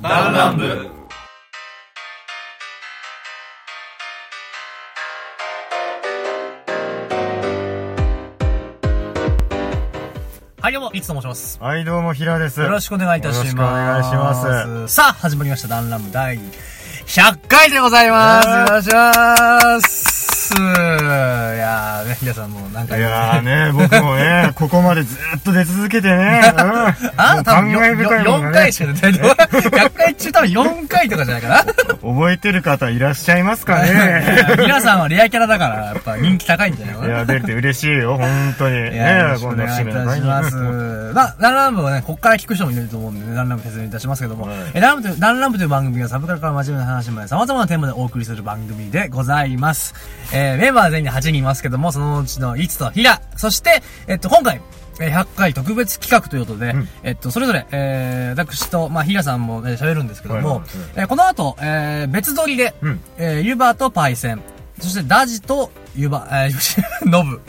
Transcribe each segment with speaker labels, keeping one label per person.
Speaker 1: ダンランブ
Speaker 2: はい、どうも、リツと申します。
Speaker 3: はい、どうも、平です。
Speaker 2: よろしくお願いいたします。
Speaker 3: よろしくお願いします。
Speaker 2: さあ、始まりました、ダンラム第100回でございます。よ
Speaker 3: やー
Speaker 2: ろしくお願いします。いやーね、皆さんもう何
Speaker 3: い
Speaker 2: 回も
Speaker 3: やーね、僕も ね、ここまでずっと出続けてね、うん、も
Speaker 2: あ多
Speaker 3: う
Speaker 2: 分
Speaker 3: 感
Speaker 2: よ
Speaker 3: 慨深いも
Speaker 2: よ4
Speaker 3: のがね
Speaker 2: 回、しか出てない。100回 中多分4回とかじゃないかな。
Speaker 3: 覚えてる方いらっしゃいますか
Speaker 2: い
Speaker 3: ね
Speaker 2: や皆さんはレアキャラだから、やっぱ人気高いんじゃないか
Speaker 3: い
Speaker 2: な。
Speaker 3: や、出れて嬉しいよ、本当に。
Speaker 2: いやよ
Speaker 3: ね
Speaker 2: ろしくお願いいたし
Speaker 3: の
Speaker 2: ます。
Speaker 3: に。
Speaker 2: まあ、ダンランブはね、こっから聞く人もいると思うんでね、ダンランブ説明いたしますけども、
Speaker 3: はい
Speaker 2: えダンランブという、ダンランブという番組はサブカルから真面目な話まで様々なテーマでお送りする番組でございます。えー、メンバーは全員で8人いますけども、そのうちのいつとひら、そして、えっと、今回、えー100回特別企画ということで、
Speaker 3: うん
Speaker 2: えっと、それぞれ、えー、私と、まあ、ひらさんも、えー喋るんですけども、
Speaker 3: はいはいはい
Speaker 2: えーこの後、えー、別撮りで、
Speaker 3: うん
Speaker 2: えー、ユバとパイセン。そして、ダジとユバ、えー、 ノブ。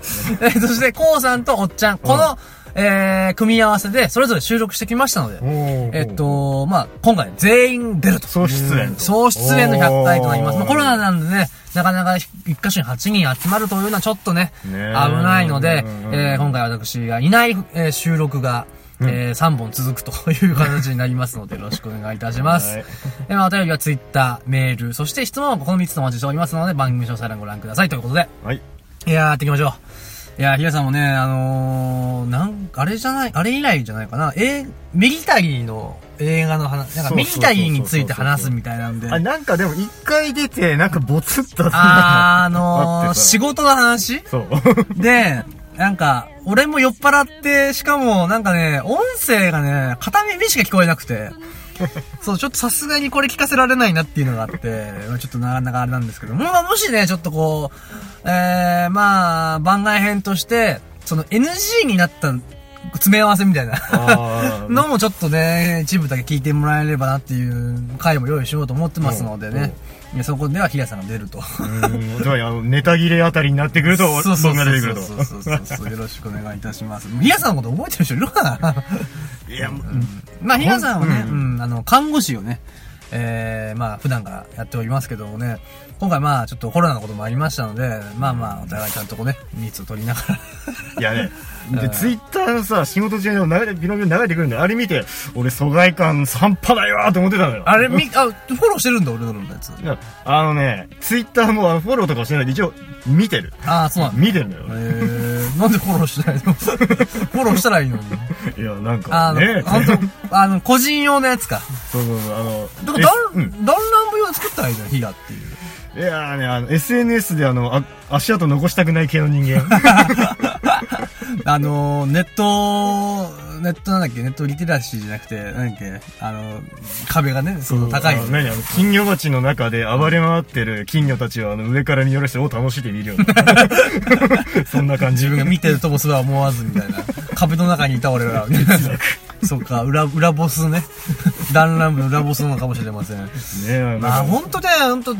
Speaker 2: えーそして、コウさんとおっちゃん。この、えー、組み合わせで、それぞれ収録してきましたので、
Speaker 3: おー
Speaker 2: えっ、と、まあ、今回全員出ると。
Speaker 3: 総出演と。
Speaker 2: 総出演の100回となります。まあ、コロナ
Speaker 3: だ。
Speaker 2: なんでね、なかなか一箇所に8人集まるというのはちょっとね、危
Speaker 3: ねえ
Speaker 2: ないので、
Speaker 3: うん
Speaker 2: えー今回私がいない、えー収録が、え3本続くという形になりますので、よろしくお願いいたします。
Speaker 3: はい
Speaker 2: えーまあ、お便りは Twitter、メール、そして質問はこの3つとお待ちしておりますので、番組詳細欄ご覧くださいということで、
Speaker 3: はい。
Speaker 2: いやー、やっていきましょう。いやー、ひやさんもね、あのー、なん、あれじゃない、あれ以来じゃないかな、えー、ミリタリーの映画の話、なんか
Speaker 3: そうそうそうそう
Speaker 2: ミリタリーについて話すみたいなんで。
Speaker 3: あ、なんかでも一回出て、なんかボツっと。
Speaker 2: あー、あ のー、仕
Speaker 3: 事。
Speaker 2: 事の話
Speaker 3: そう。
Speaker 2: で、なんか、俺も酔っ払って、しかも、なんかね、音声がね、片耳しか聞こえなくて、そう、ちょっとさすがにこれ聞かせられないなっていうのがあって、まあちょっとなかなかあれなんですけども、まあ、もしね、ちょっとこう、えー、まあ、番外編として、その NG になった詰め合わせみたいな。
Speaker 3: あー
Speaker 2: のもちょっとね、一部だけ聞いてもらえればなっていう回も用意しようと思ってますのでね。いやそこでは平さんが出ると。
Speaker 3: うんつまりあのネタ切れあたりになってくると、
Speaker 2: そうそう
Speaker 3: 僕
Speaker 2: そ
Speaker 3: が
Speaker 2: う
Speaker 3: 出てくると。
Speaker 2: そうそうそうそうよろしくお願いいたします。平さんのこと覚えてる人いるかな
Speaker 3: いや、もう
Speaker 2: まあ、平さんはね、うん、あの、看護師をね、えー、まあ、普段からやっておりますけどもね、今回まあ、ちょっとコロナのこともありましたので、まあまあ、お互いちゃんとこうね、密を取りながら。
Speaker 3: いやね、で、ツイッターのさ、仕事中でも流れ、ビロビロ流れてくるんだよ。あれ見て、俺、疎外感半端ないわーと思ってたのよ。
Speaker 2: あれ、み、あ、フォローしてるんだ、俺のやつ。
Speaker 3: いやあのね、ツイッターもあのフォローとかはしてないで、一応、見てる。
Speaker 2: ああ、そうなんだ。
Speaker 3: 見てるのよ
Speaker 2: え。ー、なんでフォローしないの フォローしたらいいのに。
Speaker 3: いや、なん
Speaker 2: あ
Speaker 3: か、
Speaker 2: の、
Speaker 3: ね。
Speaker 2: 本当あの、個人用のやつか。
Speaker 3: そうそうそう、あの、
Speaker 2: だから、
Speaker 3: えう
Speaker 2: ダン、
Speaker 3: ん
Speaker 2: ダンランブ用作ったらいいじゃん、ヒラっていう。
Speaker 3: いやーね、あの、SNS であの、あ足跡残したくない系の人間。
Speaker 2: あのー、ネット、ネットなんだっけ、ネットリテラシーじゃなくて、なんだっけ、あのー、壁がね、その 高い
Speaker 3: あ。の何あの、金魚鉢の中で暴れ回ってる金魚たちをあの、上から見下ろして、お、楽しんで見るよう な。 そんな感じ。
Speaker 2: 自分が見てるともすら思わずみたい な。壁の中にいた俺らはみたいな。 そうか、裏、裏ボスね。ダンランブの裏ボスなのかもしれません。
Speaker 3: ねなん
Speaker 2: まあ、
Speaker 3: か
Speaker 2: ほんとね、ほんと、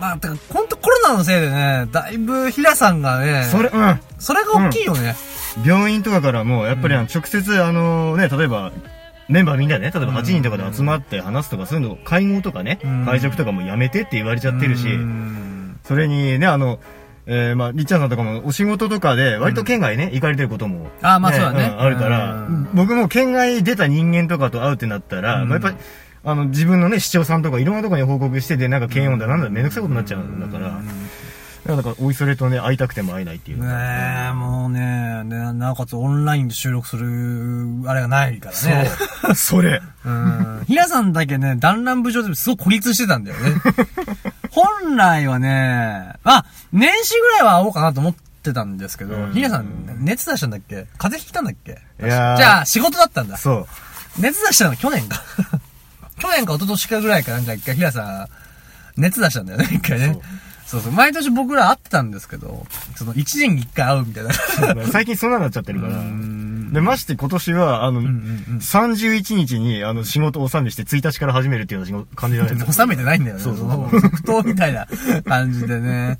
Speaker 2: まあ、てか、ほんとコロナのせいでね、だいぶヒラさんがね、
Speaker 3: それ、うん。
Speaker 2: それが大きいよね。
Speaker 3: 病院とかからもやっぱりあの直接あのね例えばメンバーみんなでね例えば8人とかで集まって話すとかそういうの会合とかね
Speaker 2: うん
Speaker 3: 会食とかもやめてって言われちゃってるし
Speaker 2: うん
Speaker 3: それにねあのえー、まあ、りっちゃんさんとかもお仕事とかで割と県外ね、行かれてることも、
Speaker 2: あーまあそうだね
Speaker 3: んあるから、
Speaker 2: うん
Speaker 3: 僕も県外出た人間とかと会うってなったら、
Speaker 2: うん
Speaker 3: まあ、やっぱり、あの、自分のね、市長さんとかいろんなところに報告して、で、なんか検温だなんだ、めんどくさいことになっちゃうんだから、なんか、おいそれとね、会いたくても会えないっていう。
Speaker 2: ねえ、もうね、ねなおかつオンラインで収録する、あれがないから
Speaker 3: そ
Speaker 2: ね。
Speaker 3: う。 それ。
Speaker 2: うん。ひなさんだけね、団らん部上ですごい孤立してたんだよね。 本来はね、あ、年始ぐらいは会おうかなと思ってたんですけど、
Speaker 3: うん
Speaker 2: ひなさん、熱出したんだっけ風邪ひいたんだっけ
Speaker 3: いやー
Speaker 2: じゃあ、仕事だったんだ。
Speaker 3: そう。
Speaker 2: 熱出したのは去年か。 去年か一昨年かぐらいかなんか一回ひらさん、熱出したんだよね、一回ね。そうそう。毎年僕ら会ってたんですけど、その一年に一回会うみたいな。
Speaker 3: 最近そんなになっちゃってるから。で、まして今年は、あの、31日に、あの、仕事を納めして、1日から始めるっていうような仕事感じじゃないですか。
Speaker 2: 収めてないんだよね。
Speaker 3: そうそうそう
Speaker 2: の即答みたいな感じで ね。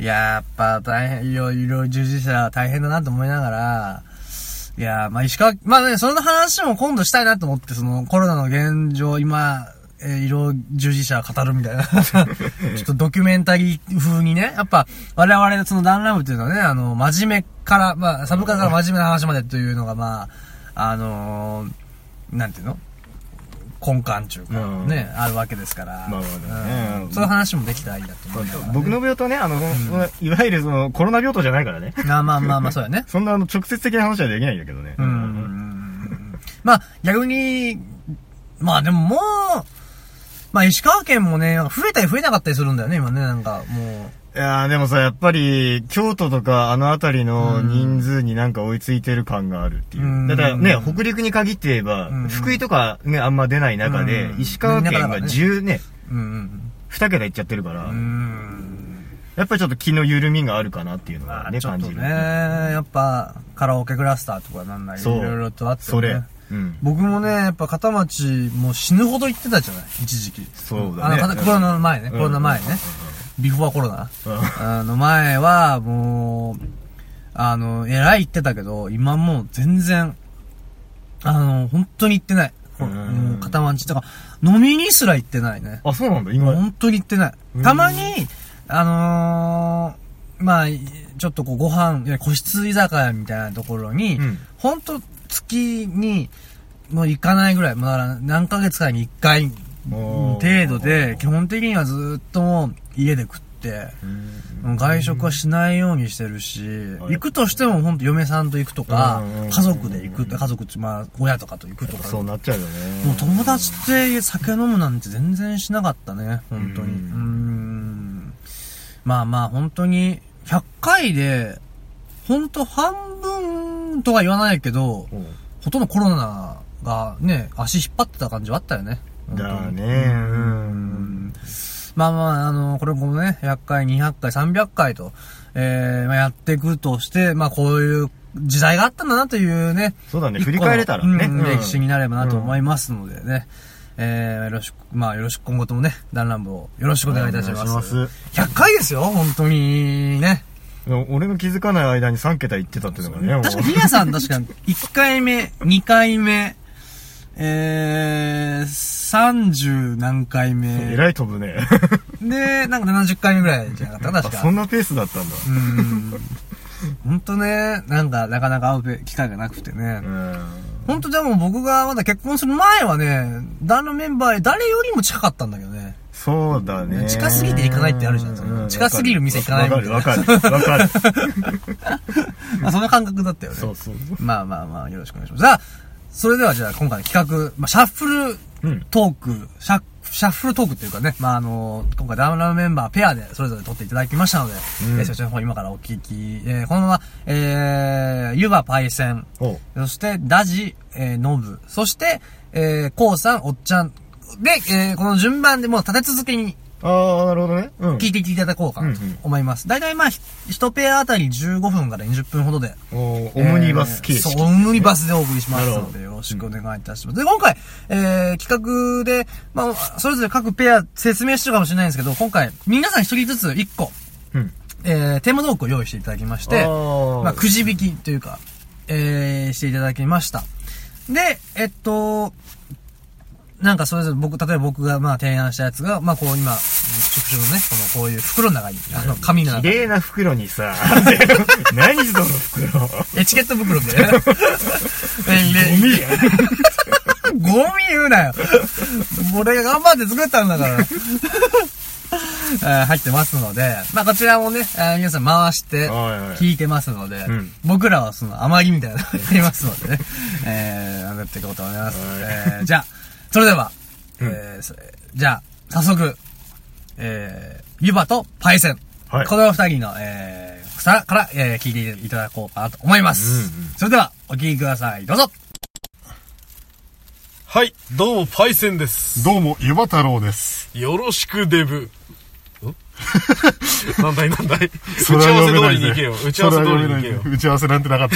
Speaker 2: いや、やっぱ大変、いろいろ従事者は大変だなと思いながら、いや、まあ石川、まあね、その話も今度したいなと思って、そのコロナの現状、今、えー医療従事者語るみた いな、ちょっとドキュメンタリー風にね、やっぱ、我々のそのダンラムっていうのはね、あの、真面目から、まあ、サブカルから真面目な話までというのが、まあ、あのーなんていうの根幹中か、
Speaker 3: うん
Speaker 2: ね、あるわけですから、
Speaker 3: まあまあね
Speaker 2: うんその話もできたらいいなと思いながらね
Speaker 3: 僕の病棟ね、あの、いわゆるそのコロナ病棟じゃないからね。
Speaker 2: あまあまあまあ、そうや ね。
Speaker 3: そんなあの直接的な話はできないんだけどね。
Speaker 2: うんうんうんうんまあ、逆に、まあでももう、まあ石川県もね、なんか増えたり増えなかったりするんだよね、今ね、なんかも
Speaker 3: いやーでもさ、やっぱり、京都とかあの辺りの人数になんか追いついてる感があるっていう。
Speaker 2: うん
Speaker 3: だからね、北陸に限って言えば、
Speaker 2: うん
Speaker 3: 福井とかね、あんま出ない中で、
Speaker 2: うん
Speaker 3: 石川県
Speaker 2: 田舎だか
Speaker 3: が
Speaker 2: らね
Speaker 3: 10ね、
Speaker 2: う、うん
Speaker 3: 2桁いっちゃってるから、
Speaker 2: うん。うん。
Speaker 3: やっぱりちょっと気の緩みがあるかなっていうの
Speaker 2: ま
Speaker 3: が
Speaker 2: あ
Speaker 3: ね、
Speaker 2: ちょっ
Speaker 3: 感
Speaker 2: と
Speaker 3: じる。
Speaker 2: ね、やっぱカラオケクラスターとかなんなり、い
Speaker 3: そう
Speaker 2: ろいろとあって、ね。
Speaker 3: それ。うん。
Speaker 2: 僕もね、やっぱ片町、もう死ぬほど行ってたじゃない一時期。
Speaker 3: そうだ
Speaker 2: あ
Speaker 3: ね。
Speaker 2: の、コロナの前ね、
Speaker 3: う
Speaker 2: コ
Speaker 3: ん
Speaker 2: ロナ前ね。ビフォーコロナ。
Speaker 3: うん
Speaker 2: あの前は、もう、あの、えらい言ってたけど、今もう全然、あの、本当に行ってない。こ
Speaker 3: うん
Speaker 2: もう、片町とか、飲みにすら行ってないね。
Speaker 3: あ、そうなんだ、今。
Speaker 2: 本当に行ってな
Speaker 3: う
Speaker 2: い。
Speaker 3: ん
Speaker 2: たまに、あのーまあ、ちょっとこう、ご飯、いや個室居酒屋みたいなところに、
Speaker 3: うん
Speaker 2: ほんと月に、もう行かないぐらい、まあ、何ヶ月かに1回
Speaker 3: お
Speaker 2: 程
Speaker 3: ー
Speaker 2: 度で、基本的にはずっともう家で食って、
Speaker 3: う
Speaker 2: う
Speaker 3: ん
Speaker 2: ん外食はしないようにしてるし、
Speaker 3: い
Speaker 2: 行くとしても本当嫁さんと行くとか
Speaker 3: うんうんうんう、ん
Speaker 2: 家族で行くって、家族って、まあ、親とかと行くとか。
Speaker 3: そうなっちゃうよね。
Speaker 2: もう友達って酒飲むなんて全然しなかったね、本当に。う
Speaker 3: うん
Speaker 2: ーん。まあまあ、本当に、100回で、本当半分とは言わないけど、
Speaker 3: うん。
Speaker 2: ほとんどコロナがね、足引っ張ってた感じはあったよね。本当に
Speaker 3: だね。うん。
Speaker 2: まあまあ、あの、これもね、100回、200回、300回と、えー、まあやっていくとして、まあこういう時代があったんだなというね。
Speaker 3: そうだね
Speaker 2: 一個の
Speaker 3: 振り返れたらね
Speaker 2: うん
Speaker 3: うん
Speaker 2: 歴史になればなと思いますのでね。えー、よろしく、まあよろしく、今後ともね、ダンランブをよろしくお願いいたします。
Speaker 3: お願いします
Speaker 2: 100回ですよ、本当にね。
Speaker 3: でも俺の気づかない間に3桁いってたっていうのがね、もう
Speaker 2: 確か、ヒヤさん確か1回目、2回目、えー、30何回
Speaker 3: え
Speaker 2: 目。
Speaker 3: らい飛ぶね。
Speaker 2: で、なんか70回目ぐらいじゃなかったかな、
Speaker 3: あ
Speaker 2: 確か。
Speaker 3: そんなペースだったんだ。
Speaker 2: 本当ね、なんか、なかなか会う機会がなくてね
Speaker 3: う。ん。
Speaker 2: 本当でも僕がまだ結婚する前はね、団のメンバーへ誰よりも近かったんだけどね。
Speaker 3: そうだね。
Speaker 2: 近すぎて行かないってあるじゃんその
Speaker 3: う
Speaker 2: 近すぎる店行かないみたいな
Speaker 3: わかる、わかる、わかる。
Speaker 2: まあ、その感覚だったよね。
Speaker 3: そうそう。
Speaker 2: まあまあまあ、よろしくお願いします。さあ、それではじゃあ今回の企画、まあ、シャッフ
Speaker 3: う
Speaker 2: ル
Speaker 3: ん
Speaker 2: トーク、シャッシャッフルトークっていうかね、まあ、あの、今回ダウンラウンメンバーペアでそれぞれ撮っていただきましたので、
Speaker 3: うん
Speaker 2: えーそちらの方今からお聞き、えーこのまま、えー、ユバパイセン、
Speaker 3: おう
Speaker 2: そして、ダジ、えー、ノブ、そして、えー、コウさん、おっちゃん。で、えー、この順番でもう立て続けに
Speaker 3: ああ、なるほどね。うん。
Speaker 2: 聞いていっていただこうかなと
Speaker 3: うんうん
Speaker 2: 思います。だいたいまあ、ひ一ペアあたり15分から20分ほどで。
Speaker 3: おうオムニバス形
Speaker 2: えー
Speaker 3: 式。
Speaker 2: そう、オムニバスでお送りします
Speaker 3: なる
Speaker 2: の
Speaker 3: ほど
Speaker 2: で、よろしくお願いいたします。で、今回、えー、企画で、まあ、それぞれ各ペア説明してるかもしれないんですけど、今回、皆さん一人ずつ1個、
Speaker 3: うん。
Speaker 2: えー、テーマトークを用意していただきまして、
Speaker 3: あー
Speaker 2: まあ、くじ引きというか、えー、していただきました。で、えっと、なんかそれぞれ僕、例えば僕がまあ提案したやつが、まあこう今、職種のね、このこういう袋の中に、あの紙の中
Speaker 3: 綺
Speaker 2: に、
Speaker 3: 麗な袋にさ、 何その袋。ゴ
Speaker 2: エチケット袋で、ね、え
Speaker 3: ミやん。
Speaker 2: ーゴミ言うなよ俺が頑張って作ったんだから。 えー入ってますので、まあこちらもね、えー皆さん回して、
Speaker 3: はいはい
Speaker 2: 聞いてますので、
Speaker 3: ん
Speaker 2: 僕らはその余りみたいなのがありますのでね、えー、上がっていこうと思います。えー、じゃあ、それでは、えーそじゃあ、早速、えー、ユバとパイセン。
Speaker 3: はい
Speaker 2: この二人の、えー、さから、えー、聞いていただこうかなと思います。
Speaker 3: う
Speaker 2: それでは、お聞きください。どうぞ
Speaker 1: はい、どうも、パイセンです。
Speaker 4: どうも、ゆば太郎です。
Speaker 1: よろしく、デブ。ん なんだいなんだい打ち
Speaker 4: そ
Speaker 1: 合
Speaker 4: れは
Speaker 1: わせ
Speaker 4: 読め
Speaker 1: 通
Speaker 4: な
Speaker 1: り
Speaker 4: い
Speaker 1: に
Speaker 4: ぜ
Speaker 1: 行けよ。打ち合わせ通りに行けよ
Speaker 4: それは読めないぜ。打ち合わせなんてなかっ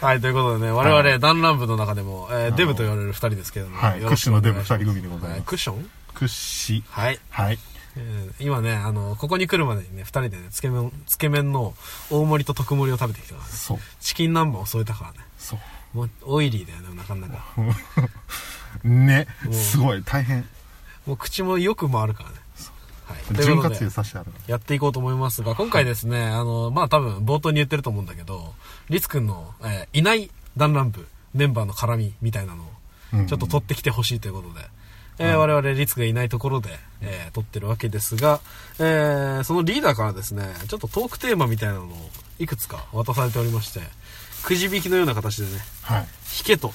Speaker 4: た。
Speaker 1: はい、ということでね、我々、ダンラン部の中でも、えーデブと言われる二人ですけども。
Speaker 4: はい。
Speaker 1: よ
Speaker 4: ク
Speaker 1: ろ
Speaker 4: ッ
Speaker 1: し
Speaker 4: シ
Speaker 1: く
Speaker 4: ュ
Speaker 1: お
Speaker 4: の
Speaker 1: 願
Speaker 4: デ
Speaker 1: い
Speaker 4: ブ二
Speaker 1: しま
Speaker 4: 人
Speaker 1: す
Speaker 4: 組でござい
Speaker 1: はい
Speaker 4: ます。
Speaker 1: クッション
Speaker 4: クッシー。
Speaker 1: はい。
Speaker 4: はい。
Speaker 1: えー今ね、あの、ここに来るまでにね、二人でね、つけ麺、つけ麺の大盛りと特盛りを食べてきたからね
Speaker 4: そう。
Speaker 1: チキン南蛮を添えたからね。
Speaker 4: そう。
Speaker 1: もうオイリーだよね、なか なか。
Speaker 4: ね
Speaker 1: う。ん
Speaker 4: すごい、大変。
Speaker 1: もう口もよく回るからね。はい。という
Speaker 4: 潤
Speaker 1: こ
Speaker 4: 滑
Speaker 1: と
Speaker 4: 油
Speaker 1: で、
Speaker 4: さしてある。
Speaker 1: やっていこうと思いますが、今回ですね、あの、まあ、多分冒頭に言ってると思うんだけど、リツくんの、えーいないダンランプメンバーの絡みみたいなの
Speaker 4: うんう
Speaker 1: を、
Speaker 4: ん
Speaker 1: ちょっと取ってきてほしいということで、えー我々リツがいないところで、えー撮ってるわけですが、えーそのリーダーからですね、ちょっとトークテーマみたいなのをいくつか渡されておりまして、くじ引きのような形でね、
Speaker 4: はい。
Speaker 1: 引けと、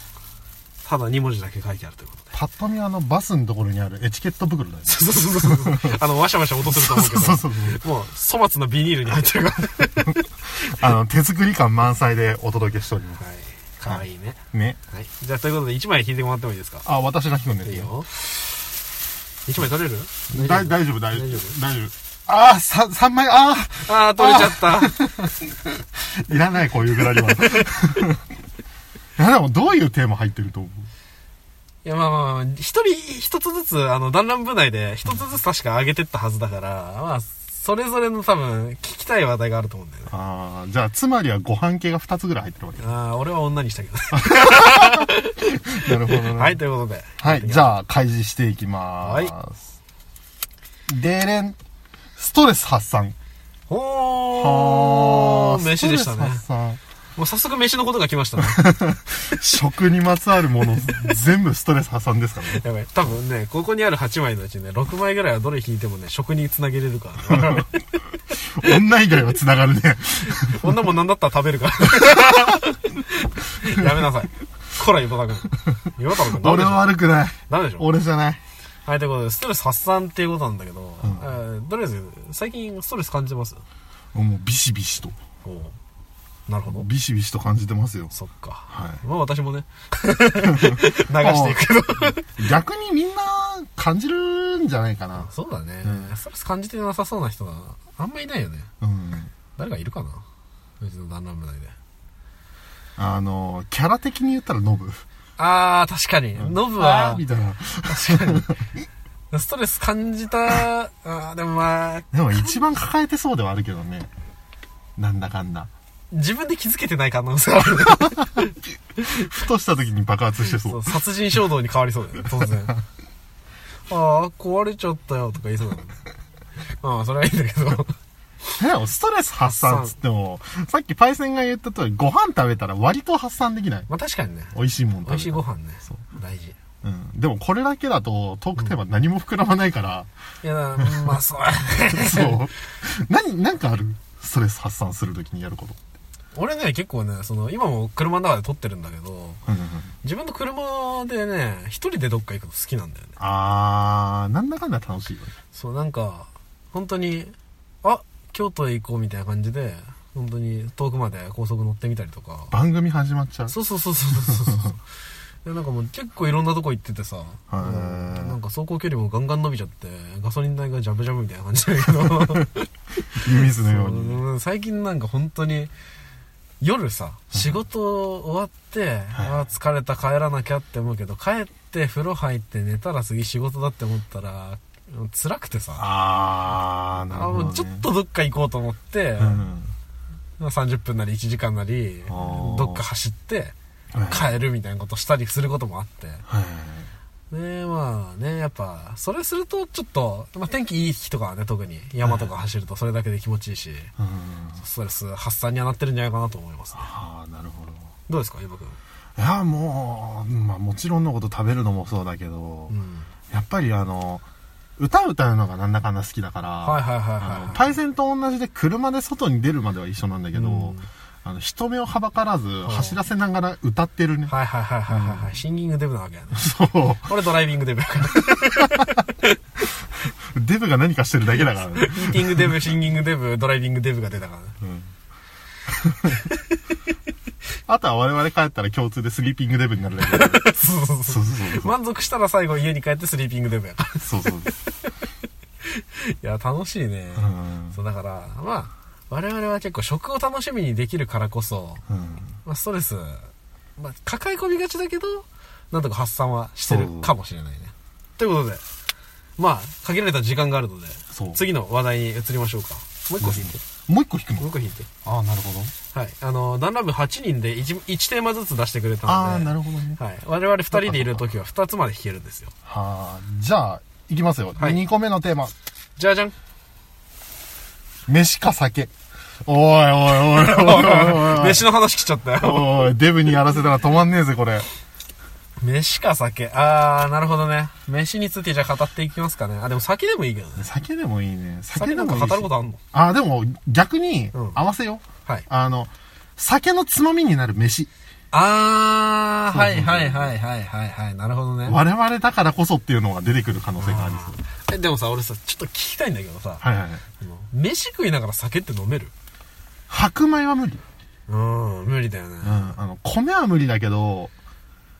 Speaker 1: ただ2文字だけ書いてあるという ことで。
Speaker 4: パッと見あの、バスのところにあるエチケット袋だよね。
Speaker 1: そうそうそうそう。あの、わしゃわしゃ音すると思うけど。
Speaker 4: そうそうそう
Speaker 1: もう、粗末なビニールに入ってるから。
Speaker 4: あの、手作り感満載でお届けしております。
Speaker 1: はい。かわいいね。
Speaker 4: ね。
Speaker 1: はい。じゃあ、ということで、1枚引いてもらってもいいですか
Speaker 4: あ、私が引くんです
Speaker 1: いい
Speaker 4: よ。
Speaker 1: よ。1枚取れる
Speaker 4: だ大丈夫、大丈
Speaker 1: 大
Speaker 4: 夫
Speaker 1: 丈。
Speaker 4: 大丈夫。ああ、さ、3枚、ああ
Speaker 1: あー、取れちゃった。
Speaker 4: いらない、こういうぐらいは。 いや、でも、どういうテーマ入ってると思う
Speaker 1: いや、まあまあまあ、一人、一つずつ、あの、団らん部内で、一つずつ確か上げてったはずだから、まあ、それぞれの多分、聞きたい話題があると思うんだよね。
Speaker 4: ああ、じゃあ、つまりはご飯系が2つぐらい入ってるわけ
Speaker 1: あー、俺は女にしたけど。
Speaker 4: なるほどね。
Speaker 1: はい、ということで。
Speaker 4: はい、じゃあ、開示していきまーす。デーレン、ストレス発散。
Speaker 1: ほー、飯でしたね。
Speaker 4: ストレス発
Speaker 1: もう早速飯のことが来ま したね。
Speaker 4: 散。食にまつわるもの、全部ストレス発散ですからね。
Speaker 1: やばい。多分ね、ここにある8枚のうちね、6枚ぐらいはどれ引いてもね、食につなげれるから、ね。
Speaker 4: 女以外は繋が るね。
Speaker 1: こんなもんなんだったら食べる から。やめなさい。こら、岩田君。岩田君、ダメで
Speaker 4: 俺
Speaker 1: しょ。
Speaker 4: は悪くない。
Speaker 1: ダメでしょ。
Speaker 4: 俺じゃない。
Speaker 1: はい、ということで、ストレス発散っていうことなんだけど、えーとりあえず、最近ストレス感じてます
Speaker 4: もうビシビシと。
Speaker 1: おうなるほど。
Speaker 4: ビシビシと感じてますよ。
Speaker 1: そっか。
Speaker 4: は
Speaker 1: まあ私 もね、流していくけど。
Speaker 4: い。逆にみんな感じるんじゃないかな。
Speaker 1: そうだね、
Speaker 4: う
Speaker 1: ストレス感じてなさそうな人があんまいないよね。
Speaker 4: うん。
Speaker 1: 誰かいるかなうちの旦那部内で。
Speaker 4: あの、キャラ的に言ったらノブ。
Speaker 1: ああ、確かに。ノブは、
Speaker 4: みたいな。
Speaker 1: 確か に。ストレス感じた、あーでもまあ、
Speaker 4: でも一番抱えてそうではあるけどね。なんだかんだ。
Speaker 1: 自分で気づけてない可能性あるね。
Speaker 4: ふとした時に爆発してそ
Speaker 1: そうう。殺人衝動に変わりそうだよね、当然。 ああ、壊れちゃったよとか言いそうだもんね。 まあ、それはいいんだけど。
Speaker 4: でもストレス発散っつっても、さっきパイセンが言った通り、ご飯食べたら割と発散できない。
Speaker 1: まあ確かにね。
Speaker 4: 美味しいもん食べた
Speaker 1: 美味しいご飯ね
Speaker 4: そう。
Speaker 1: 大事。
Speaker 4: うん。でもこれだけだとトークテーマ何も膨らまないから、
Speaker 1: いや、だからうんまあそう。
Speaker 4: そう。 何、なんかあるストレス発散するときにやること。
Speaker 1: 俺ね、結構ね、その、今も車の中で撮ってるんだけど、
Speaker 4: うんうんうん。
Speaker 1: 自分の車でね、一人でどっか行くの好きなんだよね。
Speaker 4: あー、なんだかんだ楽しいよね。
Speaker 1: そうなんか本当にあ京都へ行こうみたいな感じで本当に遠くまで高速乗ってみたりとか
Speaker 4: 番組始まっちゃう。
Speaker 1: そうそうそうそうそうそうそうでなんかもう結構いろんなとこ行っててさ、
Speaker 4: へー
Speaker 1: なんか走行距離もガンガン伸びちゃってガソリン代がジャブジャブみたいな感じだけど
Speaker 4: 湯水のように。
Speaker 1: うん最近なんか本当に夜さ仕事終わって、ああ疲れた帰らなきゃって思うけど帰って風呂入って寝たら次仕事だって思ったら辛くてさ
Speaker 4: あー、なる
Speaker 1: あ
Speaker 4: ほど、ね。
Speaker 1: もうちょっとどっか行こうと思って、
Speaker 4: うん。
Speaker 1: 30分なり1時間なり
Speaker 4: あー
Speaker 1: どっか走って
Speaker 4: はい
Speaker 1: 帰るみたいなことしたりすることもあって
Speaker 4: はい。
Speaker 1: でまあねやっぱそれするとちょっと、まあ、天気いい日とかはね特に山とか走るとそれだけで気持ちいいし、
Speaker 4: うん。
Speaker 1: ストレス発散にはなってるんじゃないかなと思いますね
Speaker 4: あー、なるほど。
Speaker 1: どうですかゆうばくん、
Speaker 4: いやもう、まあ、もちろんのこと食べるのもそうだけど、
Speaker 1: うん、
Speaker 4: やっぱりあの歌歌うのがなんだかんだ好きだから、
Speaker 1: はいはいはい
Speaker 4: あの
Speaker 1: はい
Speaker 4: パイセンと同じで車で外に出るまでは一緒なんだけど、
Speaker 1: うん
Speaker 4: あの人目をはばからず走らせながら歌ってるね、
Speaker 1: はいはいはいはいはいはいシンギングデブなわけやね
Speaker 4: そ
Speaker 1: 俺ドライビングデブやから
Speaker 4: うデブが何かしてるだけだか らね、
Speaker 1: イーティングデブシンギングデブドライビングデブが出たからね
Speaker 4: うん、あとは我々帰ったら共通でスリーピングデブになるだけ だから
Speaker 1: そうそう
Speaker 4: そ
Speaker 1: そうう
Speaker 4: そうそう
Speaker 1: 満足したら最後家に帰ってスリーピングデブやか
Speaker 4: そうそう
Speaker 1: ら。いや、楽しいね。
Speaker 4: うん
Speaker 1: そう、だから、まあ、我々は結構食を楽しみにできるからこそ、
Speaker 4: うん
Speaker 1: まあ、ストレス、まあ、抱え込みがちだけど、なんとか発散はしてるかもしれないね。ということで、まあ、限られた時間があるので
Speaker 4: そう、
Speaker 1: 次の話題に移りましょうか。もう一個引いて。
Speaker 4: もう一個引く
Speaker 1: も
Speaker 4: の
Speaker 1: う一個引いて。
Speaker 4: ああ、なるほど。
Speaker 1: はい。あの、ダンラム8人で 1, 1テーマずつ出してくれたので。
Speaker 4: ああ、なるほどね。
Speaker 1: はい。我々2人でいるときは2つまで弾けるんですよ。
Speaker 4: はあ、じゃあ、いきますよ。
Speaker 1: はい
Speaker 4: 2個目のテーマ。
Speaker 1: じゃじゃん。
Speaker 4: 飯か酒。おいおいおいおいおいおい
Speaker 1: 飯の話来ちゃったよ。
Speaker 4: おい。デブにやらせたら止まんねえぜ、これ。
Speaker 1: 飯か酒。あー、なるほどね。飯についてじゃあ語っていきますかね。あ、でも酒でもいいけどね。
Speaker 4: 酒でもいいね。酒
Speaker 1: 酒
Speaker 4: で
Speaker 1: なん
Speaker 4: も
Speaker 1: か
Speaker 4: いいし
Speaker 1: 語ることあんの
Speaker 4: ああ、でも、逆に
Speaker 1: うん、
Speaker 4: 合わせよう。
Speaker 1: はい。
Speaker 4: あの、酒のつまみになる飯。
Speaker 1: あー、
Speaker 4: そう
Speaker 1: は
Speaker 4: そうそ
Speaker 1: いうはいはいはいはいはい。なるほどね。
Speaker 4: 我々だからこそっていうのが出てくる可能性がありそう。
Speaker 1: え、でもさ、俺さ、ちょっと聞きたいんだけどさ、
Speaker 4: はいはいはい。
Speaker 1: あの飯食いながら酒って飲める
Speaker 4: 白米は無理。
Speaker 1: うん、無理だよね。
Speaker 4: うん。あの、米は無理だけど、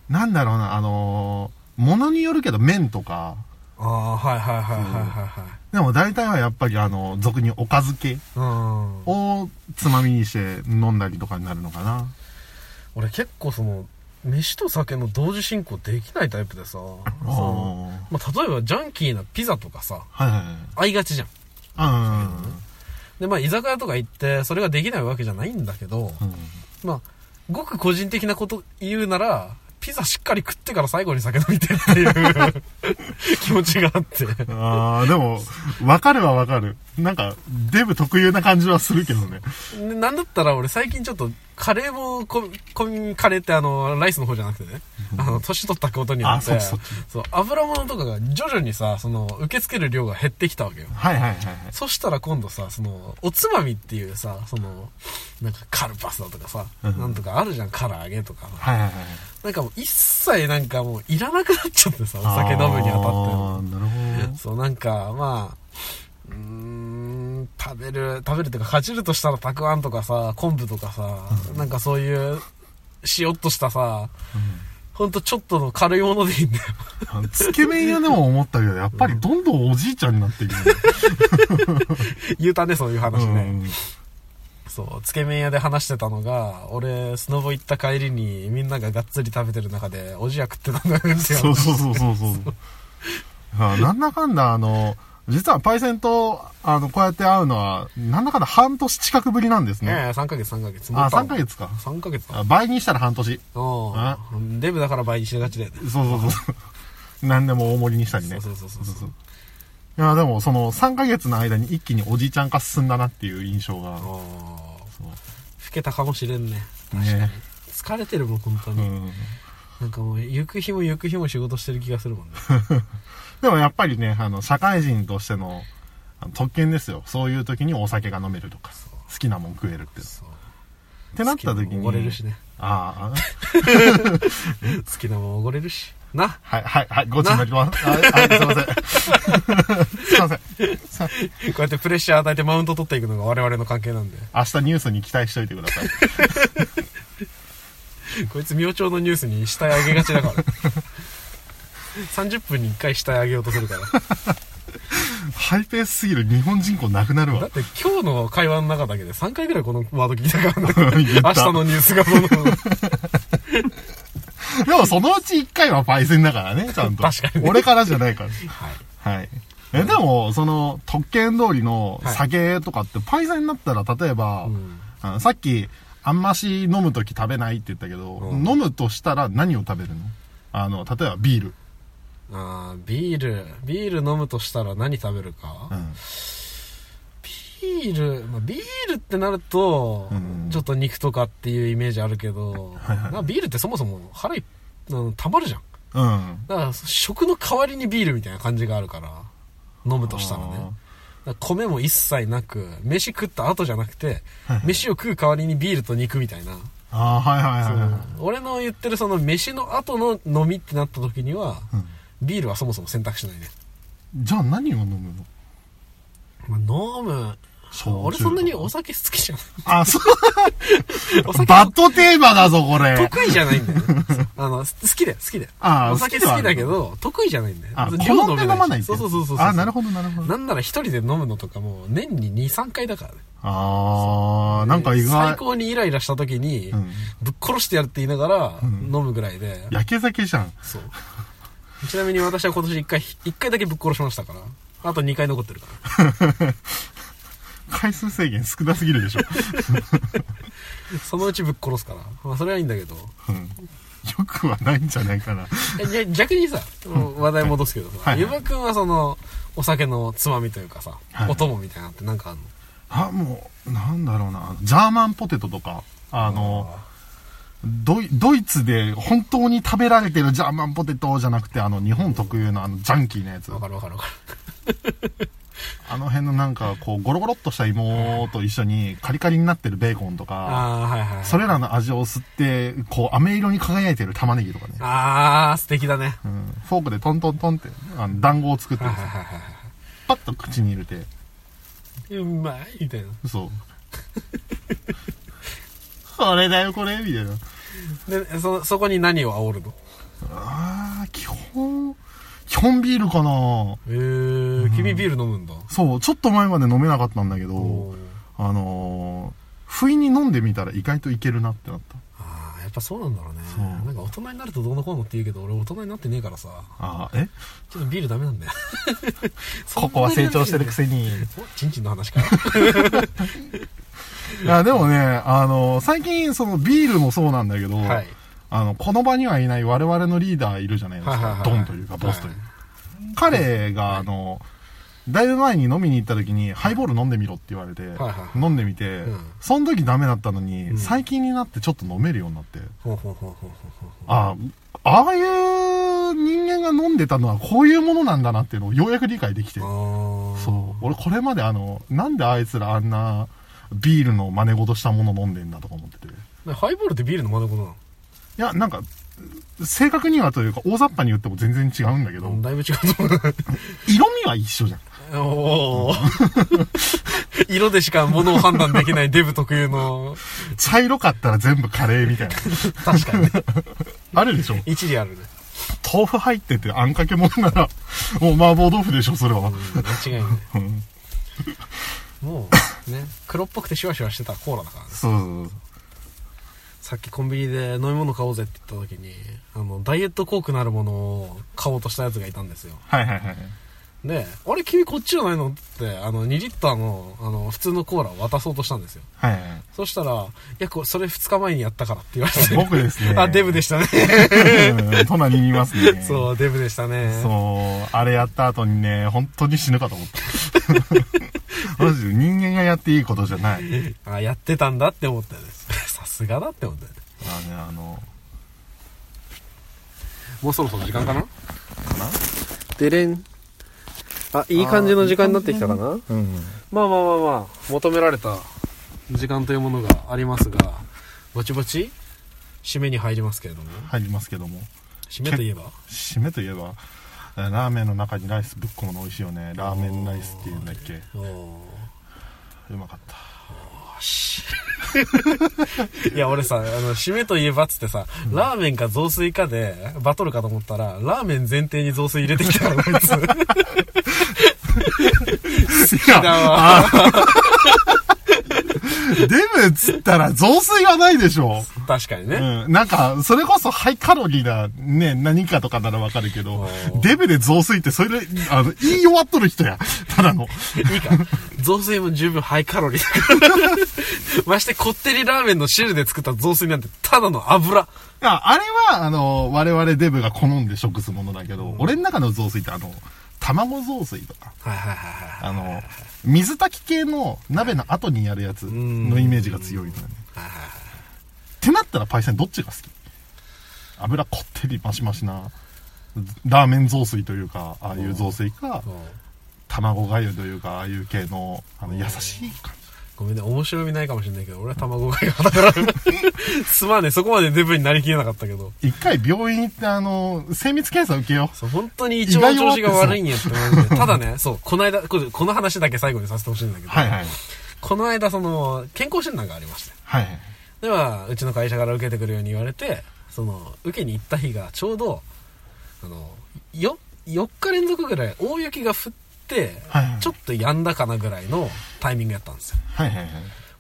Speaker 4: なんだろうな、あのー、ものによるけど麺とか、
Speaker 1: あー、はいはいはいはいはいはい。
Speaker 4: でも大体はやっぱりあの、俗におかず系
Speaker 1: うん。
Speaker 4: をつまみにして飲んだりとかになるのかな。
Speaker 1: 俺結構その、飯と酒の同時進行できないタイプでさ、
Speaker 4: あ
Speaker 1: そのまあ、例えばジャンキーなピザとかさ、
Speaker 4: あ。はいはい
Speaker 1: 合いがちじゃん。
Speaker 4: はい。
Speaker 1: で、まあ、居酒屋とか行って、それができないわけじゃないんだけど、
Speaker 4: うん。うん
Speaker 1: まあ、ごく個人的なこと言うなら、ピザしっかり食ってから最後に酒飲みてっていう 気持ちがあって。
Speaker 4: ああ、でも、わかるはわかる。なんか、デブ特有な感じはするけどね。
Speaker 1: でなんだったら俺最近ちょっと、カレーもこ、こん、カレーってあの、ライスの方じゃなくてね、あの、年取ったことによって、
Speaker 4: あそっちそっち
Speaker 1: そう、油物とかが徐々にさ、その、受け付ける量が減ってきたわけよ。
Speaker 4: はいはいはいはい。
Speaker 1: そしたら今度さ、その、おつまみっていうさ、その、なんかカルパスだとかさ、
Speaker 4: うん
Speaker 1: なんとかあるじゃん、唐揚げとか。
Speaker 4: はいはいはい。
Speaker 1: なんかもう一切なんかもういらなくなっちゃってさ、お酒飲むにあたって
Speaker 4: ああ、
Speaker 1: も。
Speaker 4: なるほ
Speaker 1: そう、なんか、まあ、うーん、食べる、食べるっていうか、かじるとしたらたくあんとかさ、昆布とかさ、なんかそういう、しよっとしたさ、ほんとちょっとの軽いものでいいんだよ。
Speaker 4: どあの。つけ麺屋でも思ったけど、やっぱりどんどんおじいちゃんになっていくね。
Speaker 1: 言うたね、そういう話
Speaker 4: う
Speaker 1: ね。
Speaker 4: ん。
Speaker 1: そう、つけ麺屋で話してたのが、俺、スノボ行った帰りに、みんなががっつり食べてる中で、おじや食ってたんだよって
Speaker 4: そうそうそうそうそう。 あなんだかんだ、あの、実はパイセンと、あの、こうやって会うのは、なんだかんだ半年近くぶりなんです
Speaker 1: ね
Speaker 4: ね。
Speaker 1: え、3ヶ月、3ヶ月。
Speaker 4: あ、3ヶ。月か。
Speaker 1: 3ヶ月だ。
Speaker 4: あ倍にしたら半年。あ
Speaker 1: うん。デブだから倍にしがちだよね。
Speaker 4: そうそうそうそう。 何でも大盛りにしたりね。
Speaker 1: そうそうそうそう
Speaker 4: ういや、でも、その、3ヶ月の間に一気におじいちゃん化進んだなっていう印象が。
Speaker 1: お
Speaker 4: そう
Speaker 1: 老けたかもしれんね。
Speaker 4: ね。
Speaker 1: 疲れてるもん、本当
Speaker 4: う
Speaker 1: に。
Speaker 4: ん。
Speaker 1: なんかもう、行く日も行く日も仕事してる気がする もんね。
Speaker 4: でもやっぱりね、あの、社会人としての、あの特権ですよ。そういう時にお酒が飲めるとか、好きなもん食えるって。
Speaker 1: そう。
Speaker 4: ってなった時に。
Speaker 1: 好きなもんおごれるしね。
Speaker 4: ああ、
Speaker 1: 好きなもんおごれるし。な。
Speaker 4: はい、はい、はい、ごちになります。はい、はい、すいません。 すいません。さ
Speaker 1: こうやってプレッシャー与えてマウント取っていくのが我々の関係なんで。
Speaker 4: 明日ニュースに期待しといてください。
Speaker 1: こいつ明朝のニュースに下へ上げがちだから。30分に1回下へ上げようとするから。
Speaker 4: ハイペースすぎる日本人口なくなる
Speaker 1: だ
Speaker 4: わ
Speaker 1: っ。て今日の会話の中だけで3回ぐらいこのワード聞いたからね。
Speaker 4: 言
Speaker 1: 明
Speaker 4: った
Speaker 1: 日のニュースがこの、確
Speaker 4: でもそのうち1回はパイセンだからね、ちゃんと。
Speaker 1: 確かに
Speaker 4: 俺からじゃないから。
Speaker 1: はい。
Speaker 4: はい。え、でも、その、特権通りの
Speaker 1: はい
Speaker 4: 酒とかって、パイセンになったら、例えば、
Speaker 1: うん
Speaker 4: あのさっき、あんまし飲むとき食べないって言ったけど、
Speaker 1: うん
Speaker 4: 飲むとしたら何を食べるのあの、例えばビール。
Speaker 1: あービール。ビール飲むとしたら何食べるか、
Speaker 4: うん。
Speaker 1: ビール、まあ、ビールってなると、
Speaker 4: うん
Speaker 1: ちょっと肉とかっていうイメージあるけど、なビールってそもそも腹いっあの溜まるじゃん。
Speaker 4: うん。
Speaker 1: だから食の代わりにビールみたいな感じがあるから、飲むとしたらね。
Speaker 4: あー
Speaker 1: だから米も一切なく、飯食った後じゃなくて
Speaker 4: はいは、い
Speaker 1: 飯を食う代わりにビールと肉みたいな。
Speaker 4: ああ、はいはいはいはい。
Speaker 1: 俺の言ってるその飯の後の飲みってなった時には、
Speaker 4: うん
Speaker 1: ビールはそもそも選択しないね。
Speaker 4: じゃあ何を飲む
Speaker 1: ま
Speaker 4: の
Speaker 1: あ、飲む。
Speaker 4: 焼酎
Speaker 1: 俺そんなにお酒好きじゃない。
Speaker 4: あ、そう。
Speaker 1: お酒
Speaker 4: バッドテーマだぞ、これ。
Speaker 1: 得意じゃないんだよね。 あの、す好きだよ、好きだよ。
Speaker 4: あー
Speaker 1: お酒
Speaker 4: 好きでは
Speaker 1: 好
Speaker 4: あ
Speaker 1: き
Speaker 4: る
Speaker 1: だけど、得意じゃないんだよ。
Speaker 4: あ、
Speaker 1: 量
Speaker 4: 好んで飲まない
Speaker 1: しそうそうそうそう。
Speaker 4: あ、なる
Speaker 1: ど。
Speaker 4: ほど、なるほど。
Speaker 1: なんなら一人で飲むのとかも、年に2、3回だからね。
Speaker 4: ああ、なんか意外
Speaker 1: 最。高にイライラした時に、
Speaker 4: うん
Speaker 1: ぶっ殺してやるって言いながら、飲むぐらいで。
Speaker 4: 焼け酒じゃん。
Speaker 1: そう。ちなみに私は今年1回、一回だけぶっ殺しましたから。あと2回残ってるから。
Speaker 4: 回数制限少なすぎるでしょ。
Speaker 1: そのうちぶっ殺すから。まあ、それはいいんだけど。
Speaker 4: うんよくはないんじゃないかな。
Speaker 1: えじゃ逆にさ、話題戻すけどさ、
Speaker 4: はいはい
Speaker 1: ゆばくんはその、お酒のつまみというかさ、
Speaker 4: はい
Speaker 1: お供みたいなのってなんかあるの
Speaker 4: あ、もう、なんだろうな。ジャーマンポテトとか、あの、ドイドイツで本当に食べられてるジャーマンポテトじゃなくて、あの、日本特有のあの、ジャンキーなやつ
Speaker 1: わ。かるわかるわか
Speaker 4: あの辺のなんか、こう、ゴロゴロっとした芋と一緒にカリカリになってるベーコンと
Speaker 1: る。
Speaker 4: か、
Speaker 1: ああ、はいはい。
Speaker 4: それらの味を吸って、こう、飴色に輝いてる玉ねぎとかね。
Speaker 1: ああ、素敵だね。
Speaker 4: うんフォークでトントントンって、あの、団子を作って
Speaker 1: はい
Speaker 4: るん
Speaker 1: は
Speaker 4: です
Speaker 1: い
Speaker 4: よ
Speaker 1: はいは
Speaker 4: パッと口に入れて、
Speaker 1: い。うまいみたいな。
Speaker 4: そう。これだよ、これみたいな。
Speaker 1: で、そ、そこに何を煽るの
Speaker 4: あー、基本、基本ビールかな
Speaker 1: えー、君ビール飲むんだ。
Speaker 4: そう、ちょっと前まで飲めなかったんだけ
Speaker 1: お
Speaker 4: ど
Speaker 1: ー、
Speaker 4: あのー、不意に飲んでみたら意外といけるなってなった。
Speaker 1: ああ、やっぱそうなんだろうね
Speaker 4: う。
Speaker 1: なんか大人になるとどうのこうのって言うけど、俺大人になってねえからさ、
Speaker 4: あー、え
Speaker 1: ちょっとビールダメなんだよ。
Speaker 3: ここは成長してるくせに。
Speaker 1: お ちんちんの話か。
Speaker 4: いや、でもね、あのー、最近、そのビールもそうなんだけど、
Speaker 1: はい。
Speaker 4: あの、この場にはいない我々のリーダーいるじゃないです
Speaker 1: はいはいは
Speaker 4: か
Speaker 1: い。
Speaker 4: ドンというか、ボスという
Speaker 1: は
Speaker 4: か。彼が、あの、だいぶ前に飲みに行った時に、ハイボール飲んでみろって言われて
Speaker 1: はいは、い
Speaker 4: 飲んでみて
Speaker 1: うん、
Speaker 4: その時ダメだったのに、
Speaker 1: ん
Speaker 4: 最近になってちょっと飲めるようになって、
Speaker 1: ほうほうほうほうほうほ
Speaker 4: ああ、ああいう人間が飲んでたのはこういうものなんだなっていうのをようやく理解できて
Speaker 1: う。。ああ。
Speaker 4: そう。俺これまであの、なんであいつらあんなビールの真似事したもの飲んでんだとか思ってて。
Speaker 1: ねハイボールってビールの真似事ない
Speaker 4: や、なんか、正確にはというか、大雑把に言っても全然違うんだけど、
Speaker 1: のだいぶ違うと思う
Speaker 4: 色味は一緒じゃん。
Speaker 1: お ー色でしか物を判断できないデブ特有の、
Speaker 4: 茶色かったら全部カレーみたいな。
Speaker 1: 確かにね。
Speaker 4: あるでしょ
Speaker 1: 一理あるね。
Speaker 4: 豆腐入っててあんかけもんなら、もう麻婆豆腐でしょ、それ
Speaker 1: う
Speaker 4: は。
Speaker 1: ん間違いない。もう、ね、黒っぽくてシュワシュワしてたコーラだからね。
Speaker 4: そうそうそう。
Speaker 1: さっきコンビニで飲み物買おうぜって言った時に、あの、ダイエットコークなるものを買おうとしたやつがいたんですよ。
Speaker 4: はいはいはい。
Speaker 1: で、あれ君こっちじゃないのって、あの、2リッターの、あの、普通のコーラを渡そうとしたんですよ。
Speaker 4: はいはいはい。
Speaker 1: そしたら、いや、こそれ2日前にやったからって言われて。
Speaker 4: 僕ですね
Speaker 1: あ、デブでしたね。
Speaker 4: うん隣にいますね。
Speaker 1: そう、デブでしたね。
Speaker 4: そう。あれやった後にね、本当に死ぬかと思った。 マジで人間がやっていいことじゃない。
Speaker 1: あ、やってたんだって思ったよね。 さすがだって思ったよね。
Speaker 4: あのね、あの、
Speaker 1: もうそろそろ時間かなかなでれん。あ、いい感じの時間になってきたかな
Speaker 3: うん。
Speaker 1: まあまあまあまあ、求められた時間というものがありますが、ぼちぼち、締めに入りますけれども。
Speaker 4: 入りますけども。
Speaker 1: 締めといえば
Speaker 4: 締めといえば、えーラーメンの中にライスぶっ込むの美味しいよね。ラーメンライスっていうんだっけ。
Speaker 1: おー
Speaker 4: うまかった。
Speaker 1: し いや、俺さ、あの、締めといえばっつってさ、ラーメンか雑炊かでバトルかと思ったら、ラーメン前提に雑炊入れてきた から、こいつ。
Speaker 4: いや、
Speaker 1: だわ。
Speaker 4: デブっつったら雑炊はないでしょ。
Speaker 1: 確かにね。
Speaker 4: うん。なんか、それこそハイカロリーな、ね、何かとかならわかるけど
Speaker 1: ー、
Speaker 4: デブで雑炊ってそれで、あの、言い終わっとる人や。ただの。
Speaker 1: いいか。雑炊も十分ハイカロリー だから。まして、こってりラーメンの汁で作った雑炊なんて、ただの油。
Speaker 4: ああれは、あの、我々デブが好んで食すものだけど、俺の中の雑炊ってあの、卵雑炊とか、
Speaker 1: はいはいはい
Speaker 4: あの、水炊き系の鍋の後にやるやつのイメージが強いのよね。ってなったらパイセンどっちが好き油こってりマシマシな、ラーメン雑炊というか、ああいう雑炊か、
Speaker 1: はい。
Speaker 4: 卵がゆというか、ああいう系の、あの、優しい感じ。
Speaker 1: ごめんね、面白みないかもしれないけど、俺は卵がけだから。 すまんね、そこまでデブになりきれなかったけど。
Speaker 4: 一回病院行って、あの、精密検査受けよう。
Speaker 1: そう、本当に一番調子が悪いんやって思うんで。ただね、そう、この間、ここの話だけ最後にさせてほしいんだけど、
Speaker 4: はいはい。
Speaker 1: この間、その、健康診断がありまして。
Speaker 4: はいはい。
Speaker 1: では、うちの会社から受けてくるように言われて、その、受けに行った日がちょうど、あの、よ、4日連続ぐらい大雪が降って、
Speaker 4: はいはい
Speaker 1: ちょっと止んだかなぐらいのタイミングやったんですよ。
Speaker 4: はいはいはい。
Speaker 1: も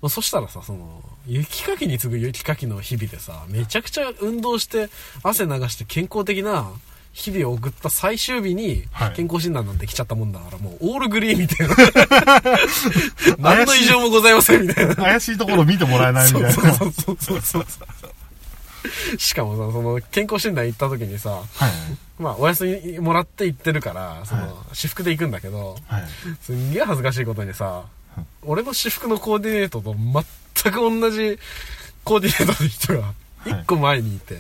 Speaker 1: うそしたらさ、その、雪かきに次ぐ雪かきの日々でさ、めちゃくちゃ運動して、汗流して健康的な日々を送った最終日に
Speaker 4: はい
Speaker 1: 健康診断なんて来ちゃったもんだから、もうオールグリーンみたいな。 何の異常もございませんみたいな。
Speaker 4: 怪しいところ見てもらえないみたいな。
Speaker 1: そうそうそうそうそうそう。しかもさ、その健康診断行った時にさ、
Speaker 4: はい。
Speaker 1: まあお休みもらって行ってるから、その、私服で行くんだけど、
Speaker 4: はい。
Speaker 1: すんげえ恥ずかしいことにさ、俺の私服のコーディネートと全く同じコーディネートの人が
Speaker 4: い
Speaker 1: 一個前にいて、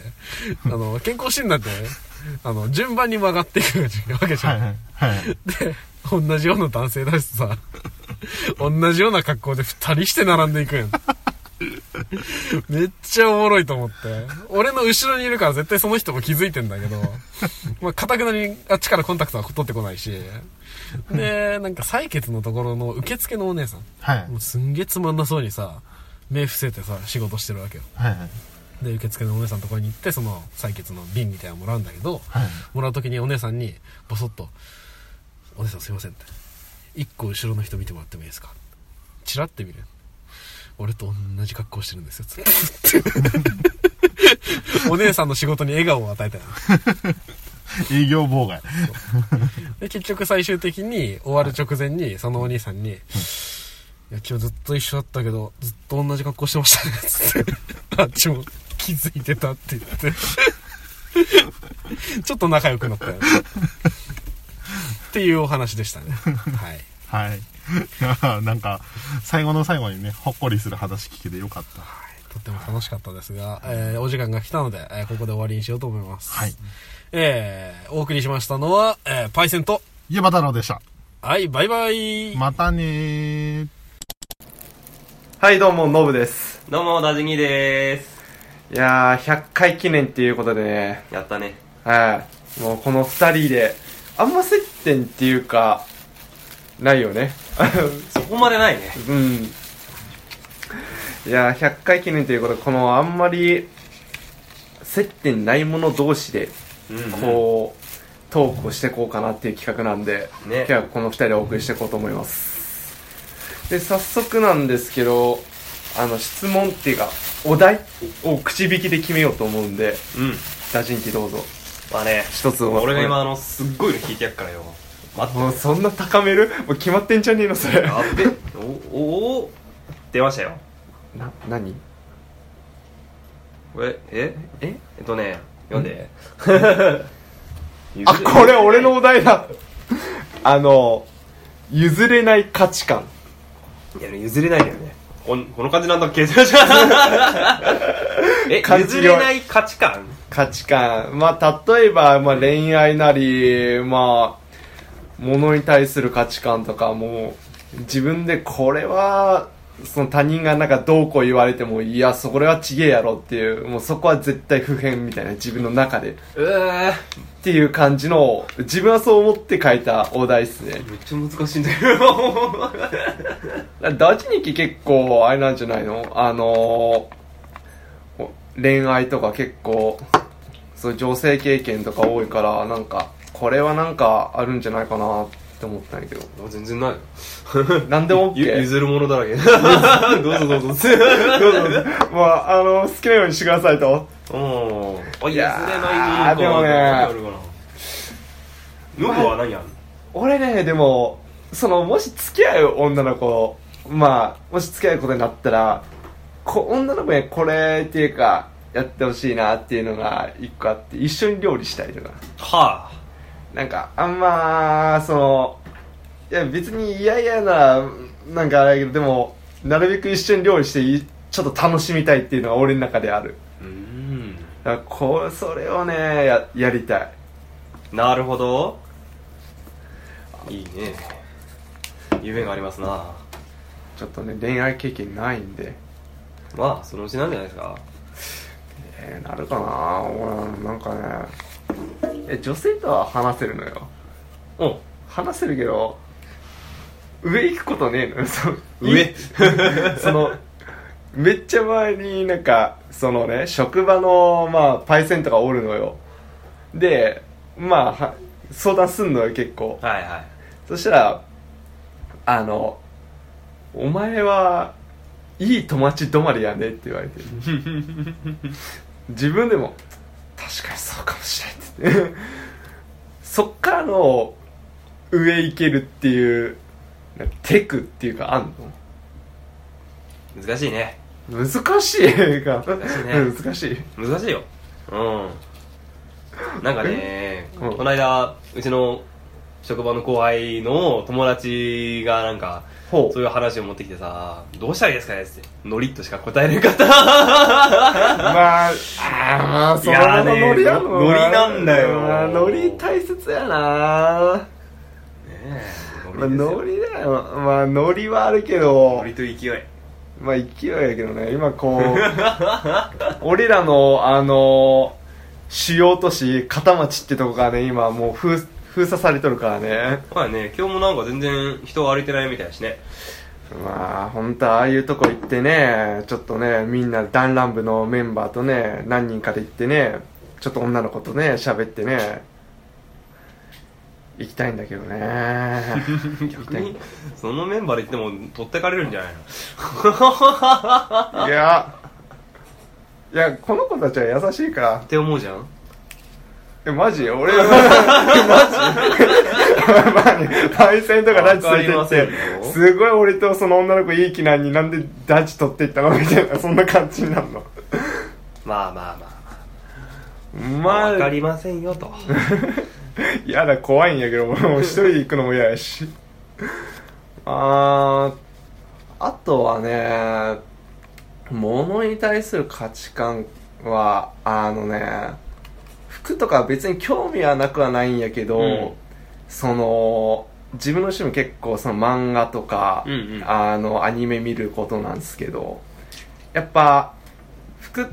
Speaker 1: あの、健康診断って、あの、順番に曲がっていくわけじゃ
Speaker 4: は
Speaker 1: ん。
Speaker 4: い。はい。はい。
Speaker 1: で、同じような男性だしさ、同じような格好で二人して並んでいくん。めっちゃおもろいと思って。俺の後ろにいるから絶対その人も気づいてんだけど、まあ、かたくなにあっちからコンタクトは取ってこないし。で、なんか採血のところの受付のお姉さん。
Speaker 4: はい。
Speaker 1: もうすんげえつまんなそうにさ、目伏せてさ、仕事してるわけよ。
Speaker 4: はい。
Speaker 1: で、受付のお姉さんのところに行って、その採血の瓶みたいなのもらうんだけど、
Speaker 4: はい。
Speaker 1: もらう時にお姉さんにボソッと「お姉さんすいません」って「一個後ろの人見てもらってもいいですか?」チラって見る俺と同じ格好してるんですよつって お姉さんの仕事に笑顔を与えたよ
Speaker 4: 営業妨害。
Speaker 1: で結局最終的に終わる直前にそのお兄さんに「いや今日ずっと一緒だったけどずっと同じ格好してましたね」つってあっちも気づいてたって言ってちょっと仲良くなったよねっていうお話でしたねはい
Speaker 4: はい。 なんか、最後の最後にね、ほっこりする話聞けてよかった。
Speaker 1: とっても楽しかったですが、えーお時間が来たので、えーここで終わりにしようと思います、
Speaker 4: はい。
Speaker 1: えーお送りしましたのは、えーパイセンと
Speaker 4: ゆば太郎でした。
Speaker 1: はいバイバイ
Speaker 4: またねー。
Speaker 5: はい、どうも、ノブです。
Speaker 6: どうも、ダジニーでーす。
Speaker 5: いやー、100回記念っていうことでね、
Speaker 6: やったね。
Speaker 5: はい。もうこの二人で、あんま接点っていうか、ないよね。
Speaker 6: そこまでないね。
Speaker 5: うん。いやー、100回記念ということで、このあんまり、接点ないもの同士で、こう、トークをしていこうかなっていう企画なんで、
Speaker 6: ね
Speaker 5: 今日はこの二人でお送りしていこうと思います。で、早速なんですけど、あの、質問っていうか、お題を口引きで決めようと思うんで、
Speaker 6: うん。うん。
Speaker 5: ダジンキどうぞ。
Speaker 6: まあね、
Speaker 5: 一つ
Speaker 6: 俺が今、あの、すっごいの引いてやっからよ。待って。
Speaker 5: もうそんな高めるもう決まってんじゃねえの、それ。
Speaker 6: あべ、お、おお出ましたよ。
Speaker 5: な、何
Speaker 6: え、え、ええっとね、読んで。
Speaker 5: あ、これ俺のお題だ。あの、譲れない価値観。
Speaker 6: いや、譲れないんだよね。こんこの感じなんだっけ え、
Speaker 5: 感じ
Speaker 6: 譲
Speaker 5: よ
Speaker 6: れない価値観
Speaker 5: 価値観。まあ、例えば、まあ、恋愛なり、まあ、ものに対する価値観とかも、自分でこれは、その他人がなんかどうこう言われても、いや、それはちげえやろっていう、もうそこは絶対不変みたいな、自分の中で。
Speaker 6: うわ
Speaker 5: っていう感じの、自分はそう思って書いたお題ですね。
Speaker 6: めっちゃ難しいんだよ。
Speaker 5: ダチニキ結構あれなんじゃないのあのーお恋愛とか結構そう女性経験とか多いからなんかこれはなんかあるんじゃないかなって思ったんや けど
Speaker 6: 全然ない。
Speaker 5: 何でも OK
Speaker 6: ゆ譲るものだら け。どうぞどうぞ。
Speaker 5: まああの好きなようにしてくださいと
Speaker 6: うん。あ、譲
Speaker 5: い
Speaker 6: れ
Speaker 5: やー
Speaker 6: ない
Speaker 5: でもね
Speaker 6: ヌーボは何やん
Speaker 5: 俺ねでもそのもし付き合う女の子まあもし付き合うことになったらこ女の子にこれっていうかやってほしいなっていうのが一個あって一緒に料理したいとか
Speaker 6: は
Speaker 5: なんかあんまそのいや別に嫌々ならなんかあれだけどでもなるべく一緒に料理していちょっと楽しみたいっていうのが俺の中である
Speaker 6: あ。うん。
Speaker 5: だからこうそれをねややりたい
Speaker 6: なるほど。いいね。夢がありますな。
Speaker 5: ちょっとね恋愛経験ないんで
Speaker 6: まあ、そのうちなんじゃないですか。
Speaker 5: えー、なるかな俺なんかねえ女性とは話せるのよ
Speaker 6: うん。
Speaker 5: 話せるけど上行くことねえのよその
Speaker 6: 上
Speaker 5: そのめっちゃ前になんかそのね職場のまあパイセンとかおるのよでまあは相談すんのよ結構
Speaker 6: はいはい。
Speaker 5: そしたらあの「お前はいい友達止まりやね」って言われて自分でも「確かにそうかもしれない」って そっからの上行けるっていうなんかテクっていうかあん
Speaker 7: 難しいね
Speaker 5: の難しいか
Speaker 7: 難しいね
Speaker 5: 難しい
Speaker 7: 難しいようんなんかね、
Speaker 5: うん
Speaker 7: この間うちの職場の後輩の友達がなんか
Speaker 5: ほ
Speaker 7: そうういう話を持ってきてさ「どうしたらいいですかね?」ってノリッとしか答えれんかった い
Speaker 5: まああーまあその
Speaker 7: やーね
Speaker 5: ノリなの
Speaker 7: ノリなんだよ
Speaker 5: まあノリ大切やな
Speaker 7: ねえ
Speaker 5: まあ、
Speaker 7: ですよ
Speaker 5: ノリだよ。まあ、ノリはあるけど
Speaker 7: ノ、リと勢い
Speaker 5: まあ、勢いやけどね、今 こう、俺らの、あの、主要都市、片町ってとこがね、今もう封封鎖されとるからね。
Speaker 7: まあね今日もなんか全然人歩いてないみたいだ しね
Speaker 5: まあ、本当はああいうとこ行ってね、ちょっとね、みんな団らん部のメンバーとね、何人かで行ってね、ちょっと女の子とね、喋ってね、行きたいんだけど ね。行き
Speaker 7: 逆
Speaker 5: たい
Speaker 7: にそのメンバーで行っても取ってかれるんじゃないの
Speaker 5: いや、いや、この子たちは優しいから
Speaker 7: っ。て思うじゃん
Speaker 5: え、マジ俺、 マジ まあね、パイセンとかラジついて
Speaker 7: わ
Speaker 5: っ
Speaker 7: かり
Speaker 5: て
Speaker 7: ません、よ
Speaker 5: すごい俺とその女の子いい気なのになんでラジ取っていったのみたいな、そんな感じになるの。
Speaker 7: まあまあまあ
Speaker 5: ま
Speaker 7: わか
Speaker 5: あ、
Speaker 7: りませんよと
Speaker 5: やだ、怖いんやけど、も う一人で行くのも嫌やし。あー、あとはね、物に対する価値観は、あのね、服とか別に興味はなくはないんやけど、
Speaker 7: うん
Speaker 5: その自分の趣味結構その漫画とか、
Speaker 7: うんうん
Speaker 5: あのアニメ見ることなんですけどやっぱ服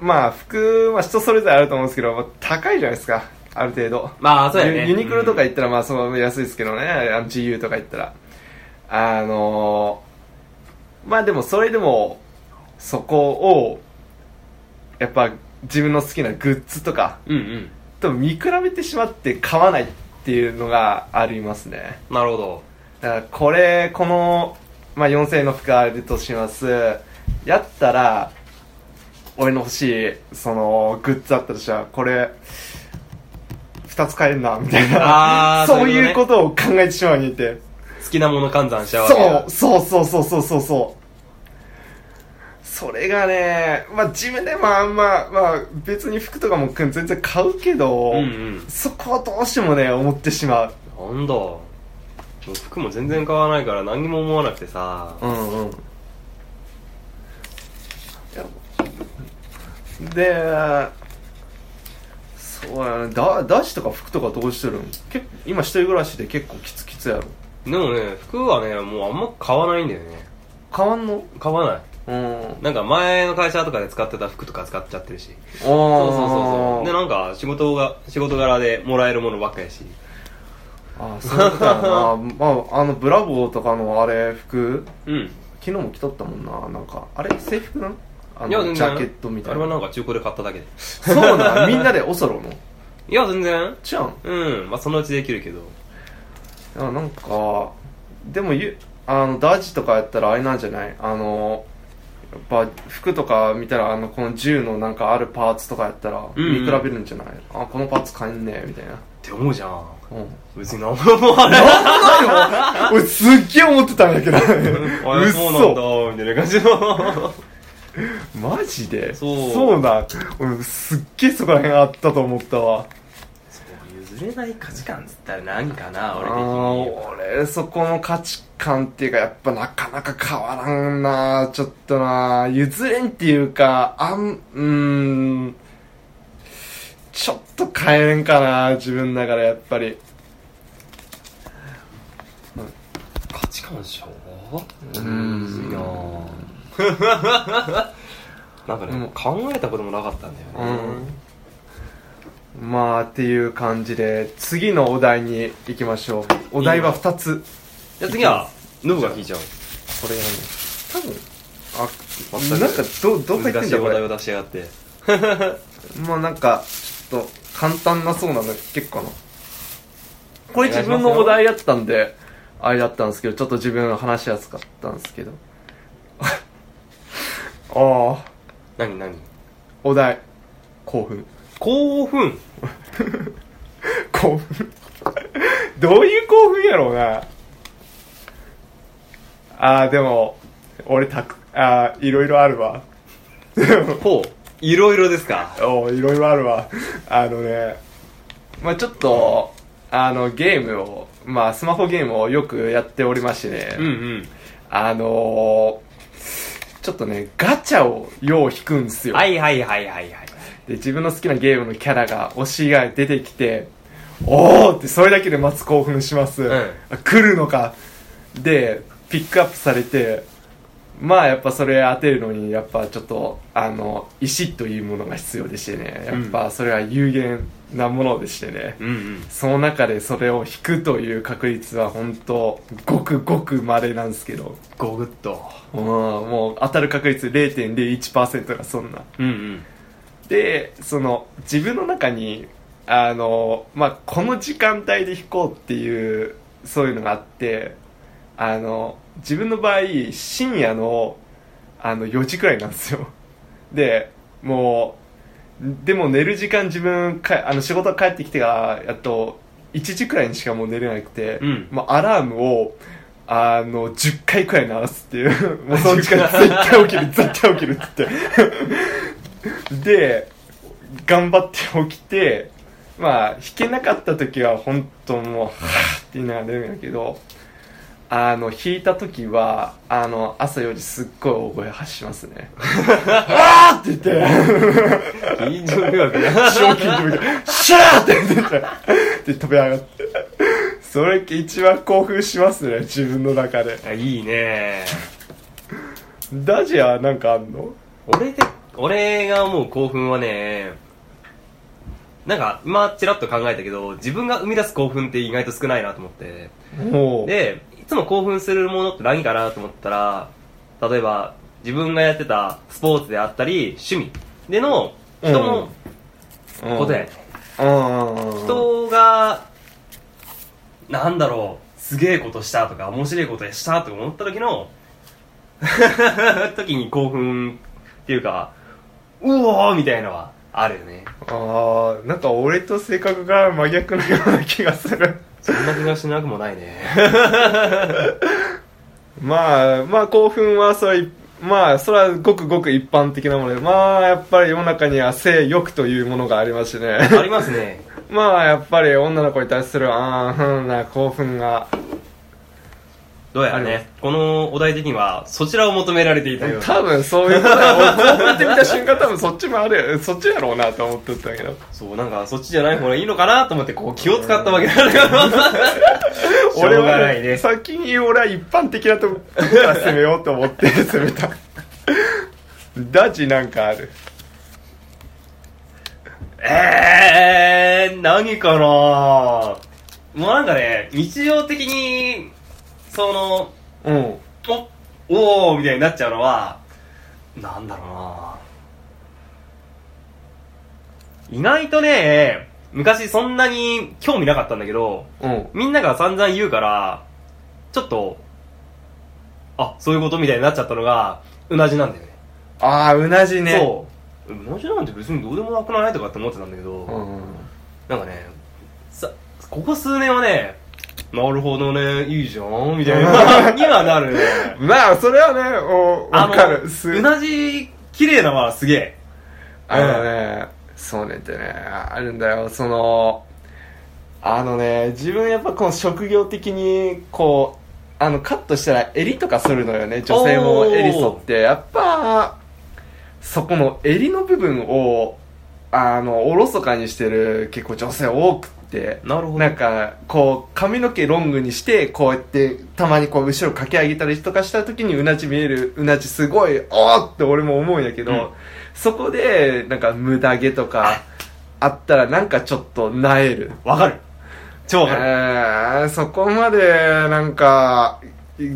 Speaker 5: まあ服は人それぞれあると思うんですけど高いじゃないですかある程度
Speaker 7: まあそうやね
Speaker 5: ユユニクロとか行ったらまあその安いですけどね、あの GU とか行ったらあのまあでもそれでもそこをやっぱ自分の好きなグッズとか
Speaker 7: うんうん
Speaker 5: と見比べてしまって買わないっていうのがありますね
Speaker 7: なるほど
Speaker 5: だからこれこの、まあ、4000円の服あるとしますやったら俺の欲しいそのグッズあったとしたらこれ2つ買えるなみたいな
Speaker 7: あー
Speaker 5: そういう
Speaker 7: そ
Speaker 5: ことを考えてしまうにって
Speaker 7: 好きなもの換算しちゃうわけ
Speaker 5: そうそうそうそうそうそうそうそれがね、まあ、自分でまあまあまあ別に服とかも全然買うけど、
Speaker 7: うんうん
Speaker 5: そこはどうしてもね思ってしまう
Speaker 7: なんだもう服も全然買わないから何にも思わなくてさ
Speaker 5: うんうんでそうやねだだしとか服とかどうしてるん結今一人暮らしで結構キツキツやろ
Speaker 7: でもね服はねもうあんま買わないんだよね
Speaker 5: 変わんの
Speaker 7: 買わない
Speaker 5: うんああ
Speaker 7: なんか前の会社とかで使ってた服とか使っちゃってるしそうそうそうそうで
Speaker 5: そ
Speaker 7: なんか仕事が仕事柄でもらえるものばっかやし
Speaker 5: あーそうだ よなまああのブラボーとかのあれ服
Speaker 7: うん
Speaker 5: 昨日も着とったもんななんかあれ制服なんあ
Speaker 7: いや
Speaker 5: の
Speaker 7: 全然
Speaker 5: ジャケットみたい
Speaker 7: あれは
Speaker 5: な
Speaker 7: なんか中古で買っただけで
Speaker 5: そうなんみんなでおそろの
Speaker 7: いや全然
Speaker 5: ちゃん
Speaker 7: うんまあそのうちできるけど
Speaker 5: あなんかでもゆあのダージとかやったらあれなんじゃないあのやっぱ服とか見たらあのこの銃のなんかあるパーツとかやったら
Speaker 7: うん
Speaker 5: 見
Speaker 7: うん
Speaker 5: 比べるんじゃない、あこのパーツ買えんねみたいな
Speaker 7: って思うじゃん
Speaker 5: うん
Speaker 7: 別に何も思わ ない
Speaker 5: 俺すっげえ思ってたんやけど
Speaker 7: あそうなんだみたいな感じの
Speaker 5: マジで
Speaker 7: そう
Speaker 5: そうなん俺すっげえそこら辺あったと思ったわ
Speaker 7: 譲れない価値観っつったら何かな
Speaker 5: あ
Speaker 7: 俺的に
Speaker 5: ー俺そこの価値観っていうかやっぱなかなか変わらんなちょっとな譲れんっていうかあんうーんちょっと変えれんかな自分だからやっぱり
Speaker 7: 価値観でしょうんむずいなぁ なんかね、
Speaker 5: うん
Speaker 7: 考えたこともなかったんだよね、
Speaker 5: まあっていう感じで次のお題に行きましょうお題は2つ
Speaker 7: じゃあ次はノブが聞いちゃう
Speaker 5: これやね多分
Speaker 7: 全
Speaker 5: あ
Speaker 7: く
Speaker 5: なんかどどこ行ってん
Speaker 7: 難しい
Speaker 5: だこ
Speaker 7: お題
Speaker 5: れ
Speaker 7: を出しやがって
Speaker 5: もうなんかちょっと簡単なそうなの結構なこれ自分のお題やったんであれだったんですけどちょっと自分話しやすかったんですけど ああ
Speaker 7: 何何
Speaker 5: お題興奮
Speaker 7: 興奮
Speaker 5: 興奮 どういう興奮やろうなあーでも俺たくあーいろいろあるわ
Speaker 7: ほう。いろいろですか。
Speaker 5: おういろいろあるわあのねまあちょっとあのゲームをまあスマホゲームをよくやっておりましてね、
Speaker 7: うんうん。
Speaker 5: あのーちょっとねガチャをよう引くんですよ、
Speaker 7: はいはいはいはいはい。
Speaker 5: で自分の好きなゲームのキャラが推しが出てきておーってそれだけで待つ興奮します、
Speaker 7: ん
Speaker 5: あ来るのかでピックアップされてまあやっぱそれ当てるのにやっぱちょっとあの石というものが必要でしてねやっぱそれは有限なものでしてね、
Speaker 7: うんうん。
Speaker 5: その中でそれを引くという確率は本当ごくごく稀なんですけど
Speaker 7: ゴグッと。
Speaker 5: うんもう当たる確率0.01%がそんな
Speaker 7: うんうん。
Speaker 5: でその自分の中にあの、まあ、この時間帯で弾こうっていうそういうのがあってあの自分の場合深夜のあの4時くらいなんですよ でもうでも寝る時間自分かあの仕事帰ってきてからやっと1時くらいにしかもう寝れなくて、
Speaker 7: うん
Speaker 5: もうアラームをあの10回くらい鳴らすって いうもうその時間絶対起きる絶対起きるって言って で頑張って起きてまあ弾けなかった時は本当もうはぁって言いながら寝るんやけどあの弾いた時はあの朝4時すっごい大声発しますねわーって言 って
Speaker 7: 近所迷惑 だ。
Speaker 5: 正気に向けてシャーって言ってで飛び上がってそれ一番興奮しますね自分の中で
Speaker 7: あいいね
Speaker 5: ダジアなんかあんの
Speaker 7: 俺で、俺が思う興奮はね、なんか、今、ちらっと考えたけど、自分が生み出す興奮って意外と少ないなと思って。
Speaker 5: もう
Speaker 7: で、いつも興奮するものって何かなと思ったら、例えば、自分がやってたスポーツであったり、趣味での、人のことやね、
Speaker 5: うん
Speaker 7: 人が、なんだろう、すげえことしたとか、面白いことしたとか思った時の、時に興奮っていうか、うおーみたいなのはあるよね。
Speaker 5: ああなんか俺と性格が真逆のような気がする
Speaker 7: そんな気がしなくもないね。
Speaker 5: まあまあ興奮はそれまあそれはごくごく一般的なものでまあやっぱり世の中には性欲というものがありましてね
Speaker 7: ありますね。
Speaker 5: まあやっぱり女の子に対するあーふんな興奮が
Speaker 7: どうやら
Speaker 5: ありま
Speaker 7: ね、このお題的には、そちらを求められていたような。
Speaker 5: 多分そういうことだ俺興奮って見た瞬間多分そっちもあるそっちやろうなと思ってたけど
Speaker 7: そう、なんか、そっちじゃない方がいいのかなと思って、こう、気を使ったわけだから。しょう
Speaker 5: 俺
Speaker 7: が
Speaker 5: は
Speaker 7: ない
Speaker 5: ね
Speaker 7: ね。
Speaker 5: 先に俺は一般的なとこから攻めようと思って攻めたダジなんかある
Speaker 7: えー、何かなもうなんかね、日常的に、その、
Speaker 5: うん
Speaker 7: お、おーみたいになっちゃうのは、なんだろうな意外とね、昔そんなに興味なかったんだけど、
Speaker 5: うん
Speaker 7: みんなが散々言うから、ちょっと、あ、そういうことみたいになっちゃったのが、うなじなんだよね。
Speaker 5: ああうなじね
Speaker 7: そう。うなじなんて別にどうでもなくないとかって思ってたんだけど、
Speaker 5: うん
Speaker 7: なんかね、さ、ここ数年はね、なるほどね、いいじゃん、みたい な、にはなるね。
Speaker 5: まあそれはねお
Speaker 7: あ
Speaker 5: 分
Speaker 7: の
Speaker 5: かるす
Speaker 7: うなじ、綺麗なのはすげえ。
Speaker 5: あのね、そうねってね、あるんだよ、その、あのね、自分やっぱこの職業的に、こう、あの、カットしたら襟とかするのよね、女性も
Speaker 7: おー
Speaker 5: 襟剃って、やっぱ、そこの襟の部分を、あの、おろそかにしてる結構女性多くって、
Speaker 7: なるほ
Speaker 5: なんか、こう、髪の毛ロングにして、こうやって、たまにこう、後ろかき上げたりとかした時に、うなじ見える、うなじすごい、おーって俺も思うんやけど、
Speaker 7: うん
Speaker 5: そこで、なんか、無駄毛とか、あったら、なんかちょっと、なえる。
Speaker 7: わかる。超
Speaker 5: え
Speaker 7: わかる。
Speaker 5: ー、そこまで、なんか、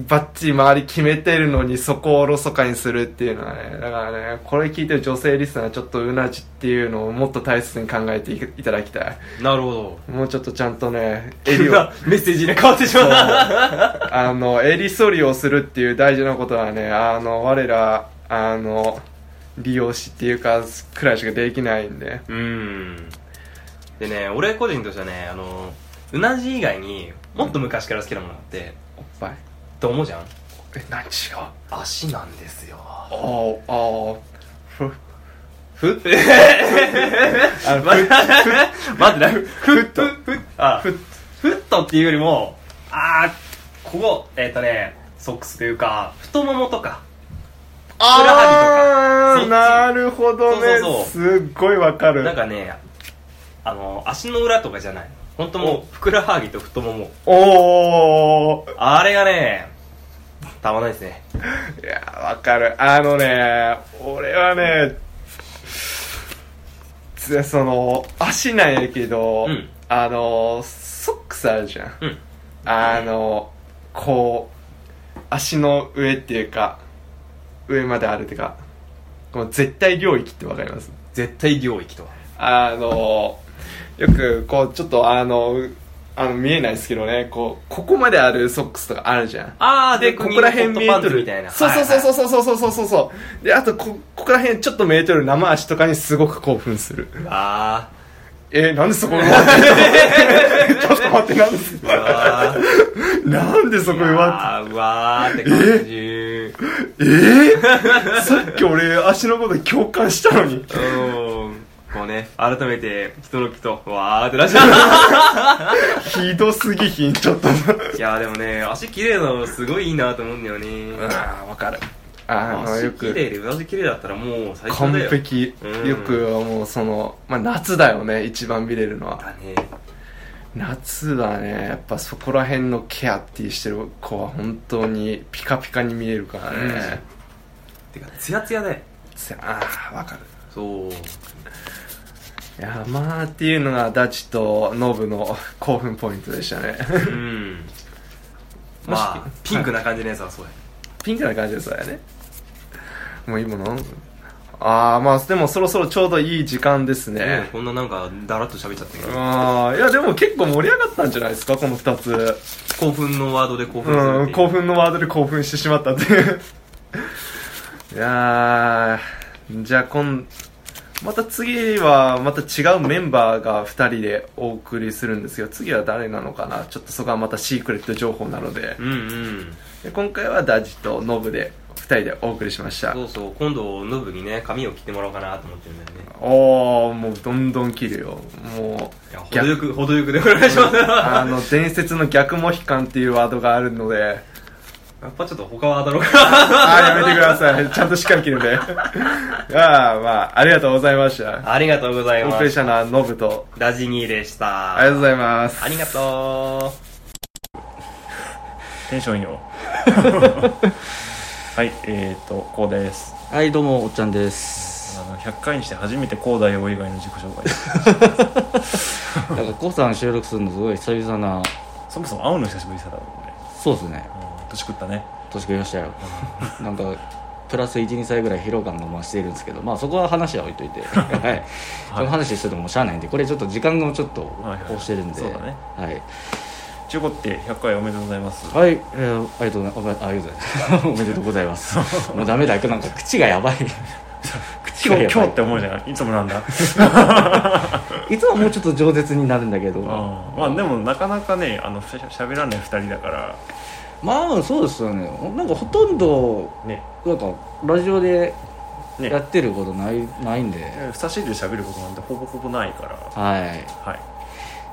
Speaker 5: バッチリ周り決めてるのに、そこをおろそかにするっていうのはね、だからね、これ聞いてる女性リスナー、ちょっとうなじっていうのをもっと大切に考えていいただきたい。
Speaker 7: なるほど。
Speaker 5: もうちょっとちゃんとね、
Speaker 7: う
Speaker 5: 襟を
Speaker 7: わ メッセージに変わってしまった。
Speaker 5: あの、襟剃りをするっていう大事なことはね、あの、我ら、あの、利用しっていうか、くらいしかできないんで、
Speaker 7: うーん。でね、俺個人としてはね、あの、うなじ以外にもっと昔から好きなものがあって、
Speaker 5: おっぱい
Speaker 7: と思うじゃん
Speaker 5: え何違うあ
Speaker 7: 足なんですよ。
Speaker 5: あああふふ あ の
Speaker 7: 待って、待って、ふっと、
Speaker 5: ふっ
Speaker 7: あ、
Speaker 5: ふっ
Speaker 7: ふっとっていうよりも、あー、ここ、えっ、とね、ソックスというか、太ももとか。
Speaker 5: ああ
Speaker 7: そっち
Speaker 5: なるほどね
Speaker 7: そうそう
Speaker 5: すっごいわかる
Speaker 7: なんかね、あの、足の裏とかじゃない。ほんともう、ふくらはぎと太もも。
Speaker 5: おお
Speaker 7: あれがね、たまんないですね。
Speaker 5: いやわかるあのね俺はねつその足なんやけど、
Speaker 7: うん
Speaker 5: あのソックスあるじゃん、
Speaker 7: うん
Speaker 5: あのこう足の上っていうか上まであるっていうかこの絶対領域ってわかります
Speaker 7: 絶対領域とは。
Speaker 5: あのよくこうちょっとあのあの見えないですけどねこうここまであるソックスとかあるじゃん
Speaker 7: あー、
Speaker 5: で、ここら辺見えとる。
Speaker 7: みたいな。
Speaker 5: そうそうそうそうそうそうそうそうで、あとこ、ここら辺ちょっと見えとる生足とかにすごく興奮する。
Speaker 7: う。あ
Speaker 5: えーなんでそこ弱ってんの ちょっと待って、なんで
Speaker 7: ー、うわー、
Speaker 5: なんでそこ弱っ
Speaker 7: あー、うわーって感じ。
Speaker 5: てんのえーさっき俺足のこと共感したのに。
Speaker 7: うん。こうね、改めて、人の気と、わーってなっちゃ う。
Speaker 5: ひどすぎひん、ちょっと。
Speaker 7: いやーでもね、足綺麗なのすごいいいなと思うんだよね。
Speaker 5: ああ、わかる。あの、よ
Speaker 7: 足綺
Speaker 5: く。
Speaker 7: 麗で、うなじ綺麗だったらもう最高
Speaker 5: 完
Speaker 7: だよ。
Speaker 5: 璧
Speaker 7: う。ん
Speaker 5: よく、もうその、まあ、夏だよね、一番見れるのは。
Speaker 7: だね。
Speaker 5: 夏だねやっぱそこら辺のケアっていうしてる子は本当にピカピカに見えるからね、
Speaker 7: てか、ツヤツヤだよ。
Speaker 5: せああわかる
Speaker 7: そう。
Speaker 5: いやまあっていうのがダチとノブの興奮ポイントでしたね
Speaker 7: うん。まあ、ピンクな感じのやつはそうや。
Speaker 5: ピンクな感じですよねもういいものああまあでもそろそろちょうどいい時間です
Speaker 7: ね
Speaker 5: ね、
Speaker 7: こんななんか、だらっと喋っちゃったけど。
Speaker 5: ああいやでも結構盛り上がったんじゃないですかこの2つ
Speaker 7: 興奮のワードで興奮するっ
Speaker 5: う
Speaker 7: て
Speaker 5: ん、
Speaker 7: いう
Speaker 5: 興奮のワードで興奮してしまったっていう。いやー、じゃあ今、また次はまた違うメンバーが2人でお送りするんですけど、次は誰なのかなちょっとそこはまたシークレット情報なので、
Speaker 7: うんうん。
Speaker 5: で今回はダジとノブで2人でお送りしました
Speaker 7: そ。うそう、今度、ノブにね、髪を切ってもらおうかなと思ってるんだよね。
Speaker 5: おー、もうどんどん切るよ。もう。
Speaker 7: いや、程よく、程よくでお願いします。や
Speaker 5: あの、伝説の逆モヒカンっていうワードがあるので、
Speaker 7: っぱちょっと他は当たろうか。
Speaker 5: あー、やめてください。ちゃんとしっかり切るね。ああ、まあ、ありがとうございました。
Speaker 7: ありがとうござい
Speaker 5: オ
Speaker 7: ま
Speaker 5: ペ
Speaker 7: す。
Speaker 5: シャナノブと、
Speaker 7: ラジニーでした。
Speaker 5: ありがとうございます。
Speaker 7: ありがと
Speaker 8: テンションよはいえっ、ー、とこうです
Speaker 9: はい、どうも、おっちゃんです。
Speaker 8: あの100回にして初めてこうだよ以外の自己紹介
Speaker 9: なんか、コウさん収録するのすごい久々な、
Speaker 8: そもそも会うの久しぶりさだもんね
Speaker 9: そうですね、
Speaker 8: うん年食ったね
Speaker 9: 年食いましたよ。なんか、プラス1、2歳ぐらい疲労感が増しているんですけど、まあそこは話は置 いといて、はい。その話しててももうしゃあないんで、これちょっと時間がちょっと
Speaker 8: はいはい
Speaker 9: こうしてるんで、
Speaker 8: そうだね
Speaker 9: はい。
Speaker 8: 中古って100回おめでとうございます
Speaker 9: はい、えーありがとうございます。あありがとうございます。お めでとうございます。もうダメだ、なんか口がやばい。口
Speaker 8: 今
Speaker 9: が
Speaker 8: 日
Speaker 9: や
Speaker 8: 今日って
Speaker 9: ば
Speaker 8: 思うじゃんいつもなん だ
Speaker 9: い。いつももうちょっと饒舌になるんだけど、
Speaker 8: うんまあでもなかなかねあのしゃしゃべらない2人だから
Speaker 9: まあそうですよね。なんかほとんど、
Speaker 8: ね
Speaker 9: なんかラジオで
Speaker 8: ね
Speaker 9: やってることない,、ないんで、
Speaker 8: ふさしいで喋ることなんてほぼほぼないから
Speaker 9: はい
Speaker 8: はい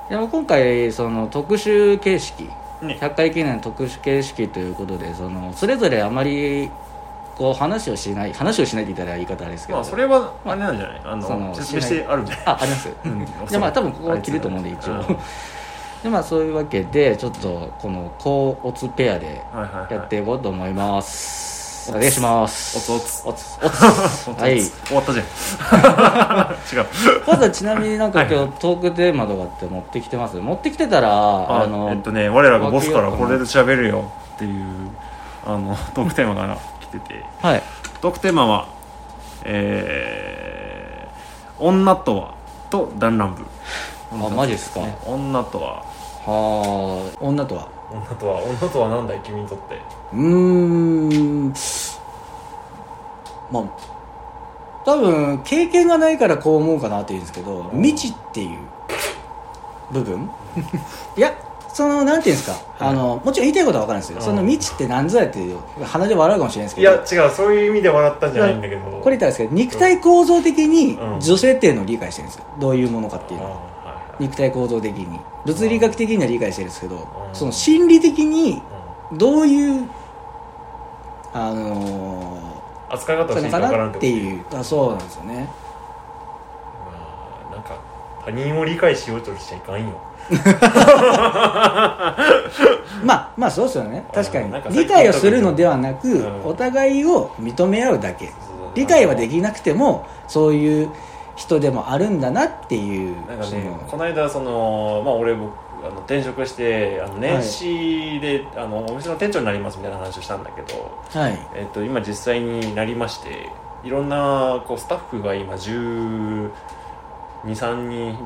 Speaker 9: でも今回その特集形式、
Speaker 8: ね
Speaker 9: 100回記念特集形式ということでそのそれぞれあまりこう話をしない話をしないって言ったら言い方あれですけど、
Speaker 8: まあそれはあれなんじゃないあ
Speaker 9: そ
Speaker 8: の
Speaker 9: の
Speaker 8: 説明してあるんじゃない
Speaker 9: ああります
Speaker 8: うん
Speaker 9: じゃあまあ多分ここは切ると思うんで一応、でまあそういうわけでちょっとこの高オツペアで
Speaker 8: はいはいはい
Speaker 9: やっていこうと思います、お願いします
Speaker 8: オツオツ
Speaker 9: オツオツ はい
Speaker 8: 終わったじゃん違 う
Speaker 9: まだちなみになんか今日トークテーマとかって持ってきてます持ってきてたらあ
Speaker 8: あ
Speaker 9: の、
Speaker 8: えっとね我らがボスからこれで喋るよっていうあ のトークテーマが来てて
Speaker 9: はい
Speaker 8: トークテーマはえー、女とはと弾丸部
Speaker 9: あマジっすか、
Speaker 8: ね女とは
Speaker 9: はあ女とは
Speaker 8: 女とは女とはなんだい君にとって
Speaker 9: うーんまあ多分経験がないからこう思うかなって言うんですけど未知っていう部分 いやそのなんていうんですか、あのもちろん言いたいことは分かるんですよ、その未知って何ぞやっていう鼻で笑うかもしれないですけ
Speaker 7: い
Speaker 9: ど
Speaker 7: や違うそういう意味で笑ったんじゃないんだけど
Speaker 9: これ言ったらですけど肉体構造的に
Speaker 7: うん
Speaker 9: 女性っていうのを理解してるんですよどういうものかっていう
Speaker 7: あ
Speaker 9: のは
Speaker 7: は
Speaker 9: 肉体構造的に物理学的には理解してるんですけど
Speaker 7: うん
Speaker 9: その心理的に
Speaker 7: いは
Speaker 9: どういうあの
Speaker 7: いうん扱い方
Speaker 9: ー
Speaker 7: をして
Speaker 9: なの
Speaker 7: いか分
Speaker 9: か
Speaker 7: から
Speaker 9: なん
Speaker 7: っ
Speaker 9: ってて
Speaker 7: こと
Speaker 9: いうあそうなんですよね
Speaker 7: まあなんか他人を理解しようとしちゃいかんよ
Speaker 9: まあまあそうですよね確か
Speaker 7: うんなんか
Speaker 9: に
Speaker 7: 最
Speaker 9: 理
Speaker 7: 近は
Speaker 9: 解をするのではなく、
Speaker 7: うん
Speaker 9: お互いを認め合うだけ理解はできなくてもそういう人でもあるんだなっていう
Speaker 7: なんか
Speaker 9: そ
Speaker 7: ね
Speaker 9: の
Speaker 7: この間その、まあ、俺僕あの転職してあの年始で、あのお店の店長になりますみたいな話をしたんだけど、
Speaker 9: はい
Speaker 7: えっと今実際になりましていろんなこうスタッフが今123人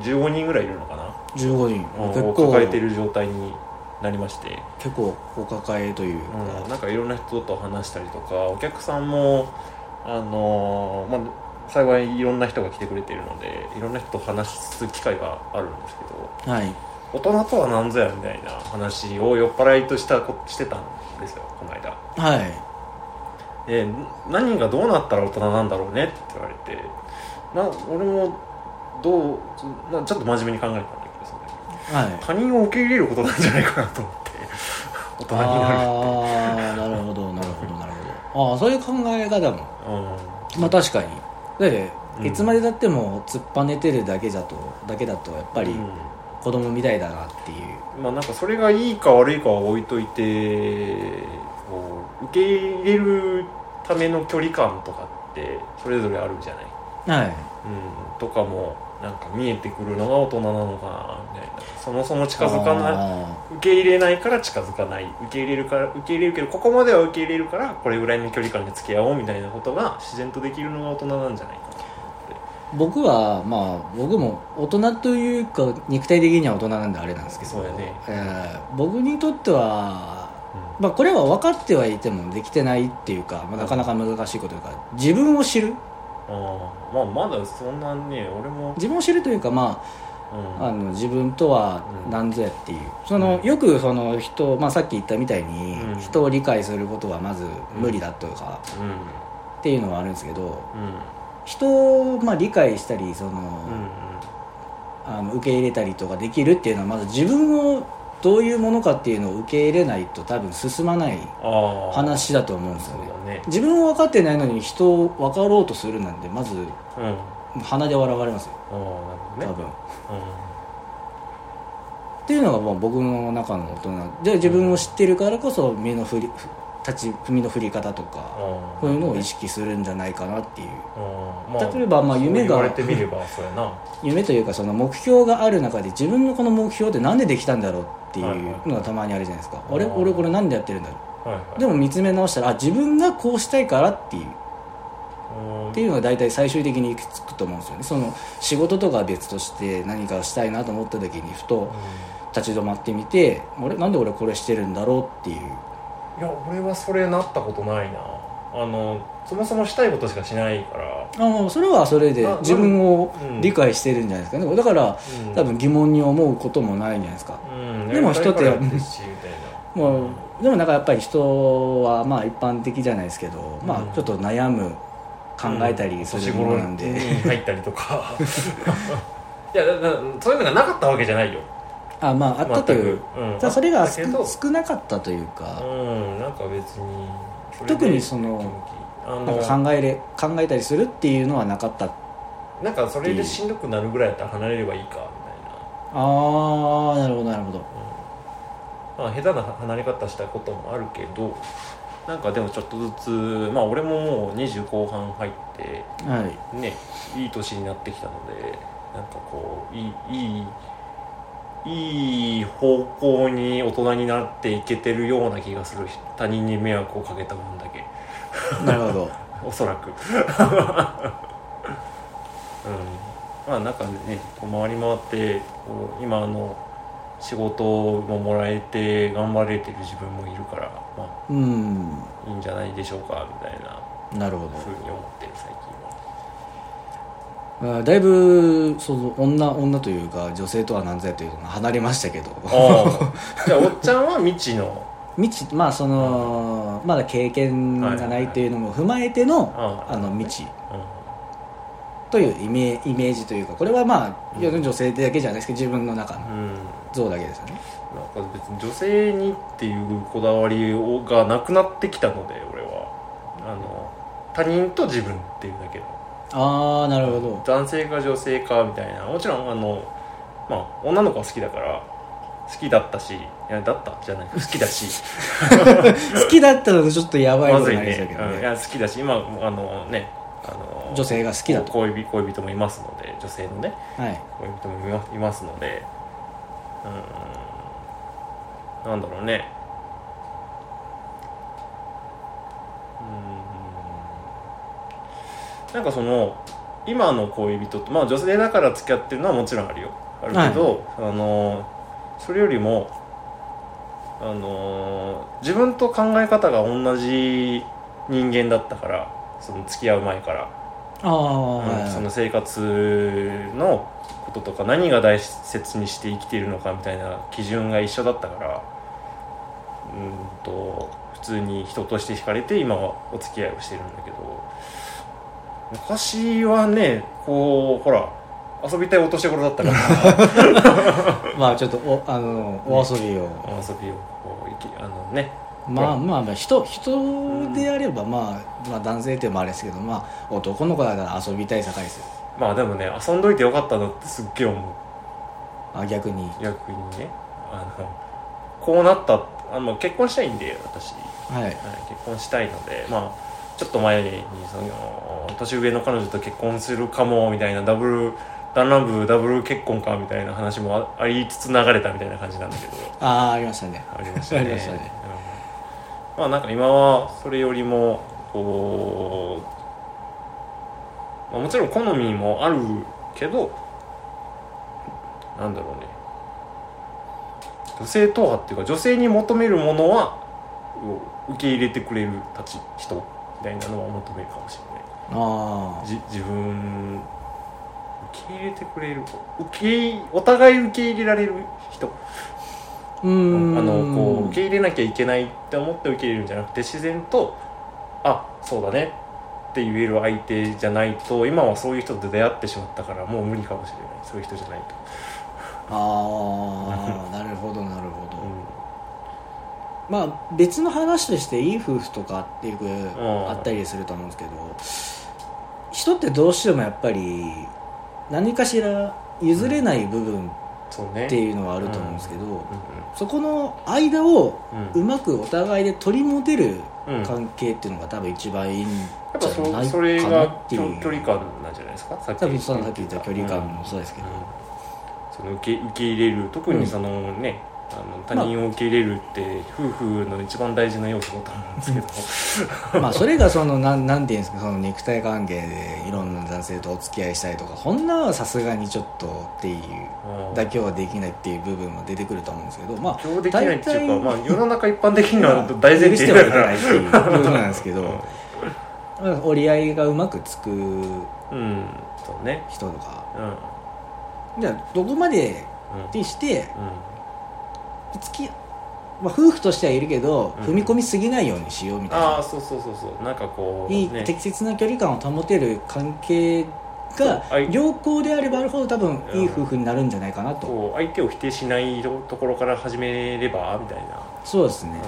Speaker 7: 15人ぐらいいるのかな
Speaker 9: 15人結
Speaker 7: を
Speaker 9: 構
Speaker 7: 抱えている状態になりまして、
Speaker 9: 結構お抱えというか、
Speaker 7: うん、なんかいろんな人と話したりとかお客さんもあのーまあ幸いいろんな人が来てくれているのでいろんな人と話す機会があるんですけど
Speaker 9: はい
Speaker 7: 大人とは何ぞやみたいな話を酔っ払いとしたこしてたんですよこの間
Speaker 9: は
Speaker 7: で何がどうなったら大人なんだろうねって言われてな俺もどうそなちょっと真面目に考えたんだけどその時
Speaker 9: いはい
Speaker 7: 他人を受け入れることなんじゃないかなと思って 大人になるって
Speaker 9: ああなるほどなるほどなるほどああそういう考え方も
Speaker 7: うん
Speaker 9: まあ確かにだって
Speaker 7: うん
Speaker 9: いつまでたっても突っぱねてるだけだとだけだとやっぱり
Speaker 7: うん
Speaker 9: 子供みたいだなっていう、
Speaker 7: まあなんかそれがいいか悪いかは置いといてこう受け入れるための距離感とかってそれぞれあるじゃない、
Speaker 9: は
Speaker 7: う
Speaker 9: い
Speaker 7: ん、とかもなんか見えてくるのが大人なのかなみたいなそもそも近づかない
Speaker 9: あ
Speaker 7: 受け入れないから近づかない受け入れるから受け入れるけどここまでは受け入れるからこれぐらいの距離感で付き合おうみたいなことが自然とできるのが大人なんじゃないか
Speaker 9: ー僕はまあ僕も大人というか肉体的には大人なんであれなんですけど
Speaker 7: そうやね
Speaker 9: えー僕にとってはまあ、これは分かってはいてもできてないっていうか、まあ、なかなか難しいことというか自分を知る
Speaker 7: な、うん、あーまあまだそんなね俺も、
Speaker 9: 自分を知るというか、ま
Speaker 7: う
Speaker 9: あ、
Speaker 7: ん、
Speaker 9: あの自分とは何ぞやっていうその
Speaker 7: うん
Speaker 9: よくその人、まあ、さっき言ったみたいに
Speaker 7: うん
Speaker 9: 人を理解することはまず無理だとかっていうのはあるんですけど
Speaker 7: うんうん
Speaker 9: 人をまあ理解したりその
Speaker 7: うん
Speaker 9: あの受け入れたりとかできるっていうのはまず自分をどういうものかっていうのを受け入れないと多分進まない
Speaker 7: あー
Speaker 9: 話だと思うんです
Speaker 7: そ
Speaker 9: よ
Speaker 7: うだ
Speaker 9: ね。
Speaker 7: ね
Speaker 9: 自分を分かってないのに人を分かろうとするなんてまず
Speaker 7: うんあ
Speaker 9: 鼻で笑われますよ
Speaker 7: あなるほどね
Speaker 9: 多分、
Speaker 7: う
Speaker 9: っていうのがもう僕の中の大人で自分を知ってるからこそ身の振り立ち踏みの振り方とか
Speaker 7: んあ
Speaker 9: そういうのを意識するんじゃないかなっていう
Speaker 7: あまあ
Speaker 9: 例えばまあ夢が
Speaker 7: そう言われてみればそうやな
Speaker 9: 夢というかその目標がある中で自分のこの目標ってなんでできたんだろうってい
Speaker 7: はいは
Speaker 9: うのがたまにあるじゃないですか、
Speaker 7: うん
Speaker 9: あれ俺これなんでやってるんだろ
Speaker 7: はいは
Speaker 9: う
Speaker 7: い
Speaker 9: でも見つめ直したらあ自分がこうしたいからっていう
Speaker 7: も
Speaker 9: っていうのが大体最終的に行き着くと思うんですよねその仕事とかは別として何かしたいなと思った時にふと立ち止まってみて俺なんで俺これしてるんだろうっていう
Speaker 7: いや俺はそれなったことないなあのそもそもしたいことしかしないから
Speaker 9: あもうそれはそれで
Speaker 7: あ
Speaker 9: 自分を
Speaker 7: うん
Speaker 9: 理解してるんじゃないですかねだから
Speaker 7: うん
Speaker 9: 多分疑問に思うこともないんじゃないですか
Speaker 7: うん
Speaker 9: でも人って
Speaker 7: やりたいからやってるしみたいな
Speaker 9: もうでもなんかやっぱり人はまあ一般的じゃないですけどま
Speaker 7: うん
Speaker 9: あちょっと悩む考えたりするものなん
Speaker 7: うん年
Speaker 9: で
Speaker 7: 頃 に入ったりとか いやだだそういうのがなかったわけじゃないよ
Speaker 9: あまああったという
Speaker 7: 全くうん
Speaker 9: ただそれが
Speaker 7: あった
Speaker 9: 少
Speaker 7: けど
Speaker 9: 少なかったというか
Speaker 7: うんなんか別にそれで
Speaker 9: 特にその
Speaker 7: あの
Speaker 9: なんか考えれ考えたりするっていうのはなかった
Speaker 7: なんかそれでしんどくなるぐらいだったら離れればいいか
Speaker 9: ああなるほどな
Speaker 7: みたいな、
Speaker 9: るほど
Speaker 7: まあ、下手な離れ方したこともあるけどなんかでもちょっとずつまあ俺ももう20後半入って
Speaker 9: はい
Speaker 7: ねいい年になってきたのでなんかこういいいいいい方向に大人になっていけてるような気がする他人に迷惑をかけた分だけ
Speaker 9: なるほど
Speaker 7: おそらく うんまあなんかねこう回り回ってこう今の仕事ももらえて頑張れてる自分もいるからま
Speaker 9: うん
Speaker 7: あいいんじゃないでしょうかみたいな
Speaker 9: なるほど
Speaker 7: ふうに思ってる最近は
Speaker 9: あだいぶその女女というか女性とは何ぞやというのが離れました けど
Speaker 7: ああじゃあおっちゃんは未知の
Speaker 9: 未知まあその、まだ経験がないというのも踏まえての、
Speaker 7: あ
Speaker 9: あの未知
Speaker 7: うん
Speaker 9: というイメイメージというかこれはまあ、
Speaker 7: うん
Speaker 9: いや女性だけじゃないですけど自分の中の
Speaker 7: うん
Speaker 9: 像だけですよね
Speaker 7: なんか別に女性にっていうこだわりをがなくなってきたので俺はあの他人と自分っていうだけの
Speaker 9: ああなるほど
Speaker 7: 男性か女性かみたいなもちろんあの、まあ、女の子は好きだから好きだったしいやだったじゃない好きだ し
Speaker 9: 好きだったのとちょっとやばい
Speaker 7: ま
Speaker 9: こと
Speaker 7: ずい
Speaker 9: にな
Speaker 7: ね
Speaker 9: りそうだけど
Speaker 7: うん、い
Speaker 9: ね
Speaker 7: や好きだし今あのねあの
Speaker 9: 女性が好きだと
Speaker 7: 恋人恋人もいますので女性のね
Speaker 9: はい
Speaker 7: 恋人もいまいますのでうーんなんだろうねうーんなんかその今の恋人とまあ女性だから付き合ってるのはもちろんあるよあるけど、あのそれよりもあの自分と考え方が同じ人間だったからその付き合う前から。
Speaker 9: ああ、はい
Speaker 7: うんその生活のこととか何が大切にして生きているのかみたいな基準が一緒だったからうんと普通に人として惹かれて今はお付き合いをしてるんだけど昔はねこうほら遊びたいお年頃だったから
Speaker 9: まあちょっとおあのお遊びを、
Speaker 7: 遊びをこういきあのね
Speaker 9: まあまあまあ人人であれば、まあ、まあ男性っていうのもあれですけどまあ男の子だから遊びたい境ですよ
Speaker 7: まあでもね遊んどいてよかったなってすっげえ思う。
Speaker 9: あ逆に
Speaker 7: 逆にねあのこうなったあの結婚したいんで私、は
Speaker 9: はい
Speaker 7: い、結婚したいのでまあちょっと前にその年上の彼女と結婚するかもみたいなダブル弾丸部ダブル結婚かみたいな話もあありつつ流れたみたいな感じなんだけど
Speaker 9: ああありましたね
Speaker 7: ありましたね
Speaker 9: ありましたね
Speaker 7: うんまあなんか今はそれよりもこう、まあ、もちろん好みもあるけどなんだろうね女性党派っていうか女性に求めるものはを受け入れてくれるたち人みたいなのは求めるかもしれない
Speaker 9: あ
Speaker 7: じ自分受け入れてくれる受けお互い受け入れられる人
Speaker 9: あうーん
Speaker 7: あのこう受け入れなきゃいけないって思って受け入れるんじゃなくて自然と「あそうだね」って言える相手じゃないと今はそういう人と出会ってしまったからもう無理かもしれないそういう人じゃないと、
Speaker 9: ああなるほどなるほ
Speaker 7: う
Speaker 9: ど、まあ別の話としていい夫婦とかってよく
Speaker 7: ん
Speaker 9: あったりすると思うんですけど人ってどうしてもやっぱり何かしら譲れない部分っ
Speaker 7: ん、そうね
Speaker 9: ていうのはあると思うんですけど、
Speaker 7: う
Speaker 9: そこの間を
Speaker 7: んうんう
Speaker 9: うんまくお互いで取り持てる
Speaker 7: うんやっ
Speaker 9: 関係っていうのが多分一番いいん
Speaker 7: ぱ
Speaker 9: じゃな
Speaker 7: そ
Speaker 9: い
Speaker 7: それ
Speaker 9: かな
Speaker 7: が
Speaker 9: って
Speaker 7: 距
Speaker 9: いう
Speaker 7: 距離感なんじゃないですかさっき
Speaker 9: 多分そのさっき言った距離感もそうですけど、
Speaker 7: その受け受け入れる特にそのね、あの他人を受け入れるって夫婦の一番大事な要素だと思うんですけど、
Speaker 9: まあそれがそのなんなんていうんですかその肉体関係でいろんな男性とお付き合いしたりとかこんなはさすがにちょっとっていう
Speaker 7: うん
Speaker 9: 妥協はできないっていう部分は出てくると思うんですけどまあ
Speaker 7: 妥協できないっていうか、
Speaker 9: 大体
Speaker 7: まあ、世の中一般的には
Speaker 9: まあ
Speaker 7: 大前提だ
Speaker 9: 許してはい
Speaker 7: か
Speaker 9: けな
Speaker 7: ら
Speaker 9: いっていう部分なんですけどまあ折り合いがうまくつく
Speaker 7: うんそうね
Speaker 9: 人とか
Speaker 7: うんうん
Speaker 9: じゃあどこまでってして
Speaker 7: うん
Speaker 9: 付き、まあ、夫婦としてはいるけど、
Speaker 7: うん
Speaker 9: 踏み込みすぎないようにしようみたい
Speaker 7: ああ
Speaker 9: な
Speaker 7: そうそうそうそうなんかこう
Speaker 9: いい
Speaker 7: ね
Speaker 9: 適切な距離感を保てる関係
Speaker 7: そう
Speaker 9: が
Speaker 7: あい
Speaker 9: 良好であればあるほど多分
Speaker 7: うん
Speaker 9: いい夫婦になるんじゃないかなと、
Speaker 7: こう相手を否定しないとところから始めればみたいな、
Speaker 9: そうですね、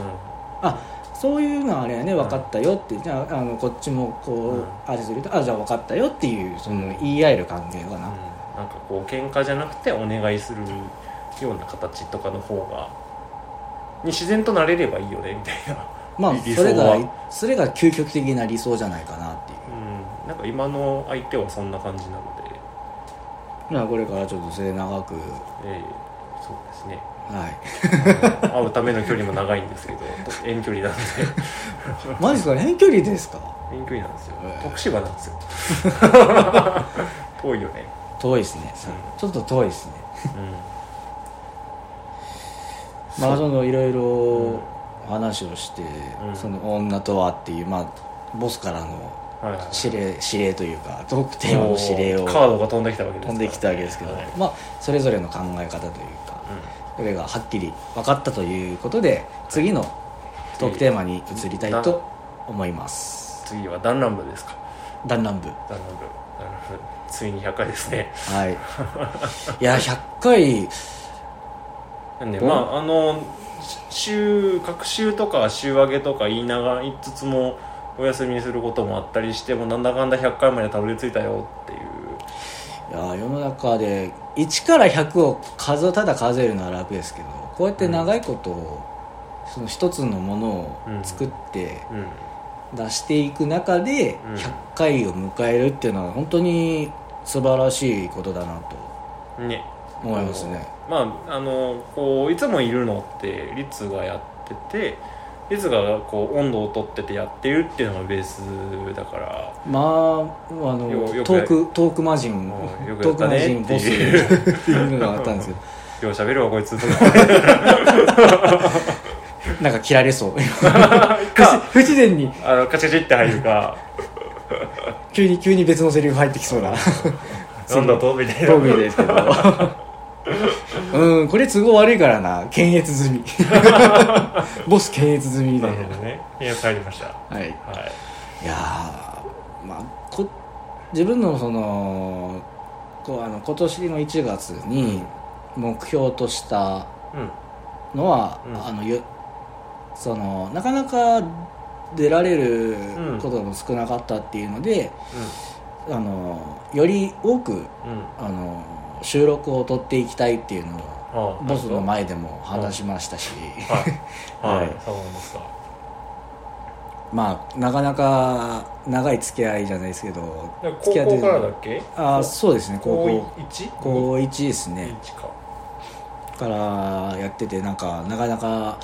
Speaker 7: う
Speaker 9: そういうのはあれやね分かったよって、じゃああのこっちもこう、
Speaker 7: うん
Speaker 9: あれするとあじゃあ分かったよっていうその言い合える関係
Speaker 7: ん
Speaker 9: かな、
Speaker 7: なんかこう喧嘩じゃなくてお願いするような形とかの方がに自然となれればいいよねみたいな
Speaker 9: まあ
Speaker 7: 理
Speaker 9: それ
Speaker 7: 理想
Speaker 9: が
Speaker 7: は
Speaker 9: それが究極的な理想じゃないかなっていう
Speaker 7: うんなんか今の相手はそんな感じなので、
Speaker 9: まあこれからちょっと末長く
Speaker 7: ええそうですね
Speaker 9: はい
Speaker 7: 会うための距離も長いんですけど遠距離なんで
Speaker 9: マジですか遠距離ですか
Speaker 7: 遠距離なんですよ
Speaker 9: ええ
Speaker 7: 徳島なんですよ遠いよね
Speaker 9: 遠いですね、ちょっと遠いですね
Speaker 7: う
Speaker 9: まあそのいろい
Speaker 7: ん
Speaker 9: ろ話をして、
Speaker 7: うん
Speaker 9: その女とはっていうまあボスからの
Speaker 7: はいはい
Speaker 9: 指令指令というかトークテーマの指令を
Speaker 7: カードが飛んできたわけです
Speaker 9: 飛んできたわけですけど、
Speaker 7: はい
Speaker 9: まあそれぞれの考え方というか、それがはっきり分かったということで次のトークテーマに移りたいと思います
Speaker 7: 次は弾丸部ですか
Speaker 9: 弾丸部
Speaker 7: 弾丸部弾丸部ついに100回ですね
Speaker 9: はいいや100回
Speaker 7: なんで
Speaker 9: うん
Speaker 7: まああのし週各週とか週上げとか言いながら言いつつもお休みにすることもあったりしてもうなんだかんだ100回までたどり着いたよっていう
Speaker 9: いや世の中で1から100を数をただ数えるのは楽ですけどこうやって長いことを、その一つのものを作って
Speaker 7: うん
Speaker 9: 出していく中で
Speaker 7: うん
Speaker 9: 100回を迎えるっていうのは本当に素晴らしいことだなと
Speaker 7: ね
Speaker 9: 思いますね
Speaker 7: まああのこういつもいるのってリツがやっててリツがこう温度を取っててやってるっていうのがベースだから
Speaker 9: まああ
Speaker 7: よ
Speaker 9: の
Speaker 7: よく
Speaker 9: ト
Speaker 7: や
Speaker 9: ークトーク魔人
Speaker 7: うんよく
Speaker 9: ト
Speaker 7: やっ
Speaker 9: ーク
Speaker 7: た
Speaker 9: 魔
Speaker 7: ね
Speaker 9: 人ボス
Speaker 7: っていう
Speaker 9: っていうのがあったんですけ ど
Speaker 7: 「ようしゃべるわこいつ」とか
Speaker 9: なんか切られそう不自不自然に
Speaker 7: あのカチカチって入る か
Speaker 9: 急に急に別のセリフ入ってきそうな
Speaker 7: 「なんだと?」みたいな
Speaker 9: トミーですけどうんこれ都合悪いからな検閲 済みボス検閲済みで、
Speaker 7: なるほどねいや入りましたは
Speaker 9: はい、
Speaker 7: い
Speaker 9: いやーまあこ自分のそのこうあの今年の1月に目標とした
Speaker 7: うん
Speaker 9: のは、
Speaker 7: うん
Speaker 9: あのゆそのなかなか出られる
Speaker 7: うん
Speaker 9: ことも少なかったっていうので、あのより多く
Speaker 7: うんうん
Speaker 9: あの収録を取っていきたいっていうのを
Speaker 7: ああ
Speaker 9: ボスの前でも話しましたし、
Speaker 7: はい、はい、そうなんですか
Speaker 9: まあなかなか長い付き合いじゃないですけど
Speaker 7: だから
Speaker 9: 付
Speaker 7: 高
Speaker 9: き合
Speaker 7: 校から
Speaker 9: と
Speaker 7: だ
Speaker 9: いう
Speaker 7: っけ
Speaker 9: ああそうですね高校
Speaker 7: 高 1?
Speaker 9: 高1ですね
Speaker 7: 1か
Speaker 9: からやっててなんかなかなか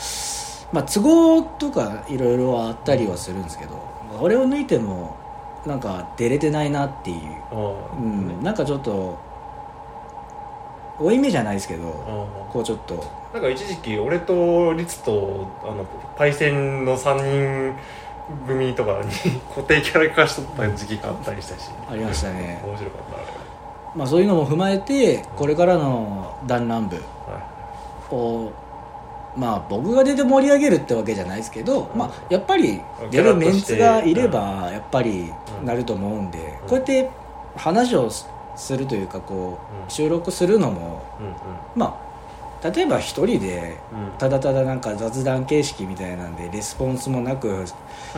Speaker 9: まあ都合とかいろいろあったりはするんですけど俺を抜いてもなんか出れてないなってい
Speaker 7: う
Speaker 9: う、
Speaker 7: んう
Speaker 9: うん、
Speaker 7: ん
Speaker 9: なんかちょっと負い目じゃないですけどこうちょっと
Speaker 7: なんか一時期俺とリツとあのパイセンの3人組と かに固定キャラ化しとった時期があったりしたし
Speaker 9: ありましたね
Speaker 7: 面白かったあ
Speaker 9: まあ、そういうのも踏まえてこれからの弾丸部を、まあ、僕が出て盛り上げるってわけじゃないですけど、まあ、やっぱり出るメンツがいればやっぱりなると思うんで
Speaker 7: うん
Speaker 9: こうやって話をすするというかこ
Speaker 7: うん
Speaker 9: う収録するのも、
Speaker 7: れはい
Speaker 9: まあ、例えば一人で
Speaker 7: うんうんうん
Speaker 9: ただただなんか雑談形式みたいなんでレスポンスもなく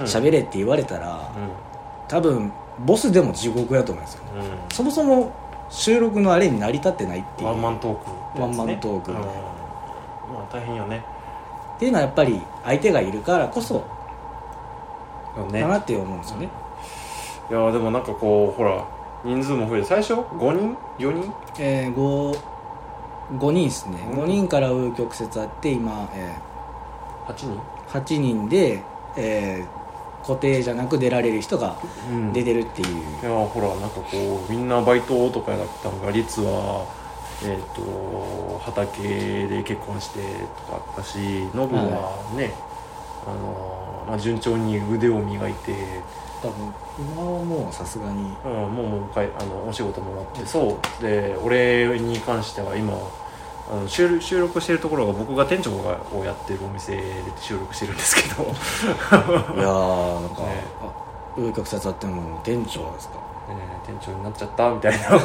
Speaker 9: 喋れって言われたら多分ボスでも地獄やと思うんですよ。
Speaker 7: うんうん
Speaker 9: そもそも収録のあれに成り立ってないっていう
Speaker 7: ワンマントークってやつね
Speaker 9: ワンマントーク
Speaker 7: うんまあ大変よね
Speaker 9: っていうのはやっぱり相手がいるからこそ
Speaker 7: ね
Speaker 9: だなって思うんですよね
Speaker 7: いやでもなんかこうほら人数も増えて最初5人4人
Speaker 9: えー、5, 5人ですね
Speaker 7: うん
Speaker 9: 5人から紆余曲折あって今、え
Speaker 7: 8人
Speaker 9: ー8人で、えー固定じゃなく出られる人が
Speaker 7: うん
Speaker 9: 出てるっていう、
Speaker 7: いやほらなんかこうみんなバイトとかやったのが律は、えっと畑で結婚してとかあったしノブはね、あのまあ、順調に腕を磨いて、
Speaker 9: 多分今はもうさすがに
Speaker 7: うん、もうもうかいあのお仕事も終わってそうで俺に関しては今あの収録収録してるところが僕が店長がをやってるお店で収録してるんですけどね
Speaker 9: いやーなんか
Speaker 7: ね
Speaker 9: あ紆余曲折あっても店長ですか
Speaker 7: 店長になっちゃったみたい な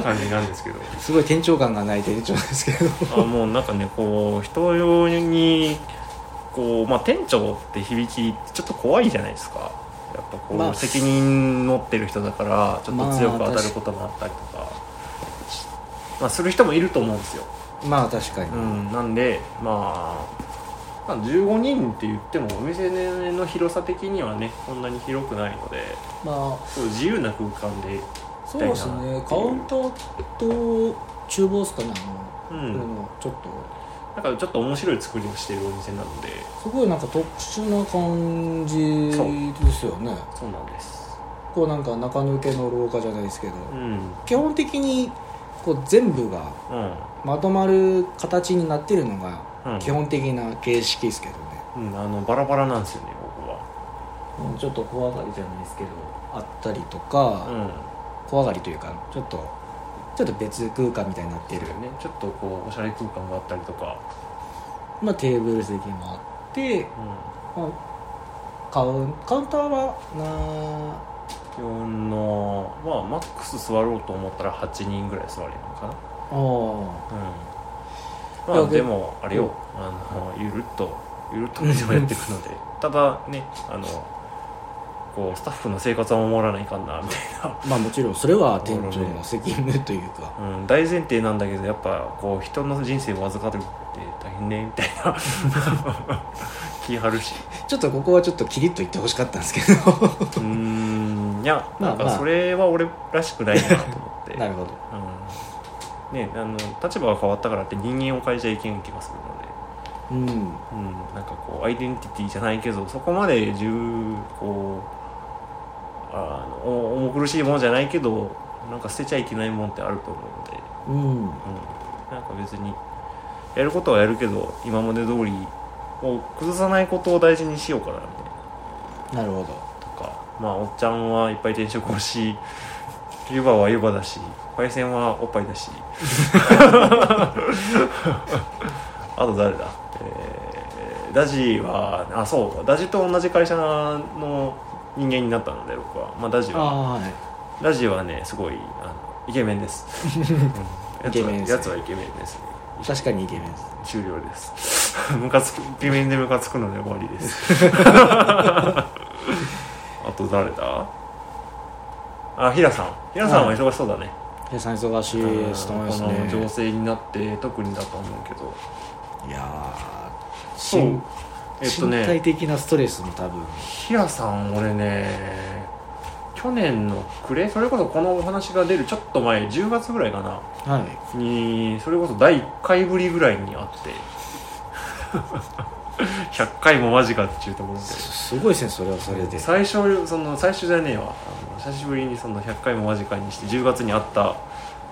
Speaker 7: 感じなんですけど。
Speaker 9: すごい店長感がない店長ですけど
Speaker 7: あもうなんかねこう人用にこう、まあ、店長って響きちょっと怖いじゃないですかやっぱこう、
Speaker 9: まあ
Speaker 7: 責任持ってる人だからちょっと強く
Speaker 9: まあ
Speaker 7: 当たることもあったりとか、まあ、する人もいると思うんですよ、
Speaker 9: まあ確かに、
Speaker 7: うん、なんでまあまあ15人って言ってもお店の広さ的にはねこんなに広くないので
Speaker 9: まあ
Speaker 7: そう自由な空間で、
Speaker 9: そうです
Speaker 7: みたいな
Speaker 9: ねカウンターと厨房ですかね
Speaker 7: う
Speaker 9: あの、これ
Speaker 7: ん、
Speaker 9: のちょっと
Speaker 7: なんかちょっと面白い作りをしているお店なのです
Speaker 9: ごいなんか特殊な感じ
Speaker 7: そう
Speaker 9: ですよね
Speaker 7: そうなんです
Speaker 9: こうなんか中抜けの廊下じゃないですけど、
Speaker 7: うん
Speaker 9: 基本的にこう全部が
Speaker 7: うん
Speaker 9: まとまる形になってるのが
Speaker 7: うん
Speaker 9: 基本的な形式ですけどね、
Speaker 7: うん、あのバラバラなんですよね僕は
Speaker 9: うんちょっと怖がりじゃないですけどあったりとか、
Speaker 7: うん
Speaker 9: 怖がりというかちょっとちょっと別空間みたいになって
Speaker 7: 出
Speaker 9: る
Speaker 7: るよねちょっとこうおしゃれ空間があったりとか
Speaker 9: まあ、テーブル席もあって、
Speaker 7: う
Speaker 9: まあ、カウンカウンターは
Speaker 7: ん基本のまあマックス座ろうと思ったら8人ぐらい座れるのかな
Speaker 9: なああ
Speaker 7: うん、ま
Speaker 9: いや
Speaker 7: あ
Speaker 9: で
Speaker 7: でもあれよ、あのゆるっとゆるっとでもやっていくの でただねあのこうスタッフの生活は守らないかんなみたい
Speaker 9: まあもちろんそれは店長の責務というか
Speaker 7: な、うん、大前提なんだけどやっぱこう人の人生を預かるって大変ねみたい な気張るし
Speaker 9: ちょっとここはちょっとキリッと言ってほしかったんですけど
Speaker 7: うーんいや
Speaker 9: まあ
Speaker 7: なんかそれは俺らしくないなと思って、
Speaker 9: なるほど
Speaker 7: うん、ねあの立場が変わったからって人間を変えちゃいけん気がするので
Speaker 9: うん
Speaker 7: うん、なんかこうアイデンティティじゃないけどそこまで重こうあのお重苦しいものじゃないけどなんか捨てちゃいけないもんってあると思うので、うん、
Speaker 9: うん
Speaker 7: なんか別にやることはやるけど今まで通りもう崩さないことを大事にしようかなみたいな
Speaker 9: なるほ
Speaker 7: とかまあおっちゃんはいっぱい転職をし湯葉は湯葉だしパイセンはおっぱいだし あと誰だえーダジはあそうダジと同じ会社の人間になったので僕は、まあ、ダジ
Speaker 9: ど
Speaker 7: は
Speaker 9: ああはい
Speaker 7: ダジはねすごいあのイケメン ですうん
Speaker 9: イケメンですね
Speaker 7: やつはやつはイケメンですね
Speaker 9: 確かにイケメンです
Speaker 7: 終了です ムカつくイケメンでムカつくので終わりです あと誰だあヒラさんヒラさんは忙しそうだね、
Speaker 9: 皆さん忙し
Speaker 7: うん
Speaker 9: いしてます
Speaker 7: この情
Speaker 9: ね
Speaker 7: 勢になって特にだと思うけど
Speaker 9: いや
Speaker 7: そう
Speaker 9: ー
Speaker 7: えっと
Speaker 9: 身身体
Speaker 7: ね
Speaker 9: 的なストレスも多分
Speaker 7: ヒラさん俺ね去年の暮れそれこそこのお話が出るちょっと前10月ぐらいかな
Speaker 9: はい
Speaker 7: にそれこそ第1回ぶりぐらいに会って100回もマジかっていうところです
Speaker 9: ごいですねそれはそれで
Speaker 7: 最初その最初じゃねえわあの久しぶりにその100回も間近にして10月に会った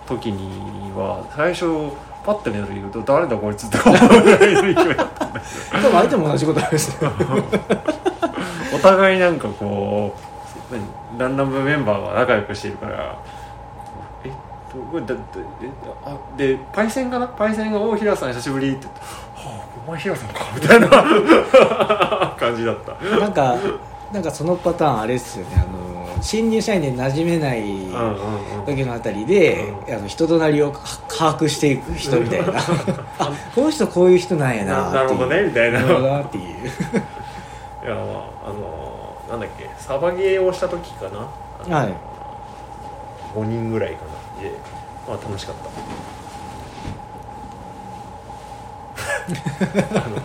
Speaker 7: 時には最初パッて目を見ると誰だこいつって思うぐらいの勢いだったんだけ
Speaker 9: 多分相手も同じことあるんですね
Speaker 7: どお互いなんかこう何ランダムメンバーが仲良くしてるからえっとこれだだえあでパイセンかなパイセンが「おお平さん久しぶり」って言って「はあお前平さんか」みたいな 感じだった
Speaker 9: なんかなんかそのパターンあれっすよねあの新入社員で馴染めない、
Speaker 7: うんうんうん
Speaker 9: 時のあたりで、あの人となりを把握していく人みたい なあこの人こういう人なんやな
Speaker 7: ななるほどねみ たい
Speaker 9: な
Speaker 7: な
Speaker 9: るほどなっていう
Speaker 7: いやまああのーなんだっけサバゲーをした時かな
Speaker 9: はい
Speaker 7: 5人ぐらいかなでまあ楽しかった あの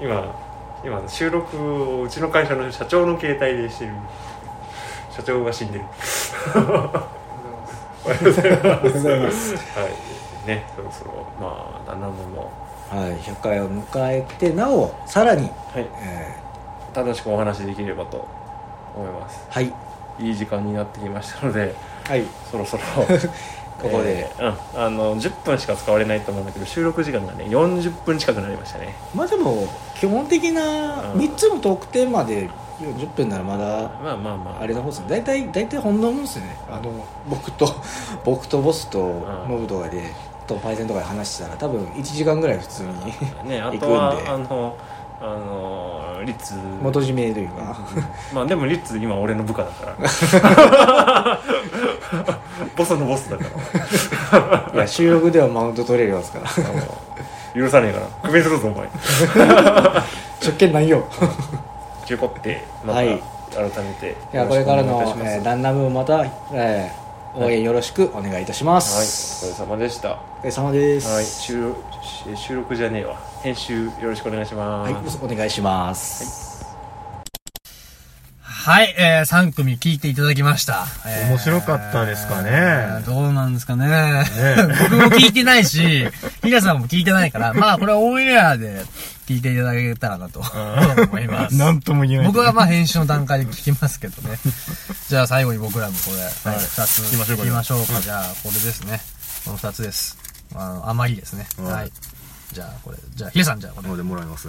Speaker 7: 今今収録をうちの会社の社長の携帯でしてる社長が死んでるおはようございます
Speaker 9: ありがとうございます
Speaker 7: はいねそろそろまあ旦那もも
Speaker 9: はい100回を迎えてなおさらに、
Speaker 7: はい
Speaker 9: え
Speaker 7: 楽しくお話しできればと思います
Speaker 9: ーはい
Speaker 7: いい時間になってきましたので
Speaker 9: はい
Speaker 7: そろそろ
Speaker 9: ここで、
Speaker 7: えーうん、あの10分しか使われないと思うんだけど収録時間がね40分近くなりましたね
Speaker 9: まあでも基本的な
Speaker 7: うん
Speaker 9: 3つのトークテーマで40分ならまだ
Speaker 7: まあまあまあ
Speaker 9: あれの方ですね大体大体ほんのもんですねあの僕と 僕とボスと
Speaker 7: ん
Speaker 9: ノブとかで、とパイセンとかで話してたら多分1時間ぐらい普通に
Speaker 7: ねあ
Speaker 9: 行く
Speaker 7: と
Speaker 9: んで
Speaker 7: はあのあのリッツ
Speaker 9: 元締めというか
Speaker 7: まあでもリッツ今俺の部下だから ボスのボスだから
Speaker 9: いや収録ではマウント取れるや つから
Speaker 7: あの許さねえからクビにするぞお前
Speaker 9: 職権ないよ
Speaker 7: 中古ってまた
Speaker 9: はい
Speaker 7: 改めてよろしく
Speaker 9: いやこれから
Speaker 7: お願いい
Speaker 9: の
Speaker 7: たし、ます
Speaker 9: えー、ダンナムをまた、えー応援よろしくお願いいたしま
Speaker 7: はい
Speaker 9: す、
Speaker 7: お疲れ様でした
Speaker 9: お疲れ様です
Speaker 7: はい、収録し収録じゃねえわ編集よろしくお願いしま
Speaker 9: はい
Speaker 7: す、
Speaker 9: お願いします、
Speaker 2: はい、えー、3組聞いていただきました。えー
Speaker 3: 面白かったですか ね
Speaker 2: どうなんですかね。 僕も聞いてないし、ヒラさんも聞いてないから、まあこれはオンエアで聞いていただけたらなと思います。
Speaker 3: なんとも言え ない。
Speaker 2: 僕はまあ編集の段階で聞きますけど ね。じゃあ最後に僕らもこれ、はい、2つ聞きましょうか。じゃあこれですね。この2つです。あの、余りですね。はい。じゃあこれ、じゃあヒラさんじゃあこれ。
Speaker 1: のでもらいます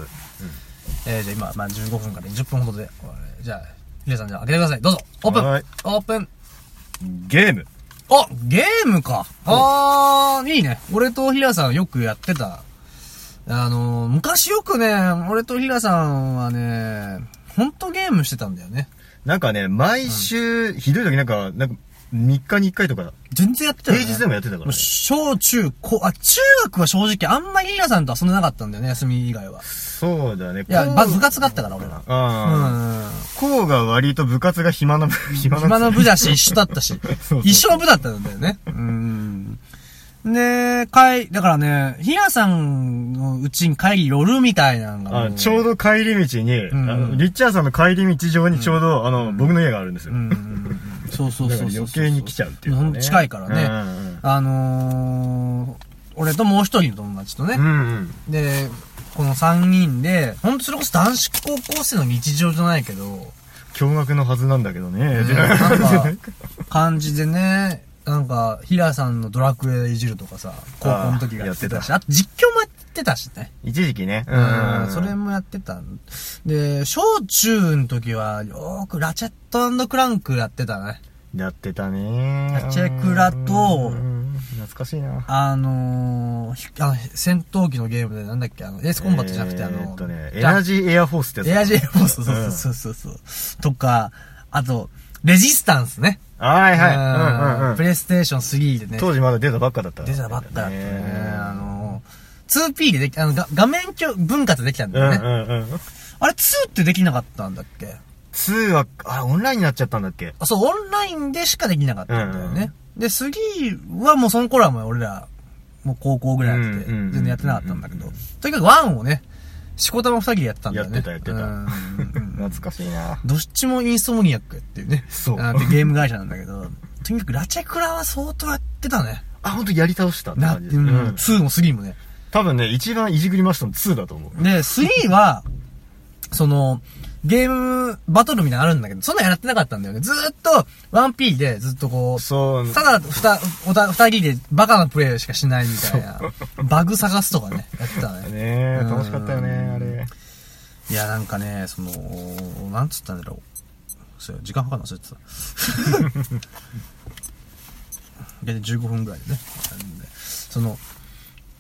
Speaker 2: えー、じゃあ今、まあ、15分から20分ほどで、えーじゃあ、ヒデさんじゃあ開けてください。どうぞオープン
Speaker 3: はい
Speaker 2: オープン
Speaker 3: ゲーム。
Speaker 2: あ、ゲームか。あー、いいね。俺とヒラさんよくやってた。あのー、昔よくね、俺とヒラさんはね、ほんとゲームしてたんだよね。
Speaker 3: なんかね、毎週、ひどい時なんか、なんか、3日に1回とか、
Speaker 2: 全然やってたよ
Speaker 3: 平
Speaker 2: ね。
Speaker 3: 日でもやってたか
Speaker 2: も
Speaker 3: ら、
Speaker 2: う
Speaker 3: ね。
Speaker 2: 小中高、あ、中学は正直あんまりヒラさんと遊んでなかったんだよね、休み以外は。
Speaker 3: そうだね。
Speaker 2: いや、
Speaker 3: こう
Speaker 2: まず部活があったから、俺ら。
Speaker 3: あ
Speaker 2: う
Speaker 3: あ、
Speaker 2: ん。
Speaker 3: こうが割と部活が暇な、暇な。
Speaker 2: 暇の部だし、一緒だったし
Speaker 3: そう、
Speaker 2: 一緒の部だったんだよね。うん。で、かい、だからね、ひなさんのうちに帰り寄るみたいなのが
Speaker 3: あ
Speaker 2: もう。
Speaker 3: ちょうど帰り道に、
Speaker 2: ん
Speaker 3: あのリッチャーさんの帰り道上にちょうど、あの、僕の家があるんですよ。
Speaker 2: うんうんうん。そうそう
Speaker 3: だ
Speaker 2: そう
Speaker 3: か
Speaker 2: そう
Speaker 3: ら
Speaker 2: そう。
Speaker 3: 余計に来ちゃうっていうか、
Speaker 2: ほんと近いからね
Speaker 3: ね。
Speaker 2: あのー、俺ともう一人の友達とね
Speaker 3: う、んうん。うん
Speaker 2: で、この三人で、ほんとそれこそ男子高校生の日常じゃないけど、
Speaker 3: 驚愕のはずなんだけどね。
Speaker 2: ねなんか、感じでね、なんか、ヒラさんのドラクエいじるとかさ、高校の時がやってたし、あ
Speaker 3: あ
Speaker 2: と実況もやってたしね。
Speaker 3: 一時期ね。う
Speaker 2: うん
Speaker 3: ん。
Speaker 2: それもやってた。で、小中の時は、よーくラチェットクランクやってたね。
Speaker 3: やってたね。
Speaker 2: チェクラと
Speaker 3: うん懐かしいな。
Speaker 2: あのーひあの、戦闘機のゲームでなんだっけ、あの、エースコンバットじゃなくて、あの、
Speaker 3: えーっとね、エナジーエアフォースってやつ。
Speaker 2: エアジェフォース、そうそうそうそうそう。とか、あと、レジスタンスね。
Speaker 3: はいはい。
Speaker 2: うん
Speaker 3: うんうんうん
Speaker 2: プ。レイステーション3でね。
Speaker 3: 当時まだ出たばっかだった。
Speaker 2: 出たばっかだったね。あ
Speaker 3: ね。
Speaker 2: の、2P ででき、あの、が画面共分割できたん
Speaker 3: う
Speaker 2: だ
Speaker 3: ん
Speaker 2: よ
Speaker 3: う
Speaker 2: ね。
Speaker 3: んうん。
Speaker 2: あれ2ってできなかったんだっけ
Speaker 3: 2は、あ、オンラインになっちゃったんだっけ
Speaker 2: あ、そう、オンラインでしかできなかったんだよ
Speaker 3: うんうん
Speaker 2: ね。で、3はもうその頃はもう俺ら、もう高校ぐらいやってて、
Speaker 3: うんうんうん
Speaker 2: 全然やってなかったんだけど。とにかく1をね、しこたま二人でやってたんだよね。
Speaker 3: やってたやってた
Speaker 2: うんうんうん
Speaker 3: 懐かしいな。
Speaker 2: どっちもインストモニアックっていうね。
Speaker 3: そう
Speaker 2: あでゲーム会社なんだけど、とにかくラチェクラは相当やってたね。
Speaker 3: あ、ほんとやり倒したって
Speaker 2: な、う
Speaker 3: 感
Speaker 2: ん、
Speaker 3: じです。うん
Speaker 2: 2も3もね。
Speaker 3: 多分ね、一番いじくりましたの2だと思う。
Speaker 2: で、3は、その、ゲームバトルみたいなのあるんだけど、そんなのやってなかったんだよね。ずーっと、1P でずっとこう、
Speaker 3: そう。
Speaker 2: ただ、ふた、おた、二人でバカなプレイしかしないみたいな。バグ探すとかね、やってたね。
Speaker 3: ね
Speaker 2: うん
Speaker 3: 楽しかったよね、あれ。
Speaker 2: いや、なんかね、その、なんつったんだろう。そう、時間かかるの忘れてた。 大体15分ぐらいでね。あるんでその、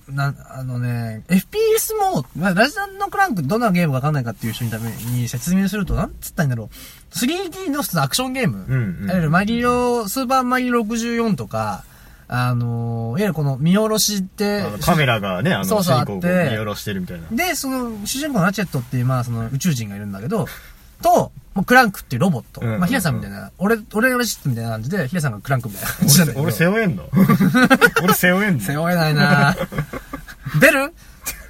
Speaker 2: なん、あのね、FPS も、まあ、ラジダンのクランクどんなゲームかわかんないかっていう人のために説明すると、なんつったんだろう。3D の普通のアクションゲーム。
Speaker 3: うんうん
Speaker 2: いわゆるマリオ、スーパーマリオ64とか、あのーいわゆるこの見下ろしって
Speaker 3: あの、カメラがね、あの、
Speaker 2: そうそう
Speaker 3: 主人公をこう
Speaker 2: あって
Speaker 3: 見下ろしてるみたいな。
Speaker 2: で、その、主人公のラチェットっていう、まあ、その、宇宙人がいるんだけど、と、もうクランクっていうロボット。
Speaker 3: うんうんうん
Speaker 2: まあ、ヒラさんみたいな、俺、俺がラチェットみたいな感じで、ヒラさんがクランクみたいな感じなん だ
Speaker 3: 俺
Speaker 2: けど。
Speaker 3: 俺背負えんの俺背負えんの
Speaker 2: 背負えない な出る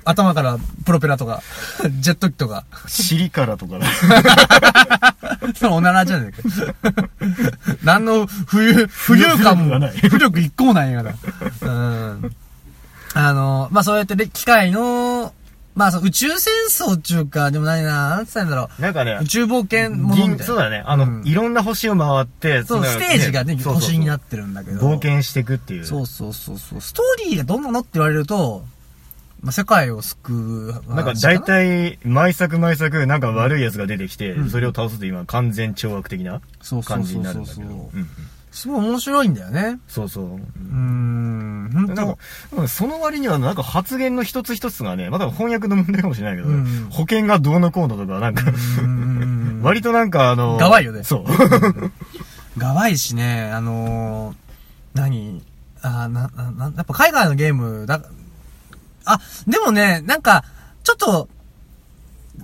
Speaker 2: 頭からプロペラとか、 ジェット機とか。
Speaker 3: 尻からと かだ。
Speaker 2: そのおならじゃね えか。何の浮遊、浮遊感も、浮力一個もないやから。うん。あの、まあ、そうやってね、機械の、まあ、その宇宙戦争っていうか、でもないな、なんつったんだろう。
Speaker 3: なんかね
Speaker 2: 宇、宙冒険ものみ
Speaker 3: 銀、
Speaker 2: たいな。
Speaker 3: そうだね。あの、
Speaker 2: うん
Speaker 3: いろんな星を回って、
Speaker 2: そう、
Speaker 3: の
Speaker 2: ステージがね、
Speaker 3: そうそうそう
Speaker 2: 星になってるんだけど。
Speaker 3: 冒険していくっていう。
Speaker 2: そうそうそうそう。ストーリーがどんなのって言われると、まあ、世界を救う話
Speaker 3: なんか大体、毎作毎作、なんか悪い奴が出てきて、
Speaker 2: ん
Speaker 3: それを倒すと今、完全懲悪的な
Speaker 2: そうそう
Speaker 3: 感じ
Speaker 2: そう
Speaker 3: になる
Speaker 2: そ
Speaker 3: ん
Speaker 2: う
Speaker 3: だけ
Speaker 2: そ
Speaker 3: ど。うん
Speaker 2: う。
Speaker 3: うん
Speaker 2: すごい面白いんだよね。
Speaker 3: そうそう。
Speaker 2: うーん、本
Speaker 3: なん
Speaker 2: 当
Speaker 3: か、うんその割には、なんか発言の一つ一つがね、まだ翻訳の問題かもしれないけど、
Speaker 2: うん
Speaker 3: 保険がどうのこうのとか、なんか、
Speaker 2: うん
Speaker 3: 割となんかあの、
Speaker 2: がわいよね
Speaker 3: そう。
Speaker 2: がわいしね、あのー、何あーな、な、な、やっぱ海外のゲームだ、あ、でもね、なんか、ちょっと、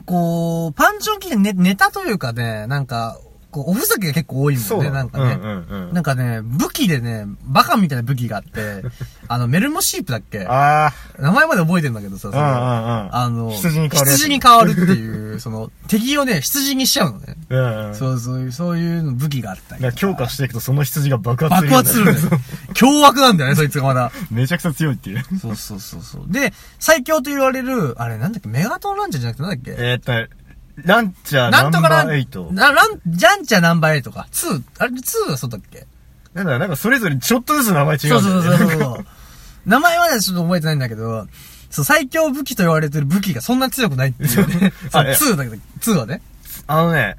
Speaker 2: こう、パンチョンキーネネタというかね、なんか、こう、おふざけが結構多いもんね、な
Speaker 3: なの
Speaker 2: んかね。
Speaker 3: うんうんうん。
Speaker 2: なんかね、武器でね、バカみたいな武器があって、あの、メルモシープだっけ
Speaker 3: あ
Speaker 2: 名前まで覚えてんだけどさ、それ
Speaker 3: あ、うんうんうん。
Speaker 2: あの、
Speaker 3: 羊に変わるやつ。
Speaker 2: 羊に変わるっていう、その、敵をね、羊にしちゃうのね。
Speaker 3: うんうん。
Speaker 2: そうそういう、そういうの武器があったり
Speaker 3: だから強化していくとその羊が爆発す
Speaker 2: 爆
Speaker 3: る。
Speaker 2: 発するのよ。凶悪なんだよね、そいつがまだ。
Speaker 3: めちゃくちゃ強 いっていう。
Speaker 2: そうそうそうそう。で、最強と言われる、あれなんだっけ、メガトンランチャーじゃなくてなんだっけ
Speaker 3: えーっと、ランチャー
Speaker 2: な
Speaker 3: ナ
Speaker 2: ん
Speaker 3: ン
Speaker 2: とか
Speaker 3: バ
Speaker 2: ラ
Speaker 3: ーエイ
Speaker 2: ン、
Speaker 3: ト。
Speaker 2: なラン、ジャンチャーナンバーエイトか。2、あれ2はそうだっけ
Speaker 3: なんだ、なんかそれぞれちょっとずつ名前違
Speaker 2: そううん
Speaker 3: だ
Speaker 2: そ
Speaker 3: よ
Speaker 2: う
Speaker 3: ね。
Speaker 2: そうそう。名前はね、ちょっと覚えてないんだけど、そう、最強武器と言われてる武器がそんな強くないっていうね。そう、
Speaker 3: あええ
Speaker 2: 2だけど、2はね。
Speaker 3: あのね、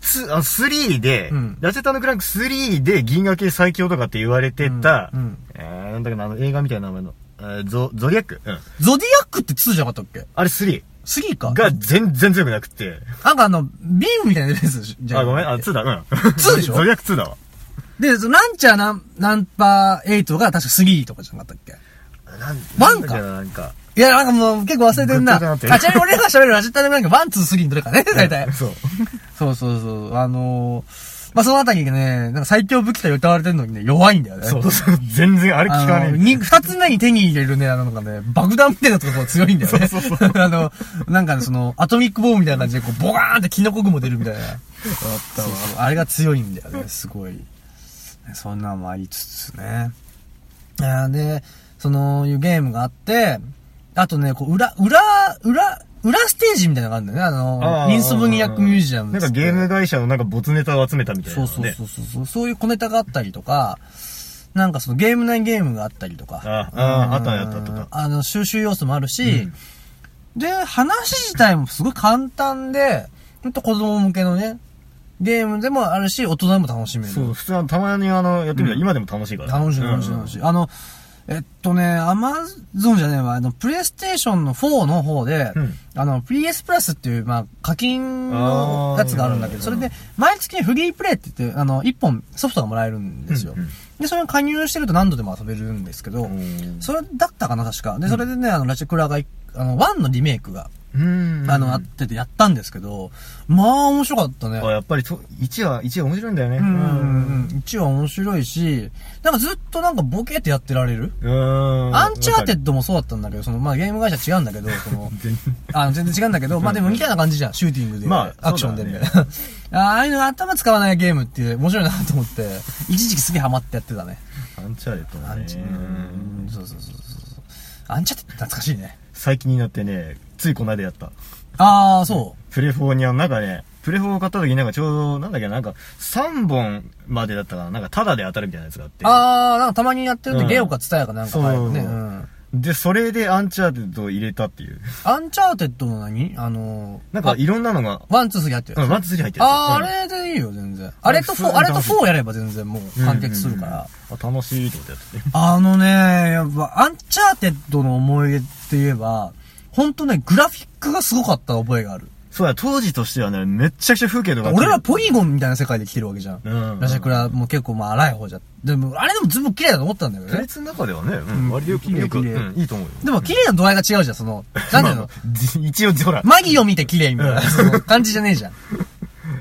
Speaker 3: つ、あ、3で、
Speaker 2: うん
Speaker 3: ラチェットクランク3で銀河系最強とかって言われてた、
Speaker 2: うんうん
Speaker 3: えー、なんだっけな、あの映画みたいな名前の、えー、ゾ、ゾディアック、うん、
Speaker 2: ゾディアックって2じゃなかったっけ
Speaker 3: あれ3
Speaker 2: ?3 か。
Speaker 3: が全然強くなくて。
Speaker 2: なんかあの、ビームみたいなやつじゃ
Speaker 3: あ、ごめん、あ、2 だ、うん。2
Speaker 2: でしょ
Speaker 3: ゾディアック2だわ。
Speaker 2: で、そのランチャーナンナンパー8が確か3とかじゃなかったっ
Speaker 3: なん
Speaker 2: ワンか
Speaker 3: なんだっけななんか。
Speaker 2: けいや、なんかもう結構忘れてんな。
Speaker 3: ぐっとなってる
Speaker 2: あ、ちなみに俺が喋るラジッタでもなんか1、2、3のどれかね、大体。
Speaker 3: そう。
Speaker 2: そうそうそう。あのー、まあ、そのあたりね、なんか最強武器と歌われてるのにね、弱いんだよね。
Speaker 3: そうそう。全然あれ
Speaker 2: あ
Speaker 3: 聞かね
Speaker 2: の、
Speaker 3: え。
Speaker 2: に二つ目に手に入れるね、あの、なんかね、爆弾みたいなところが強いんだよ ね。 あの、なんかね、その、アトミックボーンみたいな感じで、こう、ボカーンってキノコ雲出るみたいな。あったわ。あれが強いんだよね、すごい。ねそんなのもありつつね。あーで、その、いうゲームがあって、あとね、こう、裏、裏、裏、裏ステージみたいなのがあるんだよね。あの、
Speaker 3: あー
Speaker 2: インソムニアックミュージアムっ
Speaker 3: なん
Speaker 2: つ
Speaker 3: か
Speaker 2: って
Speaker 3: ゲーム会社のなんか没ネタを集めたみたいな、
Speaker 2: そ
Speaker 3: ね。
Speaker 2: うそうそうそうそう、そういう小ネタがあったりとか、なんかそのゲーム内ゲームがあったりとか。
Speaker 3: ああ
Speaker 2: うん
Speaker 3: あったねあったあったあった
Speaker 2: あの、収集要素もあるし、で、話自体もすごい簡単で、ほんと子供向けのね、ゲームでもあるし、大人も楽しめる。
Speaker 3: そう、普通はたまにあの、やってみたら、今でも楽しいから。
Speaker 2: 楽しい楽しい楽しい。あの、えっとね、アマゾンじゃねえわ、あの、プレイステーションの4の方で、
Speaker 3: うん
Speaker 2: あの、PS プラスっていう、まあ、課金のやつがあるんだけど、
Speaker 3: あー
Speaker 2: それで、毎月フリープレイって言って、あの、1本ソフトがもらえるんですよ。
Speaker 3: うんうん
Speaker 2: で、それを加入してると何度でも遊べるんですけど、
Speaker 3: ん
Speaker 2: それだったかな、確か。で、それでね、あの、ラチェクラが、あの、1のリメイクが、
Speaker 3: うん
Speaker 2: あの、あっててやったんですけど、まあ、面白かったね。
Speaker 3: あやっぱりと、1は、1は面白いんだよね。
Speaker 2: うんうんうん。1は面白いし、なんかずっとなんかボケってやってられる。
Speaker 3: うん。
Speaker 2: アンチャーテッ
Speaker 3: ド。
Speaker 2: ドもそうだったんだけど、その、まあ、ゲーム会社違うんだけど、そ の、あの全然違うんだけど、まあ、でもみたいな感じじゃん。シューティングで、
Speaker 3: まあ
Speaker 2: アクションで
Speaker 3: そう
Speaker 2: みた
Speaker 3: だ
Speaker 2: い
Speaker 3: ね
Speaker 2: な。 ああいうの頭使わないゲームって面白いなと思って、一時期すげえハマってやってたね。
Speaker 3: アンチャーテッド
Speaker 2: ア
Speaker 3: だ
Speaker 2: ン
Speaker 3: ね
Speaker 2: チ、うん、そうそうそうそう。アンチャーテッド懐かしいね。
Speaker 3: 最近になってね、ついこの間やった。
Speaker 2: ああ、そう。
Speaker 3: プレフォーにあの、なんかね、プレフォーを買った時になんかちょうど、なんだっけな、なんか3本までだったかな、なんかタダで当たるみたいなやつがあって。
Speaker 2: ああ、なんかたまにやってると
Speaker 3: うん
Speaker 2: ゲオかツタヤかなんか入るね。
Speaker 3: そう
Speaker 2: うん。
Speaker 3: で、それでアンチャーテッドを入れたっていう。
Speaker 2: アンチャーテッドの何あのー
Speaker 3: なんかいろんなのが、
Speaker 2: ワン、ツー、スリーやってる
Speaker 3: う
Speaker 2: や
Speaker 3: ん、
Speaker 2: つ
Speaker 3: ワンツースリー入ってるや
Speaker 2: あ
Speaker 3: つ
Speaker 2: あ、
Speaker 3: うん
Speaker 2: あれでいいよ、全然。あれと
Speaker 3: 普通
Speaker 2: フ
Speaker 3: に
Speaker 2: ォーあれと
Speaker 3: 楽しい
Speaker 2: フォーやれば全然もう完結するから。
Speaker 3: うんうんうんあ楽しいと思ってやってて
Speaker 2: あのね、やっぱ、アンチャーテッドの思い出って言えば、ほんとね、グラフィックがすごかった覚えがある。
Speaker 3: そうや、当時としてはね、めっちゃくちゃ風景とか。
Speaker 2: 俺らポリゴンみたいな世界で来てるわけじゃん。
Speaker 3: うん
Speaker 2: ラシャクラも結構まあ荒い方じゃん。でも、あれでもずいぶん綺麗だと思ったんだけ
Speaker 3: プ
Speaker 2: ど
Speaker 3: レ
Speaker 2: ね。
Speaker 3: ツの中ではね、うん、割とよく、
Speaker 2: よ
Speaker 3: よ
Speaker 2: く入
Speaker 3: く、
Speaker 2: れる
Speaker 3: うんいいと思うよ。
Speaker 2: でも綺麗な度合いが違うじゃん、そ の、なんていうの
Speaker 3: まあ一応、ほら、
Speaker 2: マギを見て綺麗みたいな、その感じじゃねえじゃん。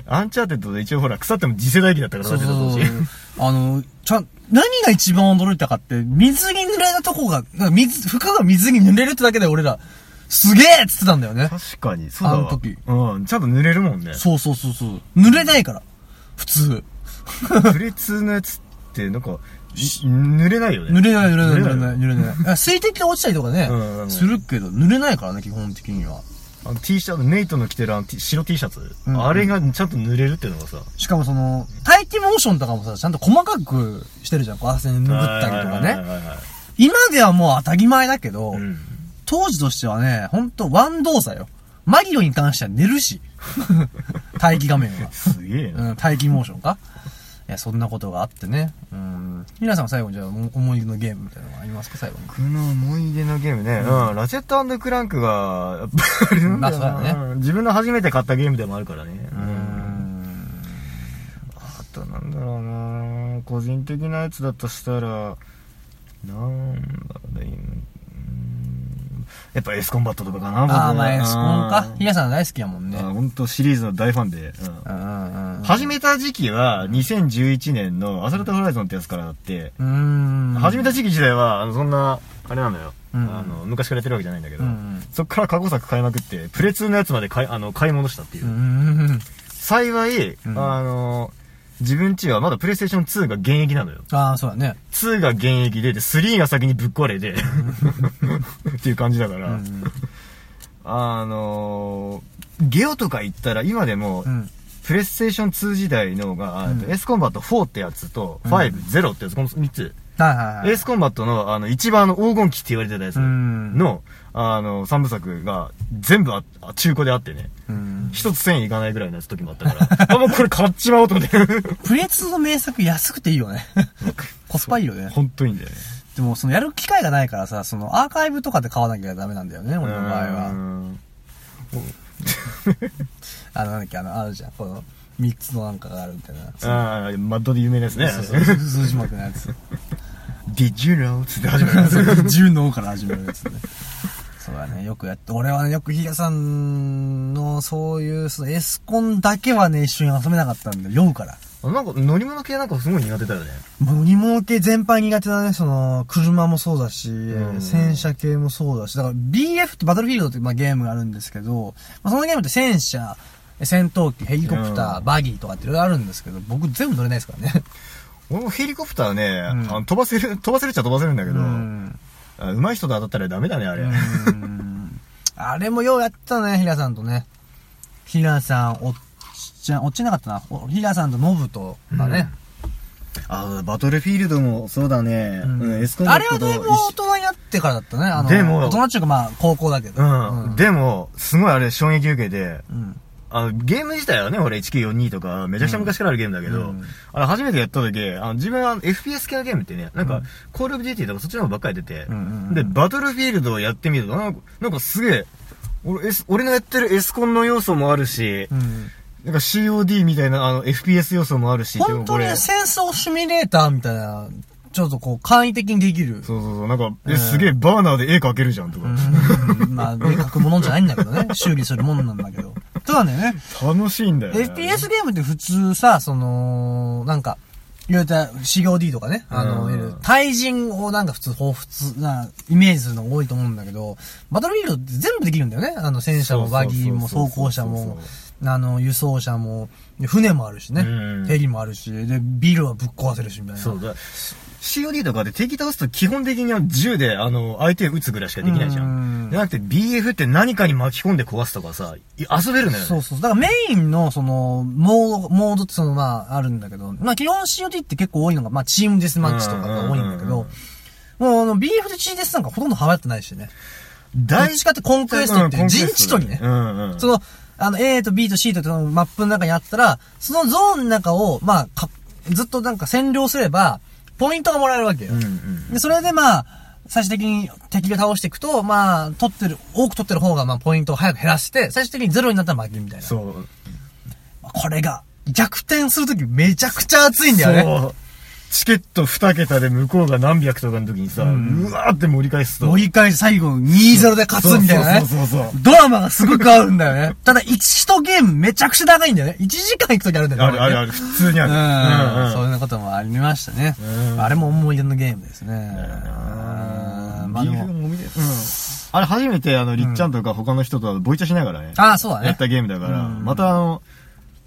Speaker 3: アンチャーテッドで一応ほら、腐っても次世代機だったから、
Speaker 2: そう
Speaker 3: だって
Speaker 2: そう
Speaker 3: 当
Speaker 2: そう
Speaker 3: 時。
Speaker 2: あの、ちゃん、何が一番驚いたかって、水着濡れたとこが、なんか水、服が水着濡れるってだけで俺ら、すげえっつってたんだよね。
Speaker 3: 確かに、そうだわ。
Speaker 2: あの時
Speaker 3: うん、ちゃんと濡れるもんね。
Speaker 2: そうそうそうそう。濡れないから。普通。
Speaker 3: プレツのやつって、なんか、濡れないよね。
Speaker 2: 濡れない、濡れない、濡
Speaker 3: 濡
Speaker 2: れ
Speaker 3: れ
Speaker 2: な、
Speaker 3: ないい
Speaker 2: 濡れ ない。あ水滴で落ちたりとかね
Speaker 3: うんうんう、ん
Speaker 2: するけど、濡れないからね、基本的には。
Speaker 3: あの T シャツ、ネイトの着てるあの T- 白 T シャツ、
Speaker 2: うん
Speaker 3: あれがちゃんと濡れるっていうのがさ、
Speaker 2: しかもその、大気モーションとかもさ、ちゃんと細かくしてるじゃん。こう汗拭ったりとか
Speaker 3: はいはい
Speaker 2: ね。
Speaker 3: はいはい
Speaker 2: 今ではもう当たり前だけど、
Speaker 3: うん
Speaker 2: 当時としてはね、ほんとワン動作よ。マギオに関しては寝る し。待機画面は。
Speaker 3: すげえな。
Speaker 2: うん、待機モーションか。いや、そんなことがあってね。うん。皆さんは最後にじゃあ、も思い出のゲームみたいなのはありますか最後に。
Speaker 3: 僕の思い出のゲームね、うん、ラチェットクランクが、やっぱりなんだろうな
Speaker 2: まあそうだね
Speaker 3: うん自分の初めて買ったゲームでもあるからね。うん
Speaker 2: うん。
Speaker 3: あとなんだろうな個人的なやつだとしたら、なんだろうね、うんやっぱエスコンバットとかかな、僕は
Speaker 2: ああ、まあ、エスコンか。
Speaker 3: うん
Speaker 2: ヒラさん大好きやもんね。
Speaker 3: あ本当シリーズの大ファンで。うん
Speaker 2: うんうんうん。
Speaker 3: 始めた時期は、2011年のアサルトホライゾンってやつからだって、
Speaker 2: うーん。
Speaker 3: 始めた
Speaker 2: し。
Speaker 3: 時期自体は、あのそんな、あれなのよ、
Speaker 2: うん
Speaker 3: あの。昔からやってるわけじゃないんだけど、
Speaker 2: うんうん
Speaker 3: そっから過去作買いまくって、プレ2のやつまで買いあの買い戻したっていう。
Speaker 2: うーん。
Speaker 3: 幸い、
Speaker 2: ん
Speaker 3: あの、自分ちはまだプレイステーション2が現役なのよ。
Speaker 2: ああ、そうだね。
Speaker 3: 2が現役で、で、3が先にぶっ壊れ て、っていう感じだから、
Speaker 2: うん
Speaker 3: あの、ゲオとか行ったら今でも、
Speaker 2: うん。
Speaker 3: プレイステーション2時代のが、エスコンバット4ってやつと、5、0ってやつ、この3つ。
Speaker 2: はいはいはい。
Speaker 3: エースコンバットの、あの、一番あの黄金期って言われてたやつ
Speaker 2: うん
Speaker 3: の、あの、三部作が全部ああ中古であってね。
Speaker 2: うん
Speaker 3: 一つ1000円いかないぐらいのやつ時もあったから。 あ、もうこれ買っちまおうと思 って。
Speaker 2: プレツの名作安くていいよ ね。コスパいいよね。
Speaker 3: 本当にいいんだよね。
Speaker 2: でも、そのやる機会がないからさ、そのアーカイブとかで買わなきゃダメなんだよね、俺の場合
Speaker 3: う
Speaker 2: は。
Speaker 3: ん
Speaker 2: あの、なんだっけ、あの、あるじゃん。この、三つのなんかがあるみたいな。
Speaker 3: ああ、マッドで有名ですね。
Speaker 2: そう そう、数字幕のやつ。
Speaker 3: Did you know? つって始まる。
Speaker 2: 10の方から始めるやつね。そうだね、よくやって、俺はね、よくヒゲさんの、そういう、そのエスコンだけはね、一緒に遊べなかったんで、酔うから。
Speaker 3: あなんか乗り物系なんかすごい苦手だよね。
Speaker 2: 乗り物系全般苦手だね、その、車もそうだし、
Speaker 3: ん
Speaker 2: 戦車系もそうだし、だから BF ってバトルフィールドって、まあ、ゲームがあるんですけど、まあ、そのゲームって戦車、戦闘機、ヘリコプター、
Speaker 3: うん
Speaker 2: バギーとかっていろいろあるんですけど、僕全部乗れないですからね。
Speaker 3: 俺もヘリコプターね、
Speaker 2: ん
Speaker 3: あの飛ばせる、飛ばせるっちゃ飛ばせるんだけど、
Speaker 2: うん
Speaker 3: あ上手い人と当たったらダメだね、あれ。
Speaker 2: うんあれもようやったね、ヒラさんとね。ヒラさん、おっちゃん、おっちゃんなかったな。おヒラさんとノブと、だね。
Speaker 3: あバトルフィールドもそうだね。
Speaker 2: うん
Speaker 3: うん、エスコンバ
Speaker 2: あれ
Speaker 3: ット
Speaker 2: は
Speaker 3: と
Speaker 2: だい
Speaker 3: 一
Speaker 2: ぶ大人になってからだったね。あの、
Speaker 3: でも
Speaker 2: 大人っていうかまあ、高校だけど。
Speaker 3: 緒うん。でも、すごいあれ衝撃受けて、
Speaker 2: うん
Speaker 3: あの、ゲーム自体はね、俺1942とか、めちゃくちゃ昔からあるゲームだけど、あれ初めてやった時、あの、自分はあの FPS 系のゲームってね、なんか、コールオブデューティーとかそっちの方ばっかり出て、で、バトルフィールドをやってみると、なんか、なんかすげえ、俺、S、俺のやってるエスコンの要素もあるし、
Speaker 2: うん
Speaker 3: なんか COD みたいな、あの、FPS 要素もあるし、
Speaker 2: 本当
Speaker 3: こ
Speaker 2: に
Speaker 3: れ
Speaker 2: ね戦争シミュレーターみたいな、ちょっとこう、簡易的にできる。
Speaker 3: そうそうそう、なんか、え、すげえバーナーで絵描けるじゃんとか、
Speaker 2: うんまあ、ね書くものじゃないんだけどね。修理するもんなんだけど。そうなんだよね。
Speaker 3: 楽しいんだよね。
Speaker 2: FPS ゲームって普通さ、その、なんか、いわゆる COD とかね、あの、
Speaker 3: うん
Speaker 2: いわゆる対人をなんか普通、彷彿なイメージするのが多いと思うんだけど、バトルフィールドって全部できるんだよね。あの、戦車も
Speaker 3: そうそうそう
Speaker 2: バギーも
Speaker 3: そう
Speaker 2: 装
Speaker 3: そうそう
Speaker 2: 甲車も、あの、輸送車も、で船もあるしね
Speaker 3: うん。
Speaker 2: ヘリもあるし、で、ビルはぶっ壊せるし、みたいな。
Speaker 3: そうだ。COD とかで敵倒すと基本的には銃で、あの、相手を撃つぐらいしかできないじゃ
Speaker 2: うん
Speaker 3: ん。じゃなくて BF って何かに巻き込んで壊すとかさ、い遊べるのよね。
Speaker 2: そうそう。だからメインの、その、モード、モードってその、まあ、あるんだけど、まあ、基本 COD って結構多いのが、まあ、チームディスマッチとかが多いんだけ
Speaker 3: うんうんうん
Speaker 2: ど
Speaker 3: うん、
Speaker 2: もう、あの、BF でチーディスなんかほとんど流行ってないしね。どっ
Speaker 3: 大
Speaker 2: ちかってコンクエストっていう陣地取りね。
Speaker 3: うんうん。
Speaker 2: その、あの、A と B と C とのマップの中にあったら、そのゾーンの中を、まあ、かずっとなんか占領すれば、ポイントがもらえるわけよ。
Speaker 3: うんうん
Speaker 2: で、それでまあ、最終的に敵が倒していくと、まあ、取ってる、多く取ってる方が、まあ、ポイントを早く減らして、最終的にゼロになったら負けみたいな。
Speaker 3: そう。
Speaker 2: これが、逆転するときめちゃくちゃ熱いんだよね。
Speaker 3: そう。チケット2桁で向こうが何百とかの時にさ、うわーって盛り返すと。
Speaker 2: 盛り返し最後2-0で勝つみたいなね。
Speaker 3: そうそうそうそう
Speaker 2: ドラマがすごくあるんだよね。 ただ、一とゲームめちゃくちゃ長いんだよね。1時間行くときあるんだよね。
Speaker 3: あるあるある、普通に
Speaker 2: うん
Speaker 3: ある。
Speaker 2: そうい
Speaker 3: う
Speaker 2: うようなこともありましたね。あれも思い出のゲームですね。うんまあでも
Speaker 3: BF もみでうん。あれ初めて、あの、りっちゃんとか他の人とボイチャしながらね。
Speaker 2: ああ、そうだ
Speaker 3: や
Speaker 2: ね
Speaker 3: っ。たゲームだから、またあの、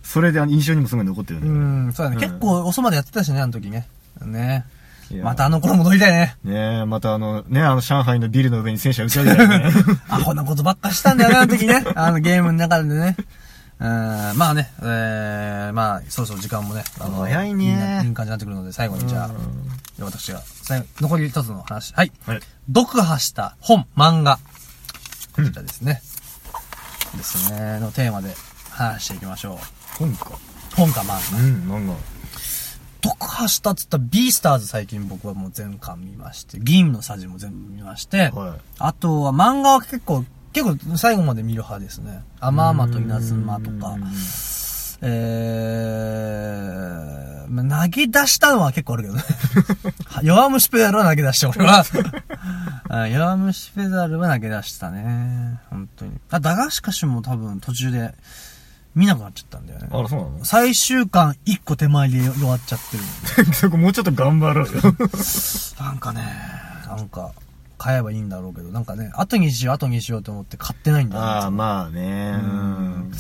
Speaker 3: それであの印象にもすごい残ってる
Speaker 2: う
Speaker 3: ね。
Speaker 2: ん、そうだね。
Speaker 3: うん
Speaker 2: 結構遅までやってたしね、あの時ね。ね
Speaker 3: いや
Speaker 2: またあの頃戻りたいね。
Speaker 3: ねえ、またあの、ねあの上海のビルの上に戦車打ち上げたりね。
Speaker 2: アホなことばっかしたんだよね、あの時ね。あのゲームの中でね。うん、まあね、えー、まあ、そろそろ時間もね、あの、
Speaker 3: 早いね
Speaker 2: いな、いい感じになってくるので、最後にじゃあ、で私が、最後残り一つの話。はい。
Speaker 3: はい
Speaker 2: 読破した本、漫画。こちらですね。ですね、のテーマで話していきましょ
Speaker 3: 本か。
Speaker 2: う。本か漫画。
Speaker 3: うん、なんか。
Speaker 2: 読破したっつったらビースターズ最近僕はもう全巻見まして、銀のサジも全部見まして、
Speaker 3: はい
Speaker 2: あとは漫画は結構、結構最後まで見る派ですね。あまあまと稲妻とか、えー、まあ、投げ出したのは結構あるけど ね。弱虫ペダルは投げ出した、俺は。 あ弱虫ペダルは投げ出したね。本当に。あ、駄菓子歌手も多分途中で見なくなっちゃったんだよね。
Speaker 3: あら、そうなの
Speaker 2: 最終巻1個手前で弱っちゃってる。
Speaker 3: そこもうちょっと頑張ろうよ。
Speaker 2: なんかね、なんか、買えばいいんだろうけど、なんかね、後にしよう、後にしようと思って買ってないんだよね
Speaker 3: ああ、まあね。うん。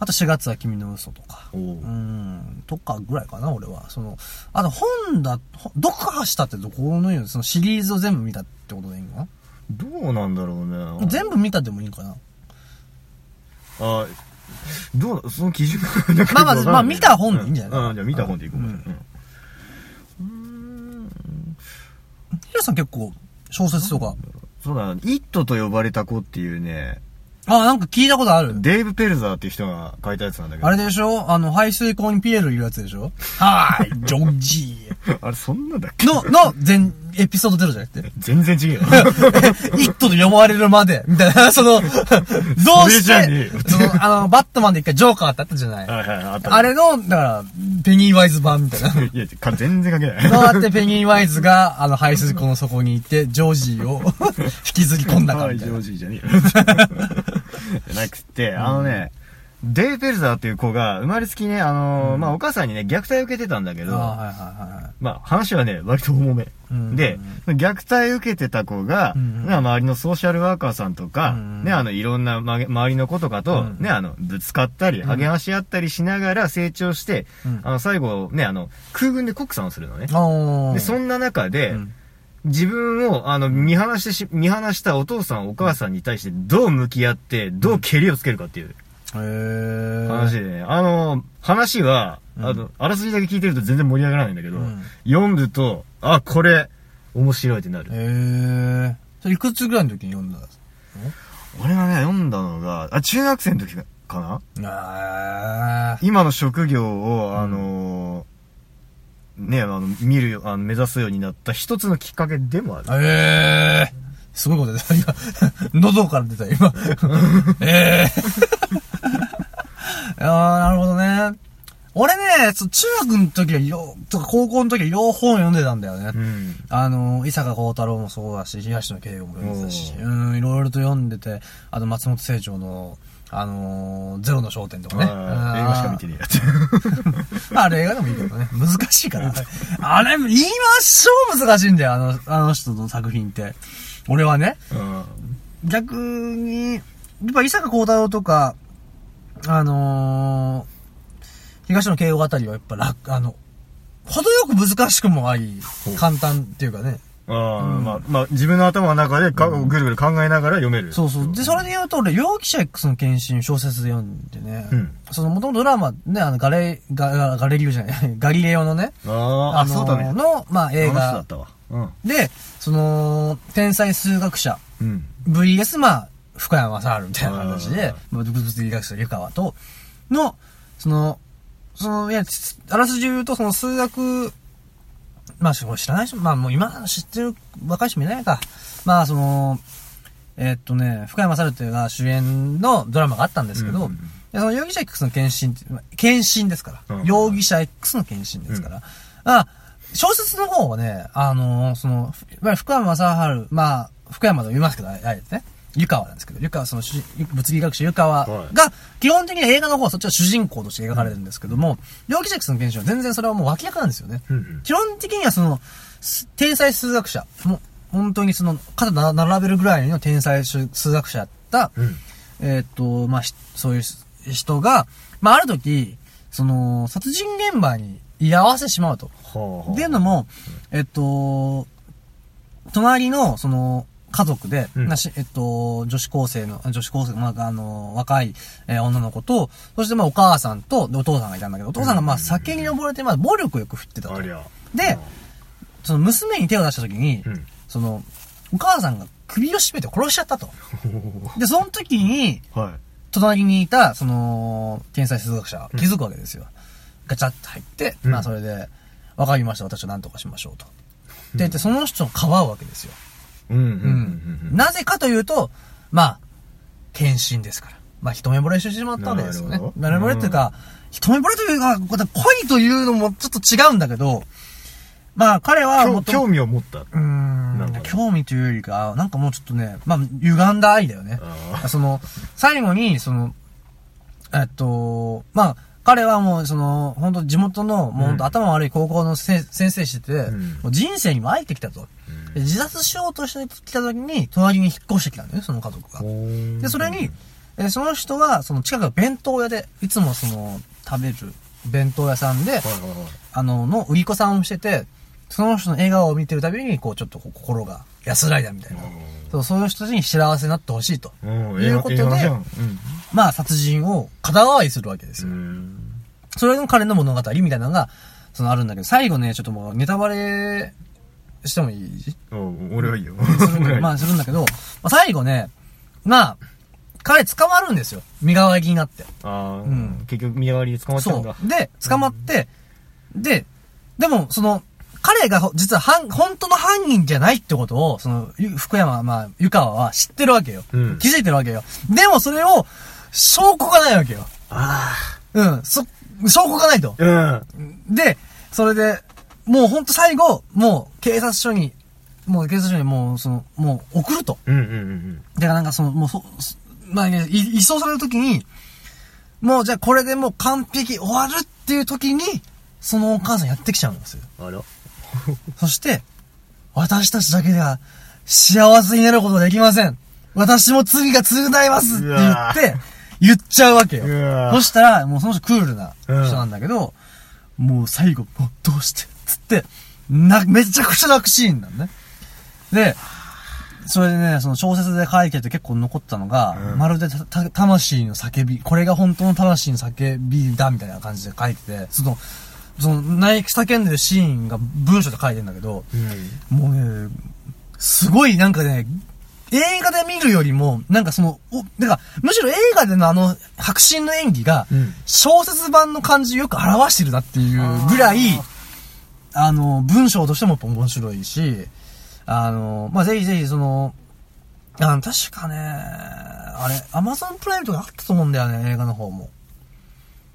Speaker 2: あと4月は君の嘘とか。
Speaker 3: おう
Speaker 2: うん、とかぐらいかな、俺は。その、あと本だ、ほ読破したってどこのように、そのシリーズを全部見たってことでいいのか
Speaker 3: どうなんだろう
Speaker 2: な
Speaker 3: ね。
Speaker 2: 全部見たでもいいかな。
Speaker 3: あどうなその基準がなんか
Speaker 2: まあまあ
Speaker 3: よくわかんない
Speaker 2: まあ見た本でいいんじゃない
Speaker 3: うん、あじゃあ見た本でいこうか。
Speaker 2: うん
Speaker 3: うんうーん
Speaker 2: さん結構、小説とか。
Speaker 3: そうだな、イットと呼ばれた子っていうね、
Speaker 2: あ、なんか聞いたことある。
Speaker 3: デイブ・ペルザーっていう人が書いたやつなんだけど。
Speaker 2: あれでしょあの、排水口にピエールいるやつでしょはーい、ジョンジ
Speaker 3: あれそんなんだっけ
Speaker 2: ー。の、の、全、エピソードゼロじゃなくて。
Speaker 3: 全然違うよ。
Speaker 2: 一ットで読まれるまで、みたいな、そ の、どう
Speaker 3: れ
Speaker 2: し
Speaker 3: じゃねえよ
Speaker 2: て、その、あの、バットマンで一回ジョーカーってあったじゃない。
Speaker 3: はいはい、あった。
Speaker 2: あれの、だから、ペニーワイズ版みたいな。
Speaker 3: いや、か全然関係ない。
Speaker 2: どうやってペニーワイズが、あの、排水口の底にいて、ジョージーを 引きずり込んだか
Speaker 3: は
Speaker 2: み
Speaker 3: い、ジ
Speaker 2: たい
Speaker 3: ョ
Speaker 2: な。
Speaker 3: ージじゃねえよ。じゃなくて、あのね、デイ・ペルザーっていう子が、生まれつきね、あのーまあ、お母さんにね、虐待を受けてたんだけ
Speaker 2: あ
Speaker 3: ど、
Speaker 2: ーはいはいはいはい。
Speaker 3: まあ、話はね、割と重め。
Speaker 2: ん
Speaker 3: で、虐待受けてた子が、
Speaker 2: ん
Speaker 3: ね周りのソーシャルワーカーさんとか、
Speaker 2: うん
Speaker 3: ね、あの、いろんな、ま、周りの子とかと、ね、あの、ぶつかったり、励まし合ったりしながら成長して、
Speaker 2: ん
Speaker 3: あの、最後、ね、あの、空軍で国産をするのね。
Speaker 2: あー
Speaker 3: で、そんな中で、
Speaker 2: うん
Speaker 3: 自分を、あの、見放してし、見放したお父さん、お母さんに対してどう向き合って、どう蹴りをつけるかっていう
Speaker 2: へー
Speaker 3: 話でね、あの、話は、あの、あらすじだけ聞いてると全然盛り上がらないんだけど、
Speaker 2: ん
Speaker 3: 読むと、あ、これ、面白いってなる。
Speaker 2: へえ。それいくつぐらいの時に読んだ
Speaker 3: 俺がね、読んだのが、あ、中学生の時かかな
Speaker 2: あー
Speaker 3: 今の職業を、あのーね、あの、見るよ、あの、目指すようになった一つのきっかけでもある。
Speaker 2: ええすごいこと出た、今。喉から出た、今。ええー。ああ、なるほどね。俺ね、そう中学の時はよ、とか高校の時は両方読んでたんだよね。
Speaker 3: うん。
Speaker 2: あの、伊坂幸太郎もそうだし、東野圭吾も読んでたし、
Speaker 3: お
Speaker 2: うん、いろいろと読んでて、あと松本清張の、あのーゼロの焦点とかね。
Speaker 3: あー映
Speaker 2: うん
Speaker 3: 画しか見てね えやつ。
Speaker 2: まあ、あれ映画でもいいけどね。難しいから。あれ、今、超難しいんだよ、あの、あの人の作品って。俺はね。
Speaker 3: うん
Speaker 2: 逆に、やっぱ伊坂幸太郎とか、あのー、東野慶応あたりはやっぱ楽、あの、程よく難しくもあり、簡単っていうかね。
Speaker 3: あーまあ、まあ、自分の頭の中でか、ぐるぐる考えながら読める。
Speaker 2: そうそう。で、それで言うと、俺、容疑者 X の検診小説で読んでね。
Speaker 3: うん
Speaker 2: その、もともとドラマ、ね、あの、ガレ、ガガガレリオじゃない、ガリレオのね、
Speaker 3: あーあ、
Speaker 2: のー
Speaker 3: そうだね。
Speaker 2: の、まあ、映
Speaker 3: あの人だ
Speaker 2: 画
Speaker 3: ったわ。うん。
Speaker 2: で、その、天才数学者、
Speaker 3: うん。
Speaker 2: VS、まあ、福山雅治みたいな形で
Speaker 3: あ、
Speaker 2: 物理学者湯川と、の、その、その、いや、つあらすじ言うと、その数学、まあ、知らない人、まあもう今知ってる若い人もいないか。まあ、その、えーっとね、福山雅治というが主演のドラマがあったんですけど、
Speaker 3: うん
Speaker 2: でその容疑者 X の検診って、まあ検診ですから、
Speaker 3: うん
Speaker 2: 容疑者 X の検診ですから、あ小説の方はね、あのーその、ふまあ、福山雅治、まあ、福山と言いますけど、あえてね、湯川なんですけど、湯川、その主人、物理学者湯川
Speaker 3: はい
Speaker 2: が、基本的に映画の方はそっちは主人公として描かれるんですけども、容疑者 X の検診は全然それはもう脇役なんですよね。
Speaker 3: うん
Speaker 2: 基本的にはその、す天才数学者、もう本当にその、肩な並べるぐらいの天才数学者だった、
Speaker 3: ん
Speaker 2: えーっと、まあ、ひそういう人が、まあ、ある時、その、殺人現場に居合わせてしまうと。
Speaker 3: はあはあ
Speaker 2: っていうのも、えっと、隣の、その、家族で、
Speaker 3: うん
Speaker 2: なしえっと、女子高生の、女子高生、まあ、あの、若い、えー女の子と、そしてまあ、お母さんと、でお父さんがいたんだけど、お父さんがまあ、酒に溺れて、まあ、暴力をよく振ってたと。
Speaker 3: ありゃ。
Speaker 2: で、その娘に手を出した時に、
Speaker 3: うん
Speaker 2: その、お母さんが首を絞めて殺しちゃった と。で、その時に、
Speaker 3: は
Speaker 2: 隣にいた、その、天才数学者、気づくわけですよ。ガチャッと入って、
Speaker 3: ん
Speaker 2: まあそれで、わかりました、私は何とかしましょうと。って言って、その人をかばうわけですよ。
Speaker 3: い。うんうんうん
Speaker 2: う。なぜかというと、まあ、献身ですから。まあ、一目惚れしてしまったわけですよね
Speaker 3: なる。ほど
Speaker 2: 一目惚れというか、一目惚れというか、恋というのもちょっと違うんだけど、まあ、彼は
Speaker 3: 興
Speaker 2: もとも
Speaker 3: 興味を持った。
Speaker 2: うーん
Speaker 3: なるほど
Speaker 2: 興味というよりか、なんかもうちょっとね、まあ、歪んだ愛だよね
Speaker 3: あ。
Speaker 2: その、最後に、その、えっと、まあ、彼はもう、その、本当地元の、もう本当頭悪い高校のせん先生してて、
Speaker 3: ん
Speaker 2: もう人生にも飽いてきたと。で自殺しようとしてきた時に、隣に引っ越してきたんだよね、その家族が。で、それに、えーその人は、その近くの弁当屋で、いつもその、食べる弁当屋さんで、あの、の売り子さんをしてて、その人の笑顔を見てるたびに、こう、ちょっとこう心が安らいだみたいな。そう、そういう人たちに幸せになってほしいと。
Speaker 3: うん、
Speaker 2: いうことで
Speaker 3: ええ話じゃん
Speaker 2: まあ、殺人を肩代わりするわけです
Speaker 3: う
Speaker 2: よ。
Speaker 3: ん。
Speaker 2: それの彼の物語みたいなのが、そのあるんだけど、最後ね、ちょっともうネタバレしてもいい
Speaker 3: うん 俺はいいよ。
Speaker 2: するんだけど、まあするんだけど、まあ最後ね、まあ、彼捕まるんですよ。身代わりになって。
Speaker 3: あ
Speaker 2: うん
Speaker 3: あ、結局身代わりで捕まっちゃう
Speaker 2: そ
Speaker 3: んだ。
Speaker 2: う。で、捕まって、で、でも、その、彼がほ実は犯、本当の犯人じゃないってことを、その、ゆ福山、まあ、湯川は知ってるわけよ。
Speaker 3: うん
Speaker 2: 気づいてるわけよ。でもそれを、証拠がないわけよ。うん、そ、証拠がないと。
Speaker 3: うん。
Speaker 2: で、それで、もうほんと最後、もう警察署に、もう警察署にもう、その、もう送ると。
Speaker 3: うんうんうん
Speaker 2: だからなんかその、もうそ、そまあね、い移送されるときに、もうじゃあこれでもう完璧終わるっていうときに、そのお母さんやってきちゃうんですよ。
Speaker 3: うん。あら。
Speaker 2: そして、私たちだけでは幸せになることはできません。私も罪が償いますって
Speaker 3: う
Speaker 2: 言
Speaker 3: わ
Speaker 2: って、言っちゃうわけよ。
Speaker 3: うわ
Speaker 2: そしたら、もうその人クールな人なんだけど、もう最後、もうどうしてっつって、な、めちゃくちゃ泣くシーンなのね。で、それでね、その小説で書いてて結構残ったのが、まるでたた魂の叫び、これが本当の魂の叫びだみたいな感じで書いてて、その、その、泣き叫んでるシーンが文章で書いてんだけど、もうね、すごいなんかね、映画で見るよりも、なんかその、お、だから、むしろ映画でのあの、白真の演技が、小説版の感じをよく表してるなっていうぐらい、あの、文章としてもやっぱ面白いし、あの、まあ、ぜひぜひその、あの、確かね、あれ、アマゾンプライムとかあったと思うんだよね、映画の方も。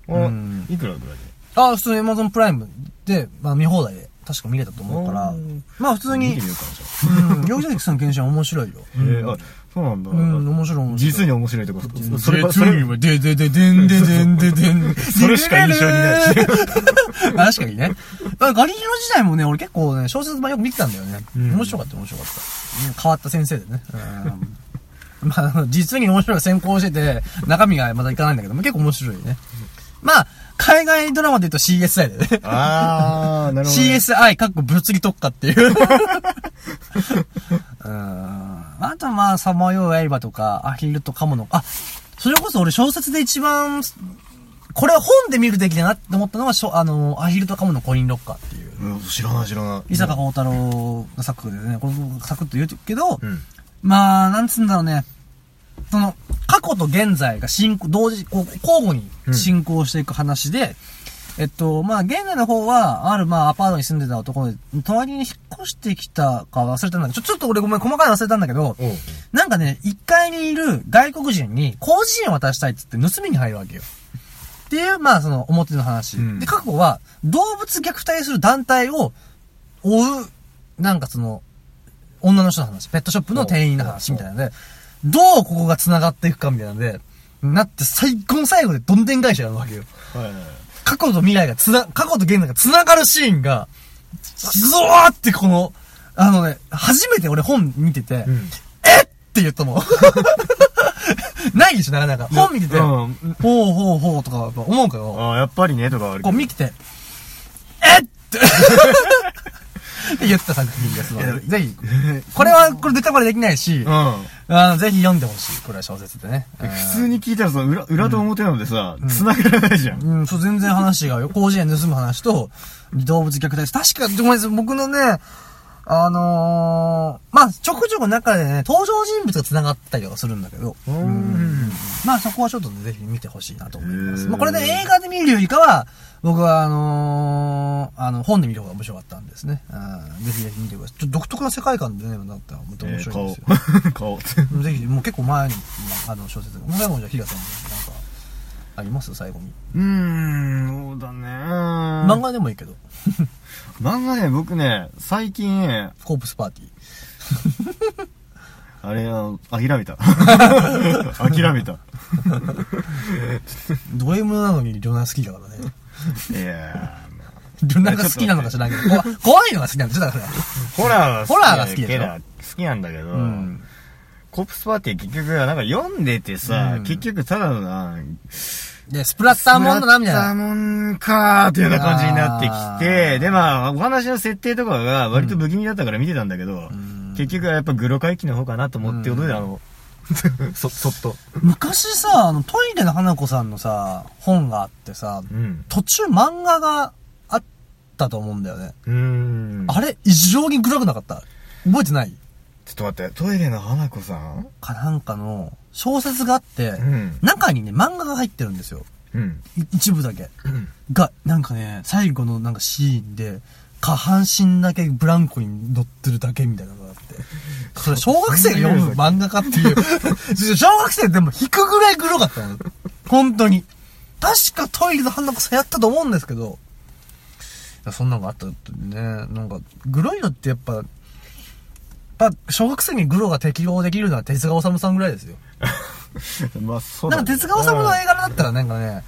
Speaker 3: うん。あ、いくらぐらい
Speaker 2: あ、普通に Amazon プライムで、まあ見放題で、確か見れたと思うから
Speaker 3: おー、
Speaker 2: まあ普通
Speaker 3: で見
Speaker 2: に
Speaker 3: てみ、ようかな
Speaker 2: うん、ヨギさんの検証面白いよ。
Speaker 3: じゃあ。えーあ、そうなんだ。
Speaker 2: うん、面白い面白い。
Speaker 3: 実に面白いとこ。そそれ
Speaker 2: で
Speaker 3: ば、それ、
Speaker 2: で、で、で、でんで、でんで、でん。そ。
Speaker 3: れしか印象にない
Speaker 2: 確かにね。だからガリヒロ時代もね、俺結構ね、小説版よく見てたんだよね。面白かった、面白かった。変わった先生でね。うん。まああの、実に面白いが先行してて、中身がまだいかないんだけども、結構面白いね。まあ、海外ドラマで言うと CSI だよね。
Speaker 3: ああ、なるほどね。
Speaker 2: CSI、かっこ物理特化って いう。うーん。あとまあ、サマヨウエイバとか、アヒルとカモの、あ、それこそ俺小説で一番、これは本で見るべきだなって思ったのは、しょあの、アヒルとカモのコインロッカーっていう。
Speaker 3: うん知らない知らない。
Speaker 2: 伊坂幸太郎の作でね、これもサクッと言うけど、
Speaker 3: うん。
Speaker 2: まあ、なんつうんだろうね。その、過去と現在が進行、同時、こう、交互に進行していく話で、えっと、まあ、現在の方は、ある、まあ、アパートに住んでた男で、隣に引っ越してきたか忘れたんだけど、ちょ、ちょっと俺ごめん、細かいの忘れたんだけど、
Speaker 3: おう
Speaker 2: なんかね、1階にいる外国人に、工事員を渡したいって言って盗みに入るわけよ。っていう、まあ、その、表の話。
Speaker 3: うん
Speaker 2: で、過去は、動物虐待する団体を追う、なんかその、女の人の話、ペットショップの店員の話みたいなので、どうここが繋がっていくかみたいなので、なって最後の最後でどんでん返しやるわけよ。
Speaker 3: はいはい。
Speaker 2: 過去と未来がつな、過去と現在が繋がるシーンが、ズワーってこの、あのね、初めて俺本見てて、
Speaker 3: ん
Speaker 2: えっって言ったもん。 ないでしょ、なかなか。本見てて、
Speaker 3: うん
Speaker 2: ほうほうほうとかやっぱ思うけど、
Speaker 3: ああ、やっぱりね、とかあるけ
Speaker 2: こう
Speaker 3: ど。
Speaker 2: 見てて、えっって。 って言った作品ですので、ぜひ、これは、これネタバレできないし、
Speaker 3: うん。
Speaker 2: あのぜひ読んでほしい。これは小説でね。
Speaker 3: 普通に聞いたらさ、裏、裏と表なのでさ、繋がらないじゃん。
Speaker 2: うん、そう、全然話がよ。工事園盗む話と、動物虐待。確か、ごめんなさい、僕のね、あのー、まあ、ちょくちょく中でね、登場人物が繋がったりとかするんだけど、うんまあそこはちょっとね、ぜひ見てほしいなと思います。
Speaker 3: へー
Speaker 2: まあこれね、映画で見るよりかは、僕はあのー、あの、本で見る方が面白かったんですね。うんぜひぜひ見てください。ちょっと独特な世界観でね、だったら本当に
Speaker 3: え
Speaker 2: 面
Speaker 3: ー
Speaker 2: 白いんで
Speaker 3: 顔
Speaker 2: すよ。。
Speaker 3: 顔。
Speaker 2: ぜひ、もう結構前に、まあ、あの、小説が。最後にじゃあ、ヒガさん、なんか、あります最後に。
Speaker 3: うーん、そうだね。漫
Speaker 2: 漫画でもいいけど。
Speaker 3: 漫画ね、僕ね、最近ね、
Speaker 2: コープスパーティー。
Speaker 3: あれ、あの諦めた。 諦めた。
Speaker 2: ド M なのに、リョナ好きだからね。
Speaker 3: いや
Speaker 2: リョナが好きなのか知らんけど、怖怖いのが好きなんでしょ、だから。
Speaker 3: ーホラーは
Speaker 2: ホラーが好きでしょ
Speaker 3: けど好きなんだけど、
Speaker 2: ん
Speaker 3: コップスパーティー結局、なんか読んでてさ、
Speaker 2: うん
Speaker 3: 結局ただのな、
Speaker 2: で、スプラッターもんだな、みたい
Speaker 3: スプラッター
Speaker 2: な。
Speaker 3: もんかーっていうような感じになってき
Speaker 2: あー
Speaker 3: て、で、まあ、お話の設定とかが割と不気味だったから見てたんだけど、結局はやっぱグロ回帰の方かなと思ってことで、あの、そ、そっと。
Speaker 2: 昔さ、あの、トイレの花子さんのさ、本があってさ、
Speaker 3: うん。
Speaker 2: 途中漫画があっったと思うんだよね。
Speaker 3: うーん。
Speaker 2: あれ異常に暗くなかった覚えてない
Speaker 3: ちょっと待って、トイレの花子さん
Speaker 2: かなんかの小説があって、
Speaker 3: ん
Speaker 2: 中にね、漫画が入ってるんですよ。
Speaker 3: うん。
Speaker 2: い一部だけ。が、なんかね、最後のなんかシーンで、下半身だけブランコに乗ってるだけみたいなのがあって。それ小学生が読む漫画かっていう。 小学生でも引くぐらいグロかったの。本当に。確かトイレの花子さんやったと思うんですけど。いやそんなのがあったってね。なんか、グロいのってやっぱ、やっぱ小学生にグロが適応できるのは手塚治虫さんぐらいですよ。
Speaker 3: まあ、そう
Speaker 2: なんか手塚治虫の映画だったらなんかね、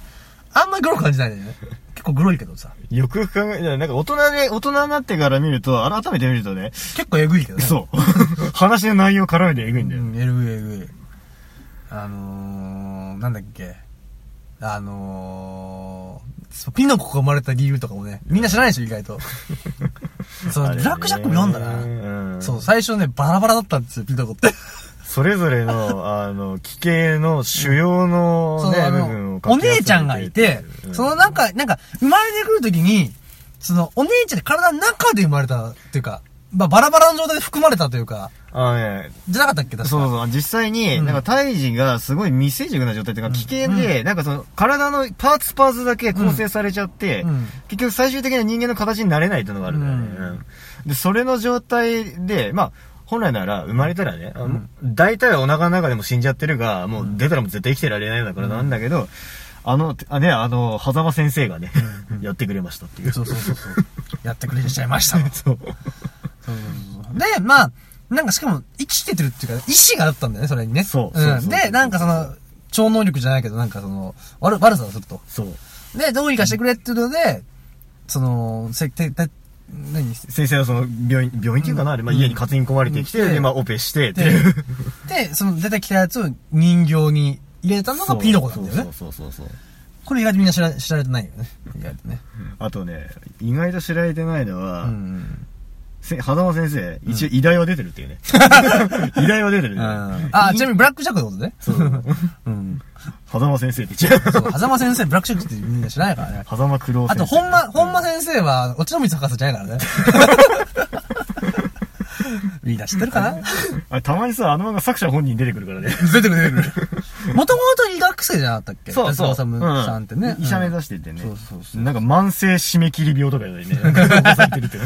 Speaker 2: あんまりグロく感じないんだよ ね。結構グロいけどさ。
Speaker 3: よくよく考え、なんか大人で、大人になってから見ると、改めて見るとね、
Speaker 2: 結構えぐいけどね。
Speaker 3: そう。話の内容絡めてえぐいんだよ。
Speaker 2: うん、えぐいえぐい。あのー、なんだっけ。あのー、そうピノコが生まれた理由とかもね、みんな知らないでしょ、意 外と。そう、ブラックジャックも読んだな。
Speaker 3: な
Speaker 2: そう、最初ね、バラバラだったんですよ、ピノコって。
Speaker 3: それぞ れの、あの、奇形の主要の
Speaker 2: そう、
Speaker 3: ね、
Speaker 2: あ
Speaker 3: 部分
Speaker 2: の
Speaker 3: を、
Speaker 2: お姉ちゃんがいて、そのなんか、なんか、生まれてくるときに、その、お姉ちゃんって体の中で生まれたっていうか、まあ、バラバラの状態で含まれたというか、
Speaker 3: あのね、
Speaker 2: じゃなかったっけ、確か。
Speaker 3: そうそう、実際に、
Speaker 2: うん
Speaker 3: なんか胎児がすごい未成熟な状態というか、危険で、なんかその、体のパーツパーツだけ構成されちゃって、
Speaker 2: うん
Speaker 3: 結局最終的には人間の形になれないというのがあるんだよね。
Speaker 2: うん
Speaker 3: うんで、それの状態で、まあ、本来なら、生まれたらね、あの大体はお腹の中でも死んじゃってるが、もう出たらもう絶対生きてられないような体なんだけど、あの、あね、あの、狭間先生がね、 やってくれましたっていう。
Speaker 2: そうそうそうそう。やってくれちゃい ましたわ。
Speaker 3: そう。
Speaker 2: で、まあ、なんかしかも、生きててるっていうか、意志があったんだよね、それにね。。
Speaker 3: そうそうそうそうん
Speaker 2: で、なんかその、超能力じゃないけど、なんかその、悪、悪さをすると。
Speaker 3: そう。
Speaker 2: で、どうにかしてくれっていうので、その、せ、て、て、何して、
Speaker 3: 先生はその、病院、病院っていうかな、あれまあ、家に担ぎ込まれてきて、
Speaker 2: うん
Speaker 3: で、まあ、オペして、って
Speaker 2: で
Speaker 3: いう。、
Speaker 2: で、その出てきたやつを人形に入れたのがピノコなんだよね。
Speaker 3: そうそうそうそうそう
Speaker 2: これ意外とみんな知ら、知られてないよね。意外とね。
Speaker 3: あとね意外と知られてないのは、
Speaker 2: うん。
Speaker 3: せ狭間先生一応医大は出てるってい うね医大は出てるね
Speaker 2: あ、ちなみにブラックジャックのことね。
Speaker 3: そう
Speaker 2: うん。
Speaker 3: 狭間先生って言っちゃう
Speaker 2: そう、狭間先生、ブラックジャックってみんな知らないからね。
Speaker 3: 狭間九郎
Speaker 2: あ
Speaker 3: 先
Speaker 2: と、
Speaker 3: 生
Speaker 2: 本間、本間先生は、落ちの水博士じゃないから ね。みんな知ってるかな
Speaker 3: あれたまにさあの漫画作者本人出てくるからね
Speaker 2: 出てくる出てくる。もともと医学生じゃなかったっけ手塚治虫さんってね。
Speaker 3: うん医者目
Speaker 2: だ。
Speaker 3: 指しててね、
Speaker 2: そうそうそ
Speaker 3: なんか慢性締め切り病とかよりねなんか起こされ てるってい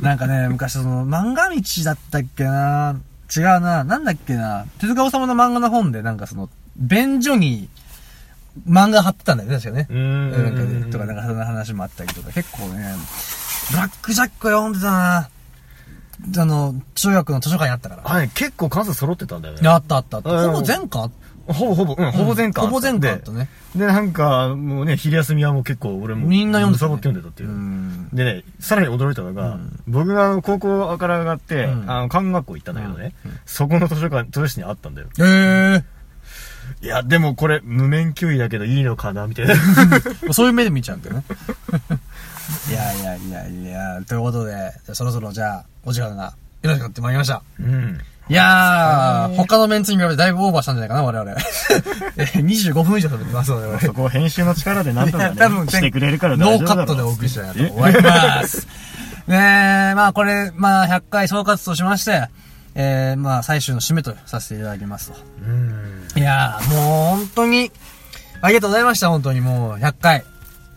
Speaker 3: う
Speaker 2: なんかね、昔その、漫画道だったっけな違うななんだっけな手塚治虫の漫画の本で、なんかその、便所に、漫画貼ってたんだよね、確かね。
Speaker 3: ん
Speaker 2: なんかね、とか、なんかそんな話もあったりとか、結構ね、ブラックジャックは読んでたなあの、中学の図書館にあったから。
Speaker 3: あれ結構数揃ってたんだよね
Speaker 2: あったあったあった。
Speaker 3: うん
Speaker 2: ほぼ全巻
Speaker 3: ほぼほぼ、うん、ほぼ全巻あ
Speaker 2: ほ
Speaker 3: った
Speaker 2: ぼ全巻あった
Speaker 3: で
Speaker 2: ね。
Speaker 3: で、なんか、もうね、昼休みはもう結構俺も、
Speaker 2: みんな読んでた
Speaker 3: サ
Speaker 2: ね
Speaker 3: ボって読んでたっていう。
Speaker 2: うん。
Speaker 3: でね、さらに驚いたのが、僕があの高校から上がって、
Speaker 2: うん
Speaker 3: あの、看護学校行ったんだけどね、そこの図書館、図書室にあったんだよ。
Speaker 2: ええ
Speaker 3: いや、でもこれ、無免許医だけどいいのかな、み たいな。
Speaker 2: そういう目で見ちゃうんだよね。いやいやいやいや、ということで、じゃあそろそろじゃあ、お時間が、よろしくなってまいりました。
Speaker 3: うん。
Speaker 2: いやー、他のメンツに比べてだいぶオーバーしたんじゃないかな、我々。 え25分以上喋ってますので、我
Speaker 3: そこを編集の力でなんとか
Speaker 2: いや多分
Speaker 3: ね、してくれるから
Speaker 2: 々。
Speaker 3: 大
Speaker 2: ノー
Speaker 3: 丈
Speaker 2: カ
Speaker 3: 夫だろ
Speaker 2: ット
Speaker 3: う
Speaker 2: でお送り したいなと思います。ねえ、 まあこれ、まあ100回総括としまして、えー、まあ最終の締めとさせていただきますと。
Speaker 3: うん。
Speaker 2: いやー、もう本当に、ありがとうございました、本当にもう100回。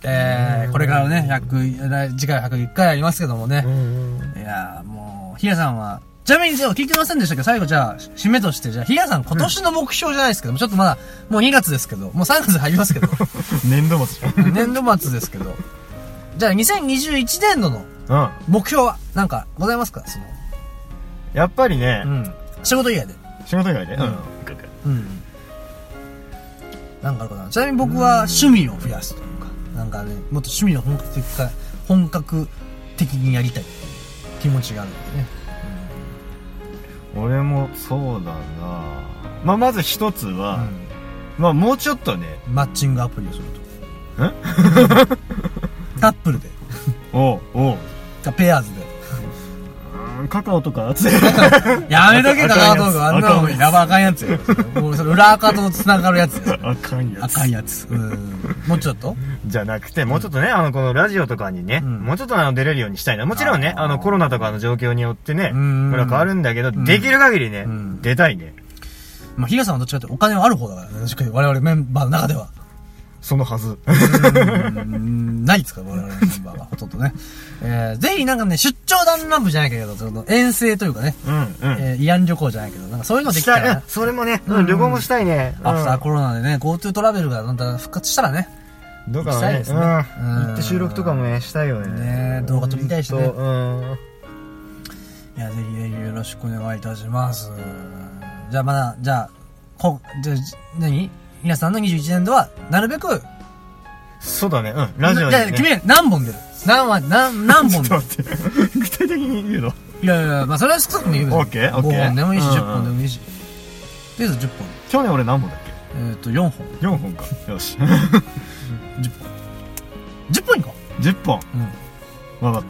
Speaker 2: えー、これからね、100、来次回は101回ありますけどもね。いやー、もう、ひやさんは、ちなみに、じゃあ聞いてませんでしたけど、最後じゃあ、締めとして、じゃあ、ひやさん今年の目標じゃないですけども、ちょっとまだ、もう2月ですけど、もう3月入りますけど、
Speaker 3: 年度末じ
Speaker 2: 年度末ですけど、じゃあ2021年度の
Speaker 3: ゃん。うん。
Speaker 2: 目標は、なんか、ございますかその、
Speaker 3: やっぱりね、
Speaker 2: うん。仕事以外で。
Speaker 3: 仕事以外で、うん。
Speaker 2: うん。なんかあるかな。ちなみに僕は趣味を増やすというか、なんかね、もっと趣味を本格的か、本格的にやりたいっていう気持ちがあるんでね。
Speaker 3: 俺もそうだなまあ、まず一つは、まあ、もうちょっとね、
Speaker 2: マッチングアプリをすると。
Speaker 3: え
Speaker 2: カップルで、
Speaker 3: おうおう
Speaker 2: かペアーズで。
Speaker 3: うんカカオとか、つって。
Speaker 2: やめとけ、カ
Speaker 3: 赤い
Speaker 2: カ
Speaker 3: や
Speaker 2: オ
Speaker 3: つ
Speaker 2: トーク。あんな
Speaker 3: 赤
Speaker 2: の
Speaker 3: いやつ
Speaker 2: やばあかんやつよ。もうそれ裏垢と繋がるやつよ。
Speaker 3: あかんやつ。
Speaker 2: 赤いやつ。うん。もうちょっと
Speaker 3: じゃなくて、もうちょっとね、あの、このラジオとかにね、
Speaker 2: うん
Speaker 3: もうちょっとあの出れるようにしたいな。もちろんね、あの、コロナとかの状況によってね、こ
Speaker 2: うん
Speaker 3: れは変わるんだけど、
Speaker 2: ん
Speaker 3: できる限りね
Speaker 2: ん、
Speaker 3: 出たいね。
Speaker 2: まあ、ヒゲさんはどっちかっていうとお金はある方だからね、確かに我々メンバーの中では。
Speaker 3: そのはず。
Speaker 2: うんないですから、我々のメンバーはほとんどね。えー、ぜひなんかね、出張弾丸部じゃないけど、その遠征というかね、
Speaker 3: うん、うん。
Speaker 2: えー、慰安旅行じゃないけど、なんかそういうのできたら
Speaker 3: ね
Speaker 2: ね、
Speaker 3: それもね、うん旅行もしたいね。うん
Speaker 2: アフターコロナでね、GoTo トラベルがなんだ復活したらね、
Speaker 3: どうか
Speaker 2: したい
Speaker 3: ね、
Speaker 2: です
Speaker 3: う
Speaker 2: ね
Speaker 3: ん
Speaker 2: うん
Speaker 3: 行って収録とかもね、したいよね。
Speaker 2: ね動画撮りたいしね
Speaker 3: ほんとうん。
Speaker 2: いや、ぜひぜひよろしくお願いいたします。じゃあまだ、じゃあ、こ、じゃあ、じ何皆さんの21年度は、なるべく、
Speaker 3: そうだね、うん。ラジオに
Speaker 2: じゃあ
Speaker 3: ね。
Speaker 2: 君ら何本出る何話、何、何本出る
Speaker 3: ちょっと待って、具体的に言うの
Speaker 2: いやいやいや、まあそれは少なくもいいけど、
Speaker 3: オッケーオッケー
Speaker 2: 5本でもいいし、
Speaker 3: うんうん
Speaker 2: 10本でもいいし。とりあえず10本。
Speaker 3: 去年俺何本だっけ
Speaker 2: えっ、と、4本。
Speaker 3: 4本かよし
Speaker 2: 10本いこ
Speaker 3: 10本わかっ
Speaker 2: う。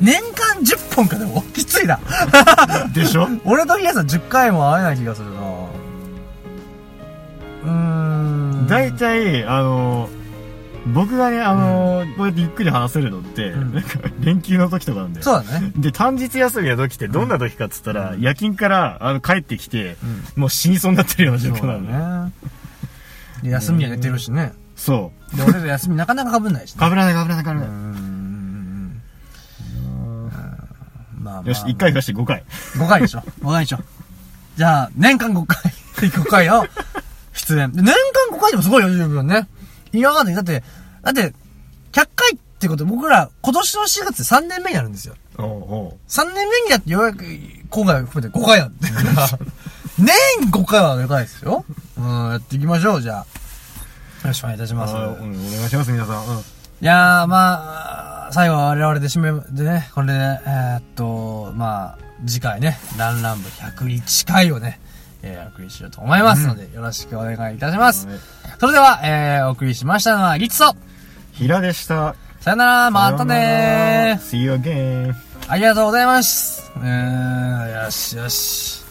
Speaker 2: 年間10本かでも、きついな。
Speaker 3: たでしょ
Speaker 2: 俺とヒヤさん10回も会えない気がするなうーん。
Speaker 3: 大体あの僕がねあの、こうやってゆっくり話せるのって、
Speaker 2: ん
Speaker 3: なんか連休の時とかなんだよ
Speaker 2: そうだね。
Speaker 3: で単日休みの時ってどんな時かっつったら、夜勤からあの帰ってきて、もう死にそうになってるような状況なのね
Speaker 2: ね。で休みは寝てるしね。
Speaker 3: そ
Speaker 2: で、俺ら休みなかなか被んないし
Speaker 3: う
Speaker 2: ね。
Speaker 3: かぶらないかぶらないかぶら
Speaker 2: うー
Speaker 3: ない、
Speaker 2: ん。まあまあ
Speaker 3: よし1回増やして5回
Speaker 2: 5回でしょ ?5 回でしょじゃあ、年間5回、5回を出演。で年間5回でもすごいよ、十分ね。今まで、だって、だって、100回ってこと、僕ら今年の4月で3年目になるんですよ。
Speaker 3: おうお
Speaker 2: 3年目になってようやく、今回を含めて5回やってるから、年5回はでかいですよ。うん、やっていきましょう、じゃあ。よろしくお願いいたし
Speaker 3: う
Speaker 2: ます。
Speaker 3: あーうん、お願いします皆さん、うん
Speaker 2: いやー、まあ、最後は我々で締め、でね、これで、えーっと、まあ、次回ね、ランラン部101回をね、えー、お送りしようと思いますので、よろしくお願いいたします。
Speaker 3: はい
Speaker 2: それでは、えー、お送りしましたのは、リッツと、
Speaker 3: 平でした
Speaker 2: さよなら、またね
Speaker 3: See you again
Speaker 2: ー。ありがとうございます。えー、よしよし。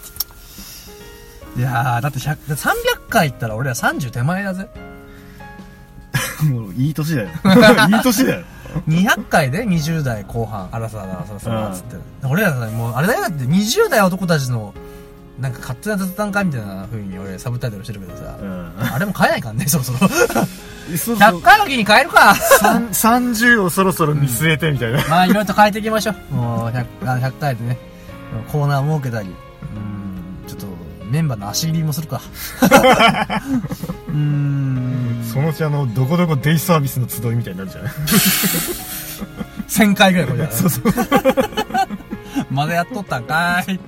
Speaker 2: いやー、だって100、300回行ったら俺ら30手前だぜ。
Speaker 3: もういい 年だよいい年だよ
Speaker 2: 200回で20代後半、あらさだ、あらさだ、つって。俺らさ、もう、あれだよ、だって20代男たちの、なんか勝手な雑談会みたいな風に俺サブタイトルしてるけどさ
Speaker 3: う、ん
Speaker 2: あれも変えないかん ね、そろそろ。
Speaker 3: そうそう
Speaker 2: 100回の日に変えるか
Speaker 3: 三30をそろそろ見据えてみたいな、
Speaker 2: まあ、いろいろと変えていきましょう。もう100、あ100回でね、コーナー設けたり、うん、ちょっと、メンバーの足切りもするか。うーん、
Speaker 3: そのうちあのどこどこデイサービスの集いみたいになるじゃない
Speaker 2: 1000回ぐらいこれだな
Speaker 3: そうそう
Speaker 2: まだやっとったんかーい。